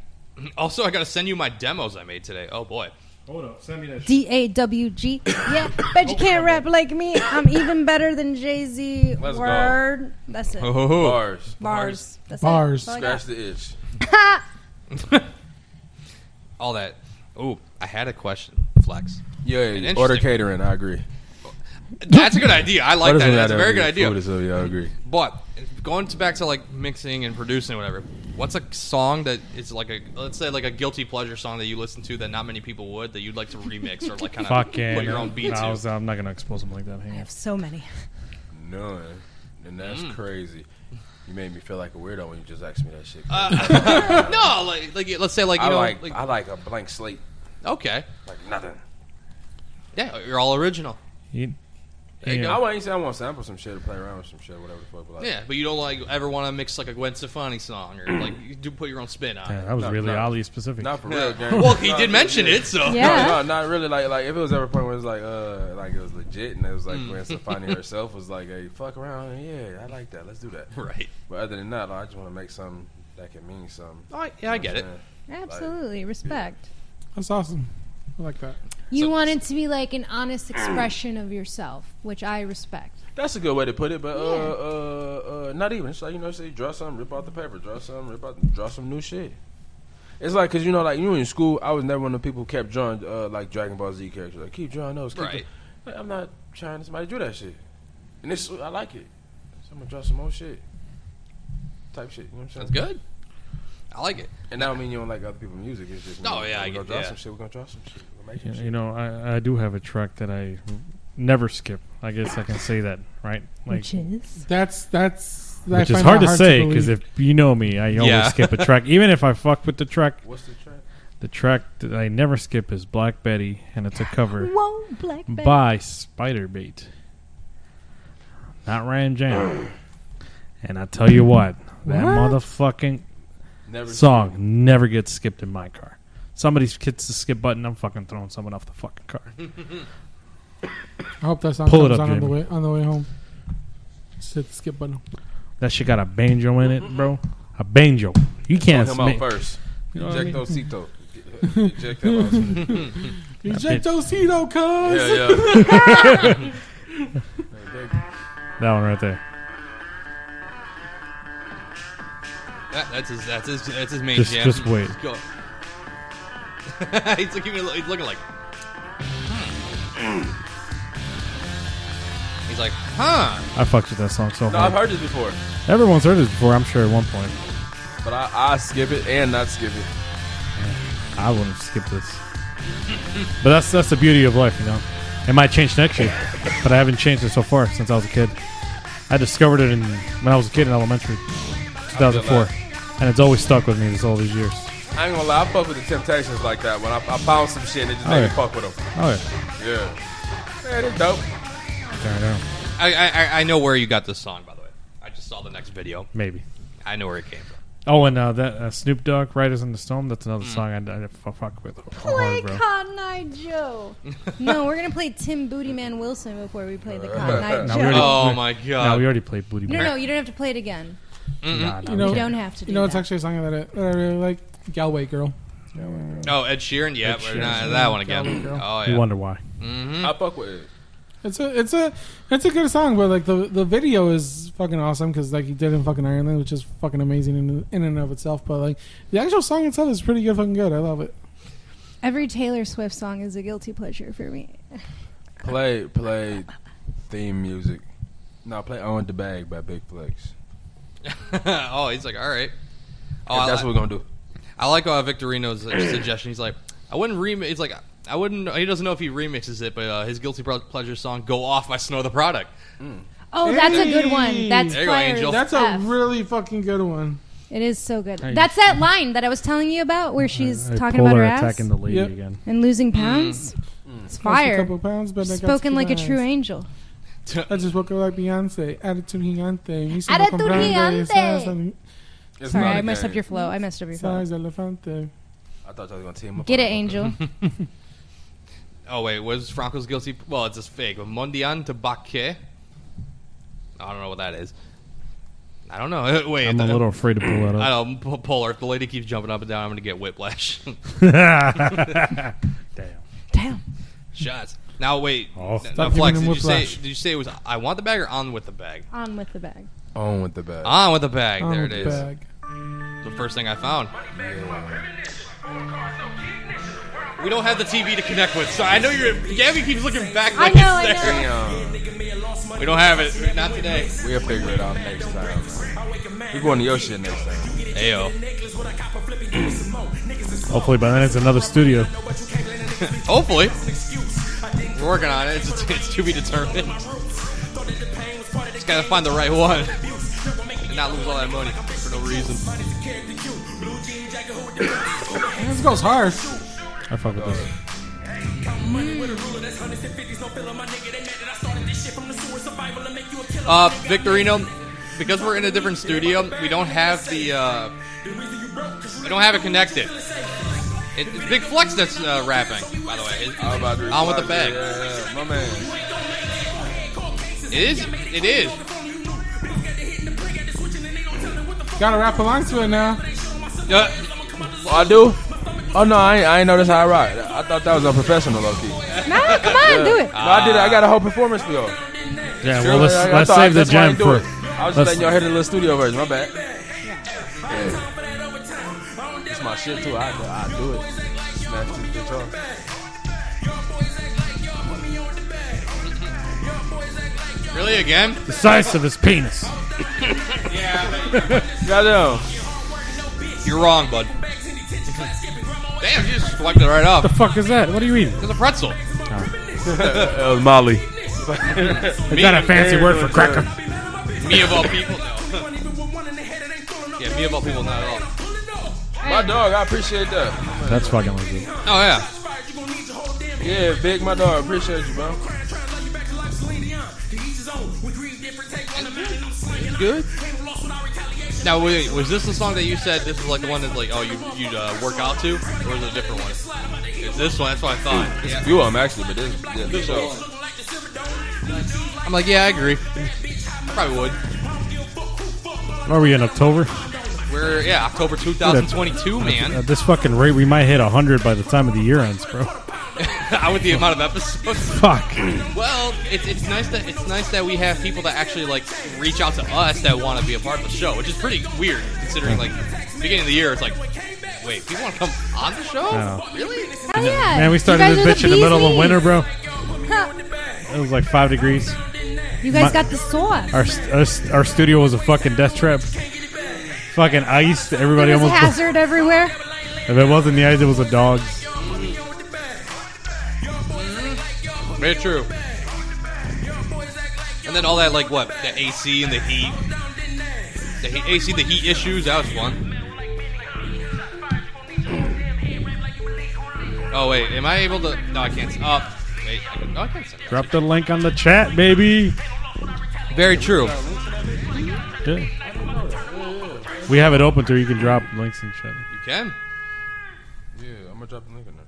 C: also, I gotta send you my demos I made today. Oh boy.
I: Hold up. Send me that shit.
F: D A W G. Yeah. Bet you can't rap like me. I'm even better than Jay Z.
E: Let's go.
F: Word. That's it.
C: Oh,
E: Bars.
F: Bars. That's
G: Bars.
F: It. That's all I got.
E: Scratch the itch.
C: all that. Oh, I had a question, Flex.
E: Yeah,
C: interesting-
E: order catering. I agree.
C: That's a good idea. I like
E: Orders
C: that.
E: without
C: That's a very
E: having
C: good
E: to get
C: idea.
E: Food is up, yeah, I agree.
C: But going to back to like mixing and producing, and whatever. What's a song that is like a let's say like a guilty pleasure song that you listen to that not many people would that you'd like to remix or like kind of
D: Fucking.
C: put your own beat
D: I
C: to?
D: was, I'm not gonna expose him like that. Hang
F: I
D: on.
F: have so many.
E: None. And that's
C: Mm.
E: crazy. You made me feel like a weirdo when you just asked me that shit.
C: *laughs*
E: *laughs*
C: no, Uh, like like let's say like you
E: I
C: know
E: like,
C: like
E: I like a blank slate,
C: okay,
E: like nothing.
C: yeah, you're all original.
D: You-
C: There you
D: Yeah.
E: I
C: go.
E: want you say I want to sample some shit or play around with some shit, whatever the fuck. But like,
C: Yeah, but you don't like ever want to mix like a Gwen Stefani song or like you do put your own spin on
D: Yeah,
C: it.
D: that was
E: No,
D: really
E: no.
D: Ali specific.
E: not
C: *laughs*
E: for real. James.
C: Well, he
E: Not
C: did
E: for
C: mention
E: real.
C: it, so
F: Yeah.
E: No, no, not really. Like, like if it was ever a point where it was like, uh, like it was legit, and it was like
C: Mm.
E: Gwen Stefani herself was like, "Hey, fuck around, yeah, I like that, let's do that."
C: *laughs* *laughs* right.
E: But other than that, like, I just want to make something that can mean something.
C: Oh, I- yeah, I get it.
F: Absolutely. Respect.
G: That's awesome. I like that.
F: You
C: So-
F: want it to be like an honest expression of yourself, which I respect.
E: That's a good way to put it, but uh,
F: Yeah.
E: uh, uh, not even. It's like you know, say draw something, rip out the paper, draw something, rip out, draw some new shit. It's like because you know, like you in school, I was never one of the people who kept drawing uh, like Dragon Ball Z characters. Like keep drawing those, keep
C: Right.
E: drawing- Like, I'm not trying to somebody to do that shit. And this, I like it. So I'm gonna draw some more shit. Type shit. You know what I'm saying?
C: That's good. I like it.
E: And I don't mean you don't like other people's music. It's just,
C: Oh, yeah, I
E: we're gonna
C: get-
E: draw
C: yeah.
E: some shit. We're gonna draw some shit. We're gonna make some
D: You know,
E: shit.
D: you know, I, I do have a track that I never skip. I guess I can say that, right? Like,
A: Which is
G: That's that's I
D: which is
G: find
D: hard
G: that
D: to say
G: believe.
D: because if you know me, I always
C: Yeah.
D: skip a
E: *laughs*
D: track, even if I fuck with the track.
E: What's the track?
D: The track that I never skip is Black Betty, and it's a cover
A: whoa black Betty.
D: by Spiderbait, not Ram Jam. and I tell you what, that motherfucking
E: Never
D: song never gets skipped in my car. Somebody hits the skip button, I'm fucking throwing someone off the fucking car.
G: I hope that song
D: Pull it
G: comes
D: up,
G: on, on the
D: Jamie.
G: way on the way home. Just hit the skip button.
D: That shit got a banjo in it, bro. A banjo. You can't.
E: Come out
D: sma-
E: first.
D: You know what I mean?
E: Ejectocito. Eject him out.
G: Eject Osito, cuz.
E: Yeah,
C: *laughs*
E: yeah.
D: That one right there.
C: That, that's his. That's his. That's his main
D: Just-
C: jam.
D: just wait.
C: *laughs* go. he's looking. He's looking like. hmm. He's like, huh?
D: I fucked with that song so
E: No, I've
D: hard.
E: heard this before,
D: Everyone's heard this before, I'm sure, at one point.
E: but I, I skip it and not skip it.
D: I wouldn't
E: *laughs*
D: skip this. But that's that's the beauty of life, you know. It might change next year, but I haven't changed it so far since I was a kid. I discovered it in, when I was a kid in elementary, 2004, and it's always stuck with me this all these years.
E: I ain't gonna lie, I fuck with the Temptations like that. When I, I found some shit and it just made me
D: yeah.
E: fuck with them.
D: Oh
E: Yeah. Man, it's dope.
D: yeah, Turn it on.
C: I, I I- I know where you got this song, by the way. I just saw the next video.
D: maybe.
C: I know where it came from.
D: Oh, and uh, that uh, Snoop Dogg, "Riders in the Storm." That's another
E: Mm.
D: song I, I fu- fuck with.
A: Play
D: Hard, bro.
A: Cotton Eye
F: *laughs*
A: Joe. no, we're gonna play Tim Booty Man Wilson before we play the Cotton Eye
D: No,
A: Joe.
D: we already-
C: Oh
D: we-
C: my
D: No,
C: god!
D: we already played "Booty."
A: no,
D: Bag.
A: no, you don't have to play it again.
D: Nah, nah,
G: You know-
D: we
A: You don't
D: can't.
A: have to. Do
G: You know, it's
A: that.
G: actually a song that I, that I really like. Galway Girl.
C: oh, Ed Sheeran. Yeah,
D: Ed
C: we're
D: Sheeran.
C: not- that one again.
G: Cowboy
C: Oh
D: You
C: yeah.
D: wonder why.
E: I fuck with it.
G: It's a it's a it's a good song, but like the the video is fucking awesome because like he did it in fucking Ireland, which is fucking amazing in in and of itself. But like the actual song itself is pretty good, fucking good. I love it.
A: Every Taylor Swift song is a guilty pleasure for me.
E: Play, play theme music. No, play "On the Bag" by Big Flex.
C: *laughs* oh, he's like, all right. Oh, I
E: that's
C: like-
E: what we're gonna do.
C: I like uh, Victorino's like, suggestion. He's like, I wouldn't remix. It's like I wouldn't. He doesn't know if he remixes it, but uh, his guilty Pro- pleasure song "Go Off" by Snow the Product.
F: Oh, that's a good one.
G: Hey!
F: That's
C: There you go,
F: fire.
C: Angel.
G: That's a
F: F.
G: really fucking good one.
F: It is so good. That's that line that I was telling you about where she's
D: I
F: talking
D: pull
F: about her ass
D: attacking the lady
G: Yep.
D: again.
F: and losing pounds. It's
G: Lost A
F: fire.
G: couple pounds, but I got
F: Spoken
G: some
F: like a
G: eyes.
F: true angel.
G: I just woke up like Beyonce. Attitude gigante. Mi
F: Attitude
G: sono comprende,
F: gigante.
G: size-
E: It's
F: Sorry,
E: not a
F: I messed
E: game.
F: up your flow. I messed up your flow.
G: Size elefante.
E: I thought y'all was gonna team up.
F: Get
E: on
F: it, Angel.
C: Oh wait, was Franco's guilty? Well, it's just fake. But Mondian Tabaque. I don't know what that is. I don't know. *laughs* Wait,
D: I'm a
C: the-
D: little afraid to
E: *clears throat*
D: pull that
C: I
D: *laughs*
C: don't
D: up.
C: p- pull her. If the lady keeps jumping up and down, I'm gonna get whiplash *laughs*
D: Damn.
F: Damn.
C: shots. Now wait,
D: Oh. Stop
C: now,
G: giving
C: Flex,
G: him
C: did you say?
G: whiplash.
C: Did you say it was I want the bag or on with the bag?
F: On with the bag.
E: On with the bag.
C: On with the bag.
G: On
C: there
G: with
C: it
G: the
C: is.
G: bag.
C: The first thing I found. We don't have the TV to connect with, so I know you're. Gabby keeps looking back.
F: I
C: Like
F: know, I
C: it's there.
F: know.
E: Damn.
C: We don't have it. Not today.
E: We'll figure it out next time. We're going to your shit next time.
C: Ayo.
D: Hopefully by then it's another studio.
C: Hopefully. We're working on it. It's, it's to be determined. Just gotta find the right one. *laughs* And not lose all that money for no reason.
G: This goes hard.
D: I fuck with this.
C: Uh, Victorino, because we're in a different studio, we don't have the, uh, we don't have it connected. It, it's Big Flex that's uh, rapping, by the way. It-
E: I'm about to
C: On with the
E: reply
C: bag.
E: to- Yeah, yeah, my man.
C: it is, it is.
G: Gotta rap along to it now.
C: Uh,
E: I do. Oh no, I ain't, I ain't know this how I rock. I thought that was unprofessional, low key.
F: No, come on,
E: *laughs*
F: do it.
E: No, I did it. I got a whole performance for y'all.
D: Yeah,
E: Sure,
D: well, let's,
E: I- I
D: let's
E: thought-
D: save the
E: that's why I
D: gem
E: ain't do
D: for.
E: it. I was just
D: let's-
E: letting y'all hear the little studio version. My bad. Yeah. It's my shit too. I, I do it. Smash the guitar.
C: Really again?
D: The size of his penis.
E: Goddamn.
C: You're wrong, bud. *laughs* Damn, you just wiped it right off.
D: The fuck is that? What are you eating?
C: There's a pretzel.
E: Uh, Molly.
D: Is that a fancy word for cracker?
C: Me of all people, no. *laughs* Yeah, me of all people, not at all.
E: My dog, I appreciate that.
D: That's fucking legit.
C: Oh yeah.
E: Yeah, big my dog, appreciate you, bro. Good.
C: Now, wait, was this the song that you said this is like the one that like oh you you'd uh, work out to, or is it a different one? It's this one. That's what I thought. Yeah.
E: You um actually, but this, yeah, for sure.
C: I'm like, yeah, I agree. Probably would.
D: Are we in October?
C: We're yeah, October 2022,
D: At
C: man.
D: this fucking rate, we might hit 100 by the time of the year ends, bro. *laughs*
C: Out *laughs* with the amount of episodes.
D: Fuck.
C: Well, it's, it's nice that it's nice that we have people that actually like reach out to us that want to be a part of the show, which is pretty weird considering like beginning of the year. It's like, wait, people want to come on the show?
D: know.
C: Really?
F: Hell Oh, yeah.
D: Man, we
F: You
D: started
F: guys
D: this
F: are
D: bitch in the middle of
F: bee's
D: winter, bro.
F: knees.
D: It was like five degrees.
F: You guys
D: My-
F: got the sauce.
D: Our, st- our, st- our studio was a fucking death trap. Fucking ice. Everybody
F: there was a
D: almost.
C: *laughs*
F: hazard everywhere.
D: If it wasn't the ice, it was the dogs.
C: Very true. And then all that like what the AC and the heat, the he- AC, the heat issues. That was fun. Oh wait, am I able to? No, I can't. Oh, wait, I can, no, I can't. send that.
D: Drop the link on the chat, baby.
C: Very true.
D: Yeah. We have it open to where you can drop links and shit.
C: You can.
E: Yeah, I'm gonna drop the link in there.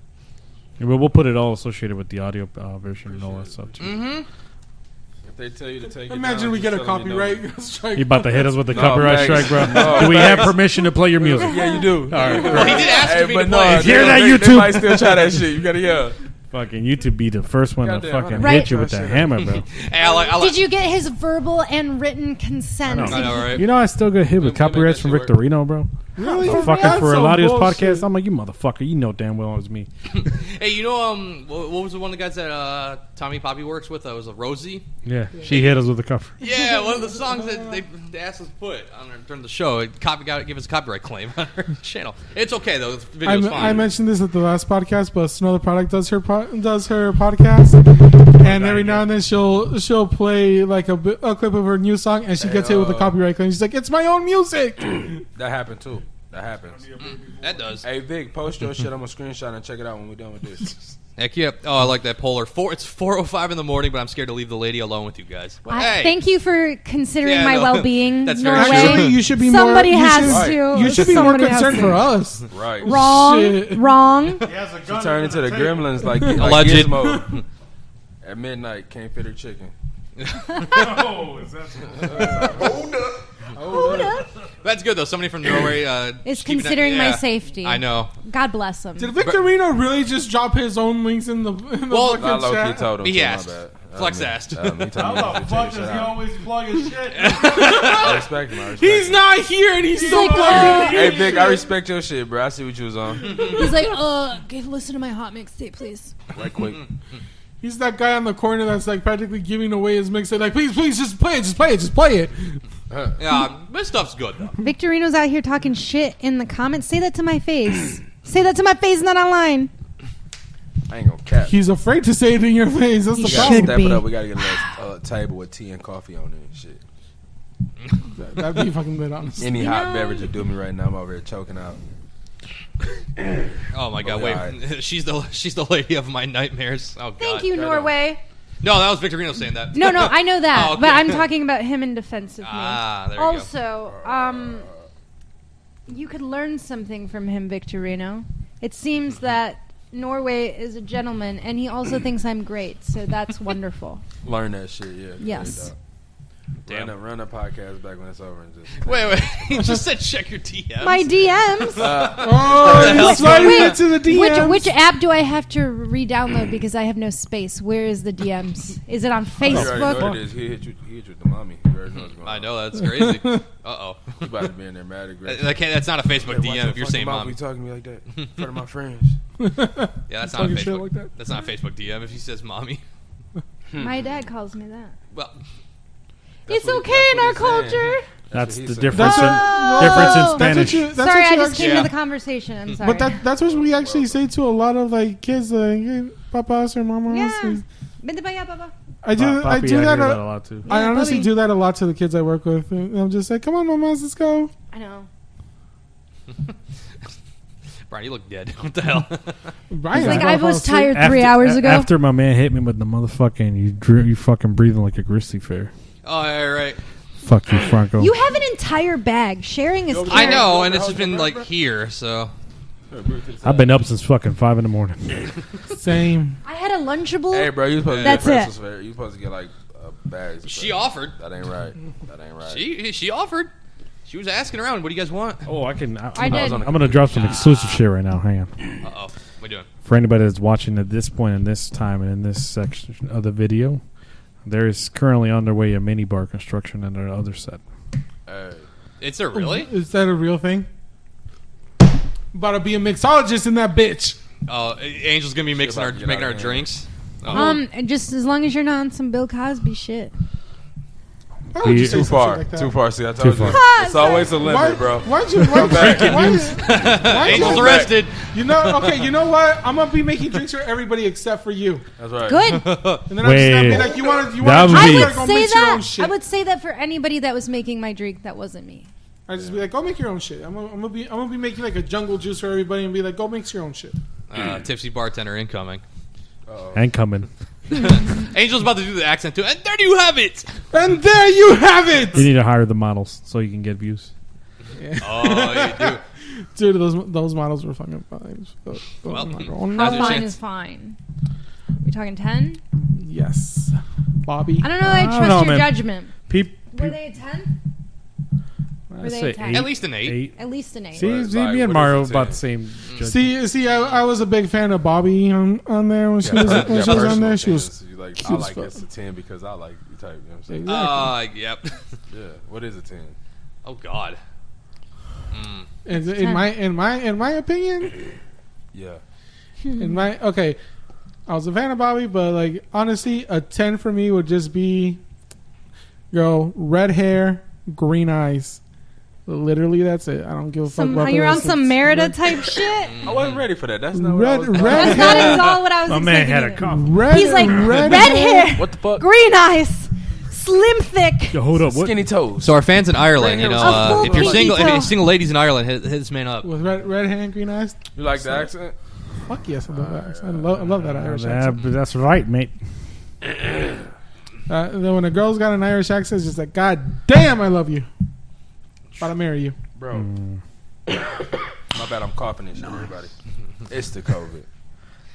D: Yeah, But we'll put it all associated with the audio uh, version and all that stuff too.
E: If they tell you to take it
G: Imagine
E: down,
G: we
E: you
G: get a
E: tell them you
G: copyright *laughs* strike.
D: You about to hit us with the
E: No,
D: copyright
E: thanks.
D: strike, bro?
E: *laughs* No,
D: Do we have
E: thanks.
D: permission to play your music?
E: don't. Yeah, you do. All
D: right,
C: Well, he did ask
E: Hey,
C: me
E: but
C: to
E: no,
C: play.
E: they-
D: Hear that,
E: they- They
D: YouTube?
E: might still try that shit. You gotta hear.
D: Fucking YouTube be the first one to
E: Goddamn,
D: fucking
E: right.
D: hit you with that
E: Right. *laughs*
D: hammer, bro.
C: Hey, I like. I like
F: Did you get his verbal and written consent?
D: I
C: I know, right?
D: You know I still get hit
E: We'll
D: with
E: make
D: copyrights
E: that
D: from
E: shit
D: Rick
E: work.
D: Dorino, bro.
G: Really?
D: fucking
G: That's
D: for a
G: some
D: lot of his
G: bullshit.
D: podcasts. I'm like, you motherfucker, you know damn well it was me.
C: *laughs* hey, you know um, what, what was the one of the guys that uh Tommy Poppy works with? That was a Rosie.
D: Yeah, she hit us with the cover.
C: Yeah, one
F: *laughs*
C: of the songs that they, they asked us to put on our, during the show. It copy got give us a copyright claim *laughs* on our channel. It's okay though. The
G: I,
C: video's fine.
G: I mentioned this at the last podcast, but Snow the Product does her po- does her podcast, and every now and then she'll she'll play like a, bi- a clip of her new song, and she gets hit with a
E: uh,
G: copyright claim. She's like, "It's my own music."
E: *laughs* That happened too. That happens.
C: that does.
E: Hey Vic, post your shit. I'm gonna screenshot and check it out when we're done with this.
C: Heck yeah. Oh, I like that polar. Four. It's four oh five in the morning, but I'm scared to leave the lady alone with you guys. But,
F: I-
C: hey,
F: Thank you for considering
C: Yeah,
F: my
C: no, *laughs*
F: well-being,
C: that's very
F: Norway.
C: true. Actually,
G: you should be more-
F: Somebody
G: you
F: has
E: should-
F: to.
G: You should be more
F: somebody has
G: concerned
F: to.
G: for us.
E: *laughs* Right.
F: Wrong,
G: Shit.
F: wrong.
I: He has a gun.
E: She turned into the gremlins like, like
C: Alleged. *laughs*
E: Gizmo. At midnight, can't fit her chicken.
I: Oh, is that
E: *laughs*
C: that's good though. Somebody from Norway
F: *clears throat*
C: uh,
F: It's
C: just keeping an-
F: considering my
C: yeah.
F: safety.
C: I know.
F: God bless him.
G: Did Victorino really just drop his own links in the, in the
C: Well,
E: I
G: fucking
E: low key
G: chat?
E: told him.
C: He
E: too, my
C: asked.
E: bad. I
C: Flex
E: mean,
C: asked.
E: um, he told me
I: How
E: to
I: the
E: check
I: fuck
E: shit
I: does he
E: out.
I: always plug his shit?
E: I respect him. I respect
G: He's
E: him.
G: not here, and he's so
F: like, uh,
G: fucking.
E: Hey Vic, I respect your shit, bro. I see what you was on.
F: He's like, uh, give, listen to my hot mixtape, please.
E: Right quick.
G: He's that guy on the corner that's like practically giving away his mixtape. Like, please, please, just play it, just play it, just play it.
C: Yeah, this stuff's good though.
F: Victorino's out here talking shit in the comments. Say that to my face. Say that to my face, not online.
E: I ain't gonna cap.
G: He's afraid to say it in your face. That's the
E: We gotta
G: problem.
E: *laughs* step
F: be.
E: it up. We gotta get a little uh, table with tea and coffee on it and shit.
G: That'd be fucking lit, honestly.
E: Any hot beverage would do me right now. I'm over here choking out.
C: Oh my god,
E: Oh,
C: wait.
E: yeah,
C: *laughs* she's the she's the lady of my nightmares. Oh god.
F: Thank you,
E: God.
F: Norway.
C: No, that was Victorino saying that.
F: No, no, I know that,
C: Oh, okay.
F: but I'm talking about him in defense of me.
C: *laughs* Ah, there you go.
F: also, um, you could learn something from him, Victorino. It seems
C: Mm-hmm.
F: that Norway is a gentleman, and
C: *clears throat*
F: he also thinks I'm great, so that's wonderful.
A: *laughs*
E: Learn that shit, yeah.
F: Yes.
E: Damn. Run, a, run a podcast back when it's over and just.
C: Wait, wait. *laughs* he just said check your DMs.
F: My
A: *laughs*
F: DMs.
G: Oh,
C: hell's
G: he's sliding
F: going on?
G: into the DMs. *laughs*
F: Which, which app do I have to re-download because I have no space? Where is the DMs?
C: *laughs*
F: Is it on
E: You already know
F: Facebook?
E: what it is. He hit you. He hit you with the mommy. You already know what's going on.
C: I know that's crazy. uh oh.
E: You about to be in there mad
C: *laughs* That,
E: aggressive.
C: that can't, that's not a Facebook
E: Watch
C: DM
E: your
C: if you're
E: fucking
C: saying
E: mouth
C: mom.
E: be talking to me like that
C: *laughs*
E: in front of my friends.
A: oh,
C: Yeah, that's not a
G: Talking shit
C: Facebook.
G: like that.
C: That's not a Facebook DM if he says mommy.
F: My dad calls me that.
C: Well,
A: it's okay in our culture.
D: That's
E: what
D: the
E: he said.
D: difference. in,
G: what-
D: difference in
G: that's what
D: Spanish.
G: you- that's what
A: sorry, I
G: you
A: just
G: actually-
A: came
C: Yeah.
A: to the conversation. I'm sorry.
G: But that, that's what we actually say to a lot of like kids, like hey, papas or mamas.
A: yeah.
G: or-
A: Vente pa' allá, papá.
G: I do,
D: Papi,
G: I do
D: hear
G: that.
D: that a
G: a-
D: lot too.
G: I
A: Yeah,
G: honestly
A: papi.
G: do that a lot to the kids I work with. And I'm just like, come on, mamas, let's go.
A: I know.
C: Brian, you look dead. What the hell?
G: Brian,
A: like,
G: gotta
A: I
G: fall
A: was
G: asleep.
A: tired three hours
D: a-
A: ago.
D: After my man hit me with the motherfucking, you drew, you fucking breathing like a grizzly bear.
C: oh, *laughs* all right.
D: Fuck you, Franco.
A: You have an entire bag. Sharing is
C: I
A: caring.
C: know, and it's just been like here, so
D: I've been up since fucking five in the morning.
G: Same.
A: I had a Lunchable.
E: Hey, bro, you supposed to
A: That's
E: get
A: it.
E: pretzels for You supposed to get like a bag.
C: she offered.
E: That ain't right. That ain't right.
C: She she offered. She was asking around. What do you guys want? Uh
D: Oh, I can. I,
A: I
D: am
A: did.
D: I'm gonna drop some exclusive shit right now. Hang on.
C: oh, we doing?
D: For anybody that's watching at this point in this time and in this section of the video, there is currently underway a mini bar construction in the other set.
E: Hey.
C: It's
G: *laughs*
C: there really?
G: Is that a real thing? About to be a mixologist in that bitch.
C: Oh, Angel's gonna be mixing
E: about
C: our
E: to get
C: making
E: out
C: our
E: of hand.
C: drinks. Oh.
F: Um, just as long as you're not on some Bill Cosby shit.
G: Why would
D: Too
G: you say
E: Too
G: some
E: far.
G: shit like that?
E: too far. See, I told
D: Too
E: you.
D: far.
E: It's always a limit,
G: Why,
E: bro.
G: Why'd you? Why'd you? Why'd you? why'd
C: Angel's
G: you-
C: arrested.
G: You know, okay. You know what? I'm gonna be making drinks for everybody except for you.
E: That's right.
F: Good.
G: And then I'm
D: Wait.
G: just gonna be like, you want to? You want
D: That
G: to?
D: would
F: I
D: be-
G: You
D: You're
F: would
G: gotta go
F: say
G: mix your own
F: that.
G: shit.
F: I would say that for anybody that was making my drink that wasn't me.
G: I'd just be like, go make your own shit. I'm gonna, I'm gonna be, I'm gonna be making like a jungle juice for everybody and be like, go mix your own shit.
C: Uh, tipsy bartender incoming.
D: And coming.
C: Angel's about to do the accent too. And there you have it.
G: And there you have
D: You
G: it,
D: need to hire the models so you can get views.
C: Oh, you do.
G: dude. Those those models were fucking fine. So,
C: Well,
G: I'm not going wrong.
C: how's your
F: Fine
C: chance?
F: is fine. We talking ten?
G: Yes, Bobby.
F: I don't know. I,
D: I don't
F: trust
D: know,
F: your
D: man.
F: judgment.
D: Peep.
F: Were they a ten?
D: I'd
F: were they
D: say
F: attacked?
C: At least an eight.
D: eight.
F: At least an eight.
D: See,
E: Right,
D: see
E: like,
D: me
E: what
D: and
E: is
D: Mario
E: it
D: about
E: to-
D: the same. judgment.
G: See, see, I, I was a big fan of Bobby on, on there when she was when
E: Yeah,
G: she was
E: personal
G: on there. She
E: things.
G: was
E: You like, I
G: cute as
E: like
G: fuck.
E: this a 10 because I like you type. You know what I'm saying?
G: Exactly.
C: Uh, yep. *laughs*
E: Yeah. What is a 10?
C: Oh God.
G: in, in my in my in my opinion,
E: Yeah.
G: in my okay, I was a fan of Bobby, but like honestly, a ten for me would just be, girl, red hair, green eyes. Literally, that's it. I don't give a
F: Some,
G: fuck. about the
F: you're on
G: rest.
F: some Merida type shit.
E: I wasn't ready for that. That's not what I
G: Red,
E: was
F: That's
G: red,
F: not
G: hair,
F: at all what I was
D: My man
F: expecting.
D: had a
F: either.
D: cough.
G: red.
F: He's like red, hair,
E: What the fuck?
F: green eyes, slim thick.
D: Yo, hold up. What?
E: Skinny toes.
C: So our fans in Ireland, you know,
F: A
C: uh,
F: full
C: if you're
F: pinky
C: single, if
F: toe.
C: you're single ladies in Ireland, hit, hit this man *laughs* up.
G: with red, red hair and green eyes.
E: You like the accent?
G: Fuck yes, I love that. accent. I love, I love that Irish
D: Yeah,
G: accent.
D: but Uh, that's right, mate.
G: Uh, and then when a girl's got an Irish accent, it's just like, God damn, I love you. But I marry you.
E: Bro.
G: Mm.
E: *coughs* My bad. I'm coughing and shit, everybody. It's the COVID.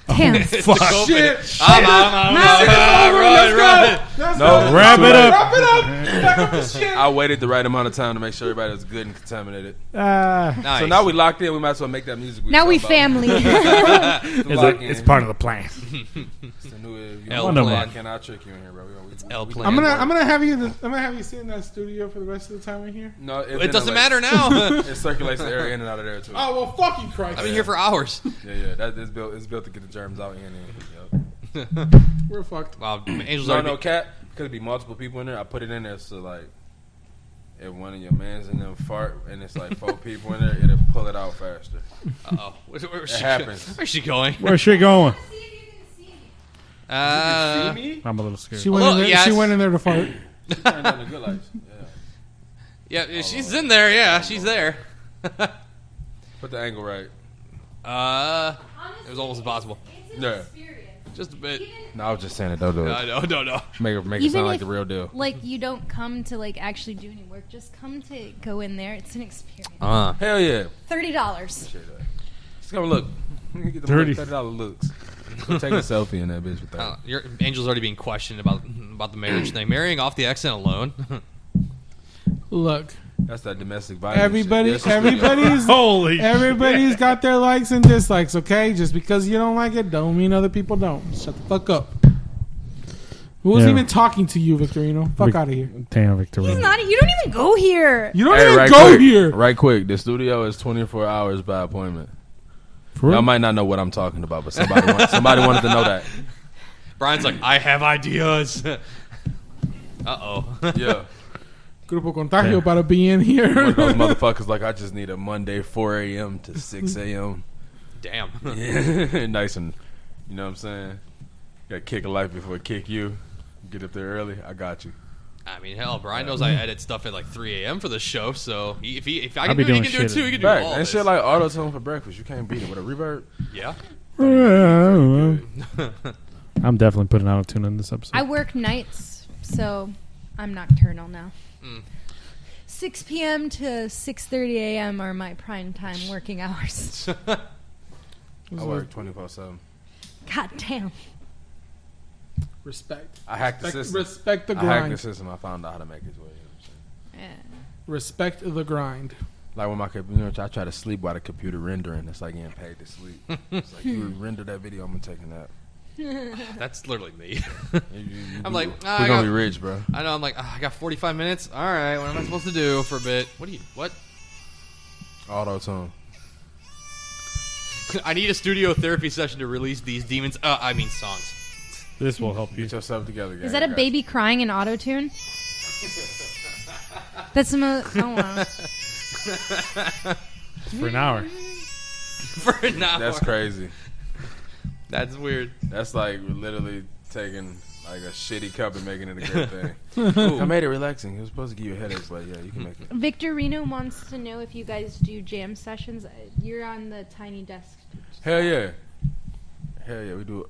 F: Damn.
C: Fuck.
G: Shit.
C: I'm out. I'm out.
G: Let's go.
C: Run, run.
G: Let's
E: No,
G: go.
D: Wrap it up.
G: Wrap it up. Wrap *laughs* up the shit.
E: I waited the right amount of time to make sure everybody was good and contaminated.
G: Uh,
C: Nice.
E: So now we locked in. We might as well make that music.
F: Now we
E: talking about.
F: family. *laughs*
E: We
D: It's,
E: lock
D: a,
E: in.
D: it's part of the plan.
E: It's the new. You
C: L
E: wanna
C: plan.
E: lock in, I'll trick you in here, bro. We- we- we-
C: L
E: we-
C: plan.
G: I'm gonna I'm gonna have you I'm gonna have you sit in that studio for the rest of the time we're here.
E: No,
C: It doesn't
E: ventilates.
C: matter
E: *laughs*
C: now.
E: It circulates the air in and out of there too.
G: Oh well, fuck you, Christ.
C: I've been here for *laughs* hours.
E: Yeah, yeah. That, it's built. It's built to get the germs out in and in. Yep.
G: We're fucked.
C: Wow, Angel's
E: No,
C: already.
E: no, cat. Could be multiple people in there. I put it in there so like, if one of your mans in them fart and it's like four people in there, it'll pull it out faster.
C: Uh-oh. Where, where, *laughs* where's she, *laughs*
E: happens.
C: Where's she going?
D: Where's she going?
C: Uh,
E: me?
D: I'm a little scared.
G: She went
C: Look,
G: in there, she
C: yes.
G: went in there to fart.
C: *laughs*
E: Turned on the good lights. Yeah.
C: yeah, she's in there. Yeah, she's there.
E: Put the angle right.
C: Uh, it was almost impossible.
E: Yeah.
C: Just a bit.
E: No, I was just saying it. Don't do
C: No, no, no, no.
E: Make it make
F: Even if-
E: deal.
F: like you don't come to like actually do any work. Just come to go in there. It's an experience.
C: Uh,
E: Hell yeah.
F: Thirty dollars.
E: Just come look. *laughs* Get the
D: Dirty.
E: thirty dollar looks. Go take a selfie in that bitch with that.
C: uh, your Angel's already being questioned about about the marriage thing. Marrying off the accent alone. *laughs*
G: Look,
E: That's that domestic violence.
G: everybody,
E: shit. That's just
G: *laughs*
E: video.
G: everybody's
D: Holy
G: everybody's got their likes and dislikes. Okay, just because you don't like it, don't mean other people don't. Shut the fuck up. Who was
D: Yeah.
G: even talking to you, Victorino? Fuck out of here.
D: Damn, Victorino.
F: Not you don't even go here.
G: You don't
E: *laughs* Hey,
G: even
E: right
G: go
E: quick,
G: here.
E: Right quick. The studio is 24 hours by appointment.
D: For real?
E: Y'all might not know what I'm talking about, but somebody want, somebody wanted to know that.
C: *laughs* Brian's like, I have ideas. uh oh.
E: Yeah.
G: Grupo Contagio
D: Yeah.
G: about to be in
E: One
G: here.
E: of those motherfuckers like I just need a Monday 4 a.m. to 6 a.m.
C: *laughs* Damn. *laughs*
E: Yeah, *laughs* nice and you know what I'm saying. Got to kick a life before it kick you. Get up there early. I got you.
C: I mean, hell, Brian knows I edit stuff at like 3 a.m. for the show, so he, if he if I
D: I'll
C: can
D: be
C: do it, he
D: doing
C: can do it
D: shit
C: too.
D: at-
C: He can do
E: Back
C: all
E: and
C: this.
E: shit like auto tone for breakfast. You can't beat it with a reverb.
C: yeah.
D: I'm *laughs* definitely putting out a tune in this episode.
F: I work nights, so I'm nocturnal now.
C: Mm.
F: 6 p.m. to 6:30 a.m. are my prime time working hours.
E: I work 24 7.
F: God damn.
G: *laughs* Respect.
E: I hacked the
G: Respect,
E: system.
G: respect the
E: I hacked the
G: grind.
E: system. I found out how to make this way. you know what I'm saying?
G: Respect the grind.
E: Like when my computer, I try to sleep while the computer rendering. It's like getting paid
G: *laughs*
E: to sleep. it's like you render that video, I'm gonna take a nap.
C: That's literally me. *laughs*
E: You- you- you-
C: I'm like,
E: we're
C: ah, I got-
E: gonna be rich, bro.
C: I know. I'm like, ah, I got 45 minutes. All right, what am I supposed to do for a bit? What do you? What? *laughs*
E: Auto tone.
C: I need a studio therapy session to release these demons. Uh, I mean songs. *laughs*
D: this will help you.
E: Get yourself together, guys.
F: Is that a baby crying in auto tune? That's the most. Oh wow.
D: For an hour.
C: For an hour.
E: That's crazy.
C: That's weird.
E: That's like literally taking like a shitty cup and making it
G: *laughs*
E: a good thing.
C: Ooh.
E: I made it relaxing. It was supposed to give you headaches, but yeah, you can make it.
F: Victor Reno wants to know if you guys do jam sessions. Uh, You're on the tiny desk.
E: Hell yeah. Hell yeah, we do it.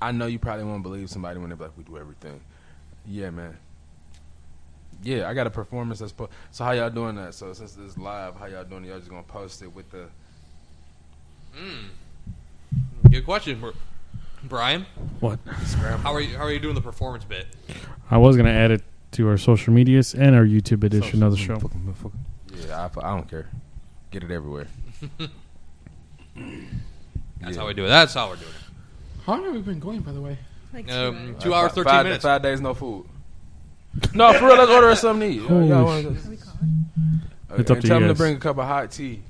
E: I know you probably won't believe somebody when they're like, we do everything. Yeah, man. Yeah, I got a performance that's po- so. How y'all doing that? So since this is live, how y'all doing? it? Y'all just gonna post it with the
C: Good question, Br- Brian.
D: What?
C: How are you? How are you doing the performance bit?
D: I was gonna add it to our social medias and our YouTube edition of the show.
E: yeah. I, f- I don't care. Get it everywhere.
C: That's
E: Yeah.
C: how we do it. That's how we're doing it.
G: How long have we been going, by the way?
F: Like,
C: Um,
E: Like,
C: two hours,
E: fi-
C: thirteen
E: five,
C: minutes.
E: Five days, no food. *laughs* No, for real. Let's order us something to eat.
D: Holy
E: Y'all wanna- Okay,
D: It's up
E: and
D: to
E: tell
D: you
E: them to
D: guys.
E: bring a cup of hot tea.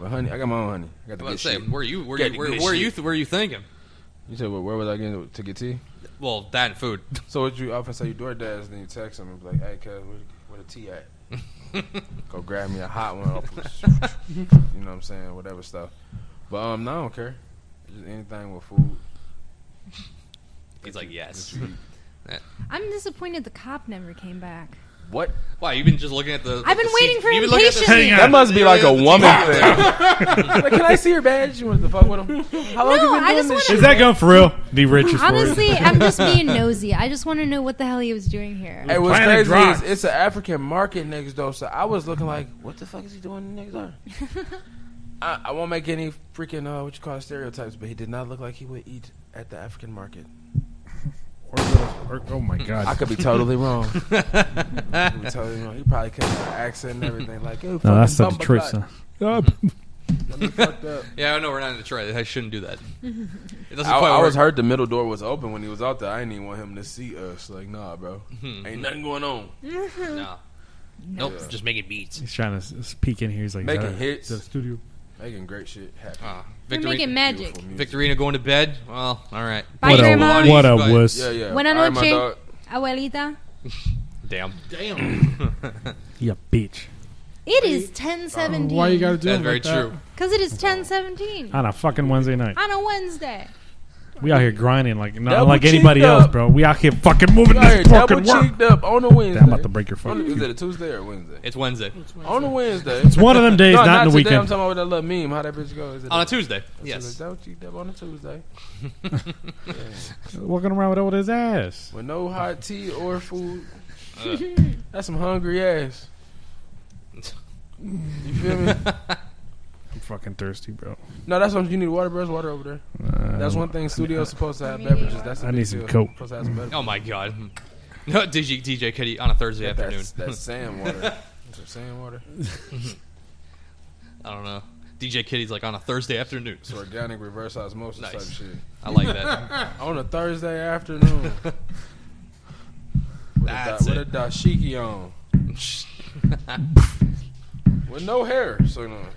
E: Well, honey, I got my own honey. I got
C: I was
E: the
C: about
E: good
C: to say,
E: shit.
C: where you? Where
E: Got
C: you?
E: the
C: Where,
E: good
C: where are
E: shit.
C: you? Where are you thinking?
E: You said, well, where was I getting to get tea?
C: Well, that and food.
E: So what you often say you DoorDash, then you text them and be like, hey, cuz, where, where the tea *laughs* at? Go grab me a hot one off of, *laughs* you know what I'm saying, whatever stuff. But um, no, I don't care. Just anything with food.
C: He's like, yes.
E: that you eat.
F: I'm disappointed the cop never came back.
E: *laughs* What?
C: Why? You've been just looking at the.
F: I've been
C: the
F: waiting
C: seat-
F: for
C: you've
F: him
C: been looking at the
F: patiently.
C: seat.
D: Hang
E: That must be like a
C: Yeah.
E: woman thing. *laughs* like, can I see your badge? You want to fuck with him? *laughs* How long
F: No,
E: you been
F: I
E: doing this
F: just wanna-
E: shit?
D: Is that gun for real? The richest
F: Honestly, I'm just being nosy. I just want to know what the hell he was doing here.
E: Hey, what's
D: Planet
E: crazy is
D: Drugs.
E: it's an African market niggas though, so I was looking like, what the fuck is he doing in the niggas
F: *laughs*
E: are? I, I won't make any freaking uh, what you call it, stereotypes, but he did not look like he would eat at the African market.
D: oh my god.
E: I could be totally wrong. I *laughs* could be totally wrong. He probably could have an accent and everything. Like, no,
D: *laughs* no, that's the Detroit stuff.
E: fucked up.
C: *laughs* Yeah, I know we're not in Detroit. I shouldn't do that. It doesn't
E: I,
C: quite
E: I
C: work.
E: was heard the middle door was open when he was out there. I didn't even want him to see us. Like, nah, bro, ain't nothing going on.
C: No. Nope. Just making beats.
D: He's trying to s- peek in here. He's like,
E: Making
D: is that-
E: hits.
D: is that a studio.
E: Making great shit happen.
C: Uh,
F: We're making
C: Victorina,
F: magic.
E: Beautiful music.
C: Victorina going to bed. Well, all right.
F: Bye,
D: what
F: Grandma.
D: a what a
C: Bye.
D: wuss.
E: Yeah, yeah.
F: Buena
E: All right, my
F: noche.
E: dog.
F: Abuelita.
C: Damn. *laughs*
D: Yeah, bitch.
F: It is
G: Why you gotta do
F: 1017.
C: That's
G: it
C: very
G: like that?
C: true.
F: Because it is 1017.
D: On a fucking Wednesday
F: *laughs*
D: night.
F: On a Wednesday.
D: We out here grinding like not
E: Double
D: like anybody
E: cheeked
D: else,
E: up.
D: bro. We out here fucking moving
E: All right,
D: this
E: double
D: fucking work.
E: cheeked up on a Wednesday.
D: Damn, I'm about to break your
E: On,
D: fucking.
E: is it
D: computer.
E: a Tuesday or Wednesday?
C: It's Wednesday.
E: On a *laughs* Wednesday.
D: It's one of *laughs* them days,
E: no,
D: not,
E: not
D: in the
E: today.
D: weekend.
E: I'm talking about that little meme. How that bitch go? Is it
C: On a Tuesday.
E: Tuesday?
C: Yes.
E: Double cheeked up on a Tuesday.
D: Walking around with all his ass.
E: With no hot tea
C: *laughs*
E: or food.
C: Uh.
E: That's some hungry ass. You feel me?
D: I'm fucking thirsty, bro.
E: No, that's what you need. Water, bro. There's water over there. That's one thing. Studio's supposed to have beverages. That's a
D: I
E: big
D: need some
E: deal.
D: Coke.
E: Supposed to have some beverages.
C: Oh my god. *laughs* No, DJ DJ Cuddy on a Thursday afternoon.
E: That's, that's sand water. That's some sand water.
C: *laughs* I don't know. DJ Kitty's like on a Thursday afternoon.
E: It's organic reverse osmosis type
C: Nice.
E: shit.
C: I like
E: *laughs*
C: that.
E: On a
C: *laughs*
E: Thursday afternoon. with a
C: That's
E: da-
C: it.
E: With a dashiki on. With no hair. So, no.
C: *laughs*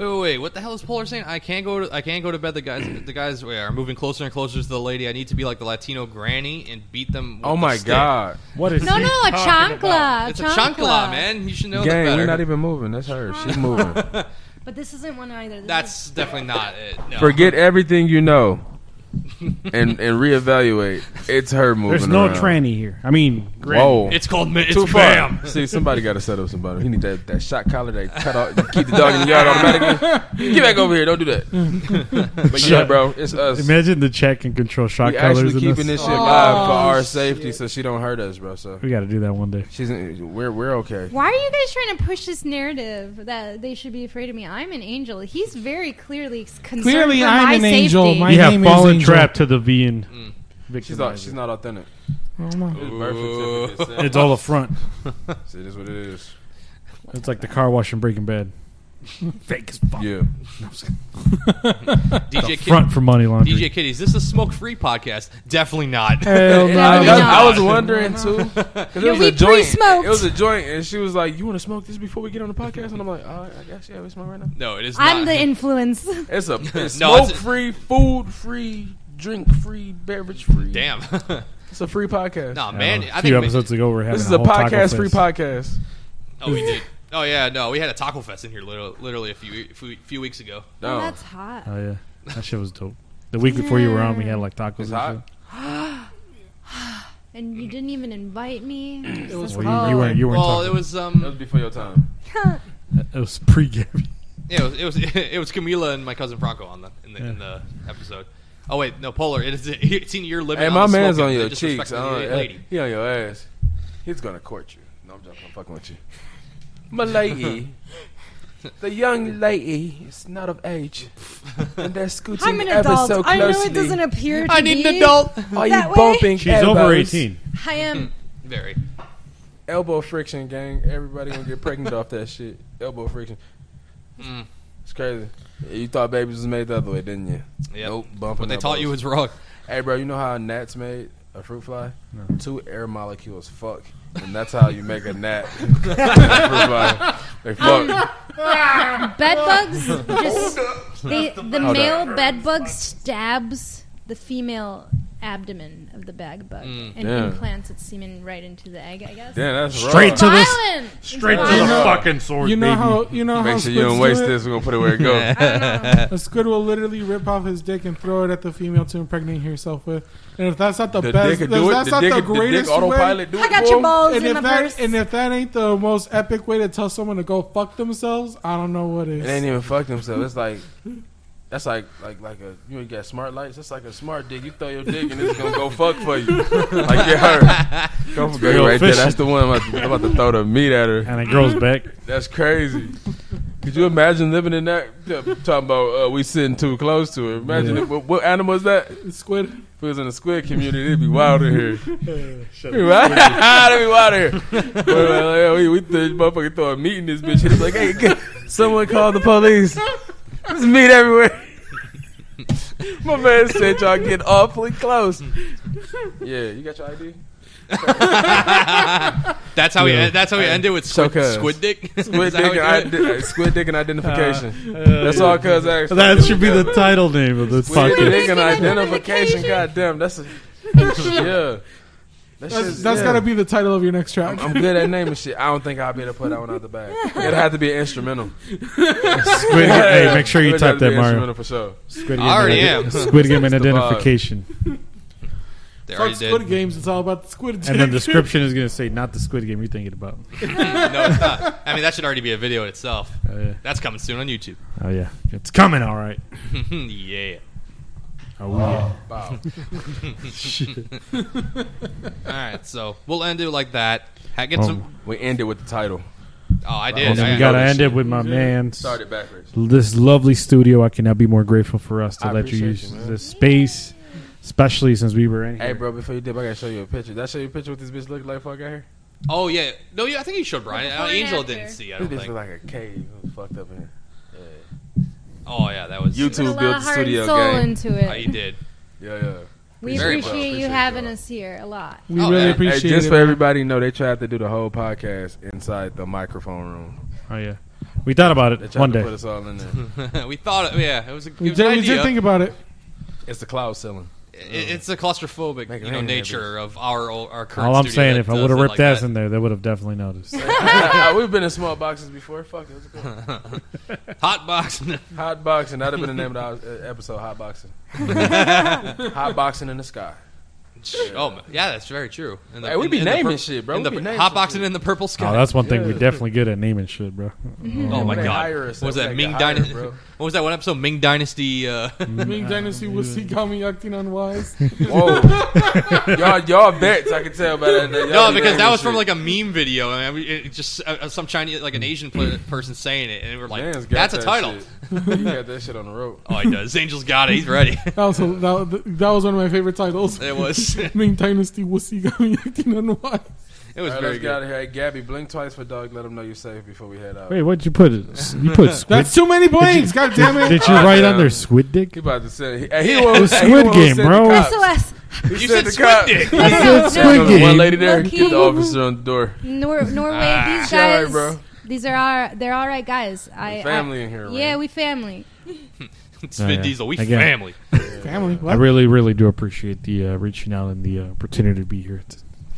C: Wait, wait, wait. What the hell is Polar saying? I can't go to I can't go to bed. The guys the guys wait, are moving closer and closer to the lady. I need to be like the Latino granny and beat them. With
E: Oh
C: the
E: my
C: stick.
E: god,
D: What is
F: No, no, a chancla.
C: It's a chancla, man. You should know that
E: gang,
C: better.
E: we're not even moving. That's her. She's *laughs* moving.
A: But this isn't one either. This is-
C: That's definitely not it. No.
E: Uh-huh. Forget everything you *laughs* know, and and reevaluate. It's her moving.
J: There's no
E: around.
J: tranny here. I mean, granny.
E: Whoa.
C: It's called mi- it's
E: too far.
C: bam.
E: See, somebody got to set up somebody. He need that, that shot collar that cut off. You keep the dog in the yard *laughs* automatically. Get back over here. Don't do that. *laughs* but yeah, bro, it's us.
D: Imagine the chat can control shot
E: We
D: colors
E: actually
D: in
E: keeping this
D: this.
E: shit live for our safety, so she don't hurt us, bro. So
D: We got to do that one day.
E: *laughs* she's in, we're we're okay.
F: Why are you guys trying to push this narrative that they should be afraid of me? I'm an angel. He's very clearly concerned
J: Clearly,
F: for
J: I'm
F: my
J: an
F: safety.
J: angel. My
D: you have
J: name is
D: fallen
J: Angel.
D: trapped to the Vian.
E: She's not she's not authentic.
C: Ooh.
E: Birth *laughs* certificate
D: It's all a front.
E: said- See, this what it is.
D: It's like the car wash and Breaking Bad.
E: Yeah,
C: DJ Kid-
D: Front for money laundering.
C: DJ Kitty, is this a smoke-free podcast? Definitely not.
D: Hell no.
E: I,
F: Why
E: that's-
F: not?
E: I was wondering too. 'cause it was
F: we
E: a joint.
F: pre-smoked.
E: It was a joint, and she was like, "You want to smoke this before we get on the podcast?" And I'm like, "All right, I guess yeah, we smoke right now."
C: *laughs* No, it is not.
F: I'm the
C: *laughs*
F: influence.
E: It's a it's
C: No, it's a-
E: smoke free, food free, drink free, beverage free.
C: Damn. *laughs*
E: it's a free podcast.
C: nah,
D: Uh,
C: man. I
D: a few
C: think we-
D: episodes ago, we're having
E: this is
D: a,
E: a
D: whole taco
E: podcast free
D: fest.
E: podcast.
C: Oh, we did. *laughs* Oh yeah, no, we had a taco fest in here literally, literally a few, e-, few few weeks ago.
E: No,
F: That's hot.
D: Oh yeah, that shit was dope. The week before you were on, we had like tacos.
E: it's
D: and
E: hot.
D: shit.
F: And you didn't even invite me. It was
D: Well, you, you weren't. You weren't
C: Well,
D: talking.
C: it was
E: That was
C: um,
E: before your time.
D: It was pre-game.
C: yeah, it was *laughs* it was, it was Camila and my cousin Franco on the in the, in the episode. Oh wait, no, Polar. It is *laughs* it's in your limit.
E: Hey,
C: on
E: my
C: the
E: man's
C: smoking.
E: on your
C: They just
E: cheeks.
C: respectfully
E: I
C: lady-
E: don't-
C: lady.
E: he on your ass. He's gonna court you. No, I'm joking. I'm fucking with you. My *laughs* lady, the young lady is not of age, and they're scooting
A: I'm an
E: ever
A: adult.
E: so
A: I
E: closely.
A: know it doesn't appear to
C: I need an
A: be.
C: adult.
E: Are you
A: that way.
E: bumping?
D: She's
E: elbows?
D: over eighteen.
A: I am.
C: Very.
E: Elbow friction, gang. Everybody gonna get pregnant off that shit. Elbow friction. Hmm.
C: Mm.
E: It's crazy. You thought babies was made the other way, didn't you?
C: Yep.
E: Nope. Bumping
C: What they
E: elbows.
C: taught you was wrong.
E: Hey, bro, you know how a gnat's made? A fruit fly? Two air molecules fuck. And that's how you make a gnat. *laughs* A fruit fly. They fuck.
F: Bed bugs just they, the male bed bug stabs the female abdomen of the bed bug and
E: Yeah.
F: implants its semen right into the egg. I guess.
E: Damn, that's
J: Straight
E: raw.
J: to the
F: Violent.
J: straight to the fucking sword,
G: You know
J: baby.
G: how you know how
E: Make sure you don't
G: squids
E: waste
G: do it?
E: this. We're going to put it where it goes.
G: A squid will literally rip off his dick and throw it at the female to impregnate herself with. And if that's not the,
E: The
G: best,
E: dick
G: if
E: could do it.
G: that's
E: The
G: not
E: dick,
G: the
E: could- the dick
G: greatest way,
E: autopilot do it.
A: I got
E: for
A: your
E: 'em.
A: balls in
G: and if
A: my
G: that
A: purse.
G: and if that ain't the most epic way to tell someone to go fuck themselves, I don't know what is.
E: It ain't even fuck themselves. It's like. That's like like like a you ain't got smart lights. That's like a smart dick. You throw your dick and it's gonna go fuck for you. Like you her. Go for
D: real
E: girl right there.
D: fishy.
E: That's the one I'm about, to, I'm about to throw the meat at her.
D: And it grows back.
E: That's crazy. Could you imagine living in that? yeah, Talking about uh, we sitting too close to it. Imagine
D: Yeah.
E: it, what, what animal is that?
G: Squid.
E: If it was in the squid community, it'd be wild in here. right? it'd be wild *laughs* in here. But, uh, like, we we th- motherfucker throw a meat in this bitch. It's like, hey, g- *laughs* someone call the police. There's meat everywhere. *laughs* My man said y'all get awfully close. Yeah, you got your ID?
C: That's how we. That's how we ended with
E: So
C: squid,
E: cuz.
C: squid dick. *laughs* Is
E: Squid
C: that how
E: dick,
C: we
E: and
C: do it?
E: ide- squid dick and identification. Uh, That's all cuz asked.
D: *laughs* That should be the title name of this
E: Squid
D: podcast.
E: dick and identification. Goddamn, that's a yeah. That
G: That's,
E: shit's-
G: that's
E: yeah.
G: gotta be the title of your next track.
E: I'm, I'm good at naming shit. I don't think I'll be able to put that one out the bag. It'll have to be an instrumental.
D: Squid, hey, make sure you
E: It'll have
D: type
E: to be
D: that,
E: an
D: Mario.
E: Instrumental for sure.
D: Squid
C: I already
D: Game
E: *laughs*
C: am.
D: ident- Squid Game and
E: That's the vibe.
D: identification.
C: They
G: *laughs* Fuck
C: already
G: Squid
C: did.
G: Games. It's all about the squid.
D: And then
E: *laughs*
G: dick.
D: the description is going to say, not the Squid Game you're thinking about.
C: No, it's not. I mean, that should already be a video in itself.
D: Oh, yeah.
C: That's coming soon on YouTube. *laughs*
D: Oh, yeah. It's coming, all right.
C: yeah.
D: Oh, yeah. *laughs*
E: Wow.
C: All right, so we'll end it like that. Ha-
E: Oh.
C: Get some.
E: We ended with the title.
C: Oh, I
D: And
C: did.
D: then
C: I,
D: we got to
E: this
D: end it with my man.
E: Started backwards.
D: this lovely studio. I cannot be more grateful for us to
E: I
D: let you
E: appreciate
D: use
E: you, man.
D: this space, especially since we were in here.
E: Hey, bro, before you dip, I gotta show you a picture. Did I show you a picture what this bitch looked like before I got here?
C: oh yeah. No, yeah. I think you showed Brian.
F: Before
C: Uh,
F: and
C: Angela
F: after.
C: didn't see. I don't
E: This bitch looked
C: think.
E: like a cave. It was fucked up in here.
C: Oh yeah, that was
E: YouTube.
F: Put a
E: Who
F: lot
E: built
F: of
E: the
F: heart
E: studio
F: and soul
E: game?
F: into it.
C: Oh, you did. *laughs*
E: Yeah, yeah.
F: We
C: Very much.
F: appreciate you
E: Appreciate
F: having
E: y'all.
F: us here a lot.
G: we
C: Oh,
G: really
C: yeah.
E: Hey,
G: appreciate
E: just
G: it.
E: for
G: man.
E: everybody to know, they tried to do the whole podcast inside the microphone room.
D: Oh yeah, We thought about it
E: They tried
D: one
E: to
D: day.
E: Put us all in *laughs* there.
C: we thought it. Yeah, it was. A, it
G: We
C: was an
G: did, we did
C: idea.
G: think
C: *laughs*
G: about it.
E: It's the cloud ceiling.
C: It- it's the claustrophobic, you know,
E: rain,
C: nature of our old, our current.
D: All I'm
C: studio
D: saying,
C: that
D: if I
C: does
D: would have
C: it
D: ripped
C: like
D: ass
C: that.
D: in there, they would have definitely noticed.
E: We've been in small boxes before. Fuck it. Let's go.
C: Hot boxing.
E: Hot boxing. That'd have been the name of the uh, episode. Hot boxing. hot boxing in the sky.
C: *laughs* Oh man. yeah, that's very true. And
E: Hey, we be
C: and the
E: naming shit, bro.
C: and
E: We
C: the
E: be naming
C: hot
E: some
C: boxing in the purple sky.
D: Oh, that's one thing we definitely good at naming shit, bro.
C: Oh my
E: They
C: god!
E: hire us,
C: What was
E: they
C: that
E: get
C: Ming
E: hired,
C: Dynasty?
E: bro.
C: *laughs* What was that one episode? Ming Dynasty.
E: *laughs*
C: Uh,
G: Ming Dynasty was he got me acting
D: *laughs*
G: unwise.
E: Whoa. y'all, y'all vets. I can tell by that. that
C: no,
E: y'all be
C: because
E: naming
C: that was from like
E: shit.
C: a meme video, and we- it just uh, uh, some Chinese, like an Asian pl- person saying it, and we were like,
E: Man's got
C: "That's a
E: that
C: title."
E: shit. he got that shit on
C: *laughs*
E: the rope.
C: Oh, he does. Angel's got it. He's ready. *laughs*
G: That was, that, that was one of my favorite titles. *laughs*
C: It was.
G: Ming Dynasty Wussy got me acting unwise.
C: It was
E: All right,
C: very
E: let's get
C: good.
E: out of here. Hey, Gabby, blink twice for dog. Let them know you're safe before we head out.
D: Wait, what'd you put? You put squid.
G: That's too many blanks. God *laughs* damn it.
D: Did, did you
E: Oh,
D: write
E: damn.
D: under squid dick?
E: *laughs* He about to say, hey, he was,
D: was
E: hey,
D: Squid
E: he was who
D: Game,
E: said the
D: bro.
E: cops.
F: SOS.
E: He
C: You
E: said
C: said
E: the
C: Squid
E: cops.
C: Dick.
E: *laughs*
D: I said
E: There was
D: squid
E: One
D: game.
E: lady there, get
F: Low-key.
E: the officer on the door.
F: Nor- Norway. these
E: Chill out,
F: guys.
E: bro.
F: These are our. They're all right guys. I
E: family in
F: I,
E: here, right?
F: Yeah, we family.
C: It's
D: Oh,
C: Vin
D: yeah.
C: Diesel. We
D: Again.
C: family.
G: Family.
D: I
G: What?
D: really, really do appreciate the uh, reaching out and the uh, opportunity to be here,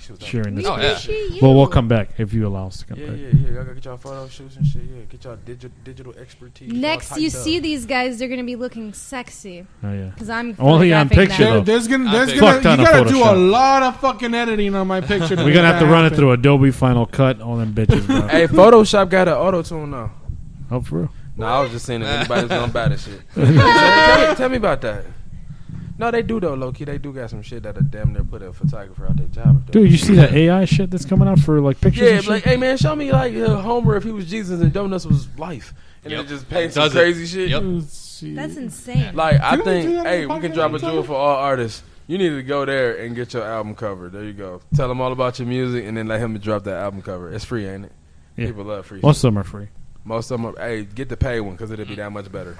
E: She was
D: to
E: out.
D: sharing this.
F: We
C: Oh, yeah.
F: appreciate you.
D: Well, we'll come back if you allow us to come
E: Yeah,
D: back.
E: yeah, yeah. Y'all gotta get y'all photo shoots and shit. Yeah, get y'all digital digital expertise. Y'all
F: Next,
E: typed
F: you
E: up.
F: see these guys. They're gonna be looking sexy
D: Oh yeah.
F: because I'm
D: Only on
F: photographing
D: picture,
F: them.
G: There, there's gonna, there's
C: Fuck
G: gonna, you
D: ton of
G: gotta do a
D: Photoshop.
G: lot of fucking editing on
D: *laughs*
G: my picture.
D: We're gonna have to run it through Adobe Final Cut, all them bitches,
F: *laughs*
D: bro.
E: Hey, Photoshop got an auto tune now.
D: Oh, for real?
E: No, I was just saying if anybody's gonna buy this shit. *laughs* tell, me, tell me about that. No, they do though, low key. They do got some shit that'll damn near put a photographer out their job. if they-
D: Dude, you see that AI shit that's coming out for like pictures?
E: Yeah,
D: and
E: like,
D: shit?
E: hey man, show me like uh, Homer if he was Jesus and donuts was life, and
C: Yep.
E: it just paints some
C: Does it.
E: crazy shit.
C: Yep.
F: That's insane.
E: Like I
G: Can we do that
E: think,
G: on
E: hey,
G: the
E: we can
G: podcast
E: drop a
G: sometime?
E: jewel for all artists. You need to go there and get your album cover. There you go. Tell them all about your music, and then let him drop that album cover. It's free, ain't it?
D: Yeah.
E: People love free.
D: Most
E: shit.
D: of them
E: *laughs*
D: are free. *laughs*
E: Most of them, are, hey, get the paid one because it'll be that much better.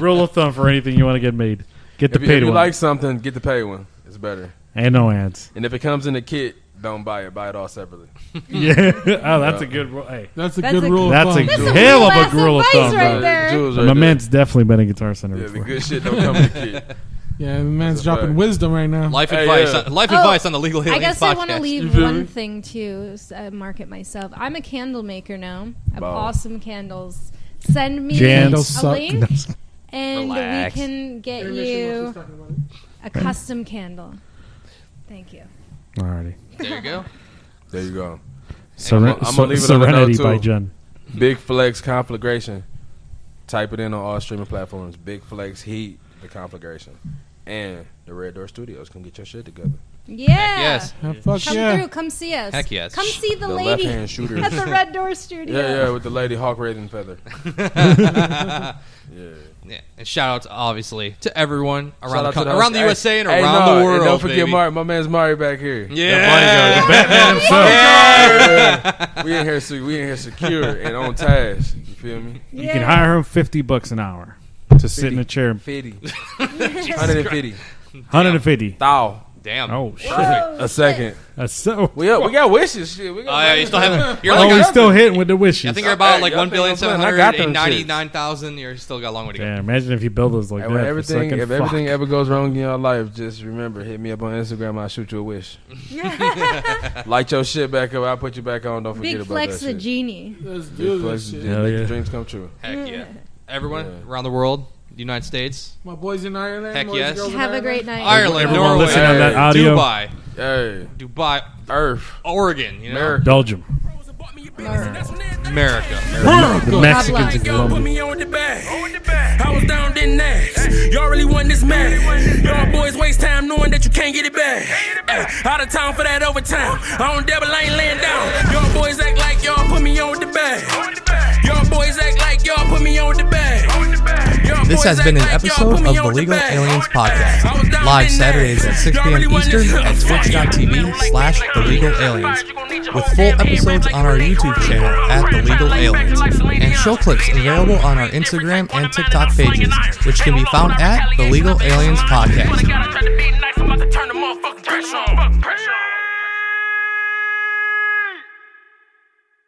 D: Rule of thumb for anything you want to get made, get the
E: if you, if
D: paid
E: you
D: one.
E: like something, get the paid one. It's better.
D: Ain't no ads.
E: And if it comes in a kit, don't buy it. Buy it all separately.
D: *laughs* yeah.
E: Mm.
D: Oh, that's a good. ru- Hey,
G: That's a
F: That's
G: good
F: a-
G: rule.
D: that's
G: of
D: a
G: thumb.
F: That's some
D: hell
F: real
D: of
F: ass
D: a rule of
F: advice
D: thumb,
F: right
D: bro.
F: there.
E: Jewels
D: My
E: right
D: man's definitely been in Guitar Center
E: there. Yeah, the
D: before.
E: good shit don't come in a
D: *laughs*
E: kit.
G: Yeah, the man's
E: That's a
G: dropping
E: fact.
G: wisdom right now.
C: Life
E: Hey,
C: advice.
E: yeah.
C: on- life
F: Oh,
C: advice on the legal
F: I
C: aliens
F: guess
C: podcast.
F: I want to
E: You
F: leave
E: feel
F: one
E: me?
F: thing too. s- Uh, market myself. I'm a candle maker now. I have
E: Wow.
F: awesome candles. Send me
D: Jan's-
F: a
G: Candles suck.
F: *laughs* link, and
C: Relax.
F: we can get you a custom candle. Thank you.
D: Alrighty.
C: There you go.
E: There you go.
D: Seren-
E: I'm gonna- I'm gonna leave it on a note,
D: Serenity by
E: too.
D: Jen.
E: Big Flex Conflagration. Type it in on all streaming platforms. Big Flex Heat, the Conflagration. And the Red Door Studios can get your shit together.
F: *laughs* Yeah.
C: Heck yes. *laughs*
G: Ah, fuck
F: Come
G: yeah.
F: through. Come see us.
C: Heck yes.
F: Come see the,
E: The
F: lady
E: left-hand shooter.
F: at the Red Door Studio.
E: Yeah, yeah, with the lady hawk raven feather. Yeah.
C: Yeah, and shout outs obviously to everyone
E: Shout
C: around the,
E: out to
C: co-
E: host-
C: around the
E: hey,
C: USA and
E: hey,
C: around
E: no,
C: the
E: and
C: world.
E: Don't forget
C: baby.
E: Mari. My man's Mari back here.
C: Yeah.
D: Batman
E: *laughs*
D: himself.
E: We in here, se- we in here secure and on task. You feel me?
D: You can hire him fifty bucks an hour to sit in a chair.
E: 50.
F: *laughs*
C: *laughs*
E: 150.
D: Hundred and fifty.
E: Thou.
C: Damn.
D: Oh shit.
C: Perfect.
E: A second.
D: That's so.
E: We up. We got wishes. Shit. We
C: Oh,
E: got
C: yeah, you still haven't.
D: *laughs*
C: You're
D: Oh,
C: like
D: we
C: a-
D: still hitting with the wishes.
C: I think you're about
E: Hey,
C: like
E: y'all
C: one
E: think
C: billion
E: I'm playing?
C: seven
E: I
C: hundred
E: got them
C: and ninety-nine thousand. You're still got a long way to go.
D: Damn, imagine if you build those like
E: Hey,
D: that.
E: when
D: for
E: everything,
D: sucking.
E: if everything
D: Fuck.
E: ever goes wrong in your life, just remember, hit me up on Instagram. I'll shoot you a wish. *laughs* Light your shit back up. I'll put you back on. Don't forget
F: Big
E: about
F: Flex
E: that
F: the
E: shit.
F: genie.
G: Let's
E: Big
G: do
E: flex
G: this
E: the
G: shit.
E: G.
D: Hell
E: Make your
D: yeah.
E: dreams come true.
C: Heck yeah. Everyone around the world, the United States,
G: My boys in Ireland.
C: Heck
G: boys
C: yes.
G: and girls in
F: Have a
G: Ireland.
F: great night.
C: Ireland,
D: everyone
C: Norway, uh,
D: listening on that
E: Hey,
D: audio,
C: Dubai,
E: Hey,
C: Dubai,
E: Earth,
C: Oregon, you know,
E: America.
D: Belgium,
C: America.
D: the Mexicans, and
B: Put
D: Colombia.
B: me on the bag. I was down then next. Y'all really want this man. Y'all boys waste time knowing that you can't get it back. Ay, out of town for that overtime. I don't double, I ain't laying down. Y'all boys act like y'all put me on the bag. Y'all boys act like y'all put me on the bag. Y'all
K: This
B: boys
K: has
B: act
K: been an
B: like y'all
K: episode
B: put me
K: of
B: on
K: the Legal
B: bag.
K: Aliens
B: I was
K: Podcast,
B: down
K: live
B: then
K: Saturdays at
B: next.
K: 6
B: Y'all
K: p.m.
B: really want this- *laughs*
K: Eastern at twitch.tv slash The Legal Aliens, with full episodes on our YouTube channel at The Legal Aliens, and show clips available on our Instagram and TikTok pages, which can be found at The Legal Aliens Podcast.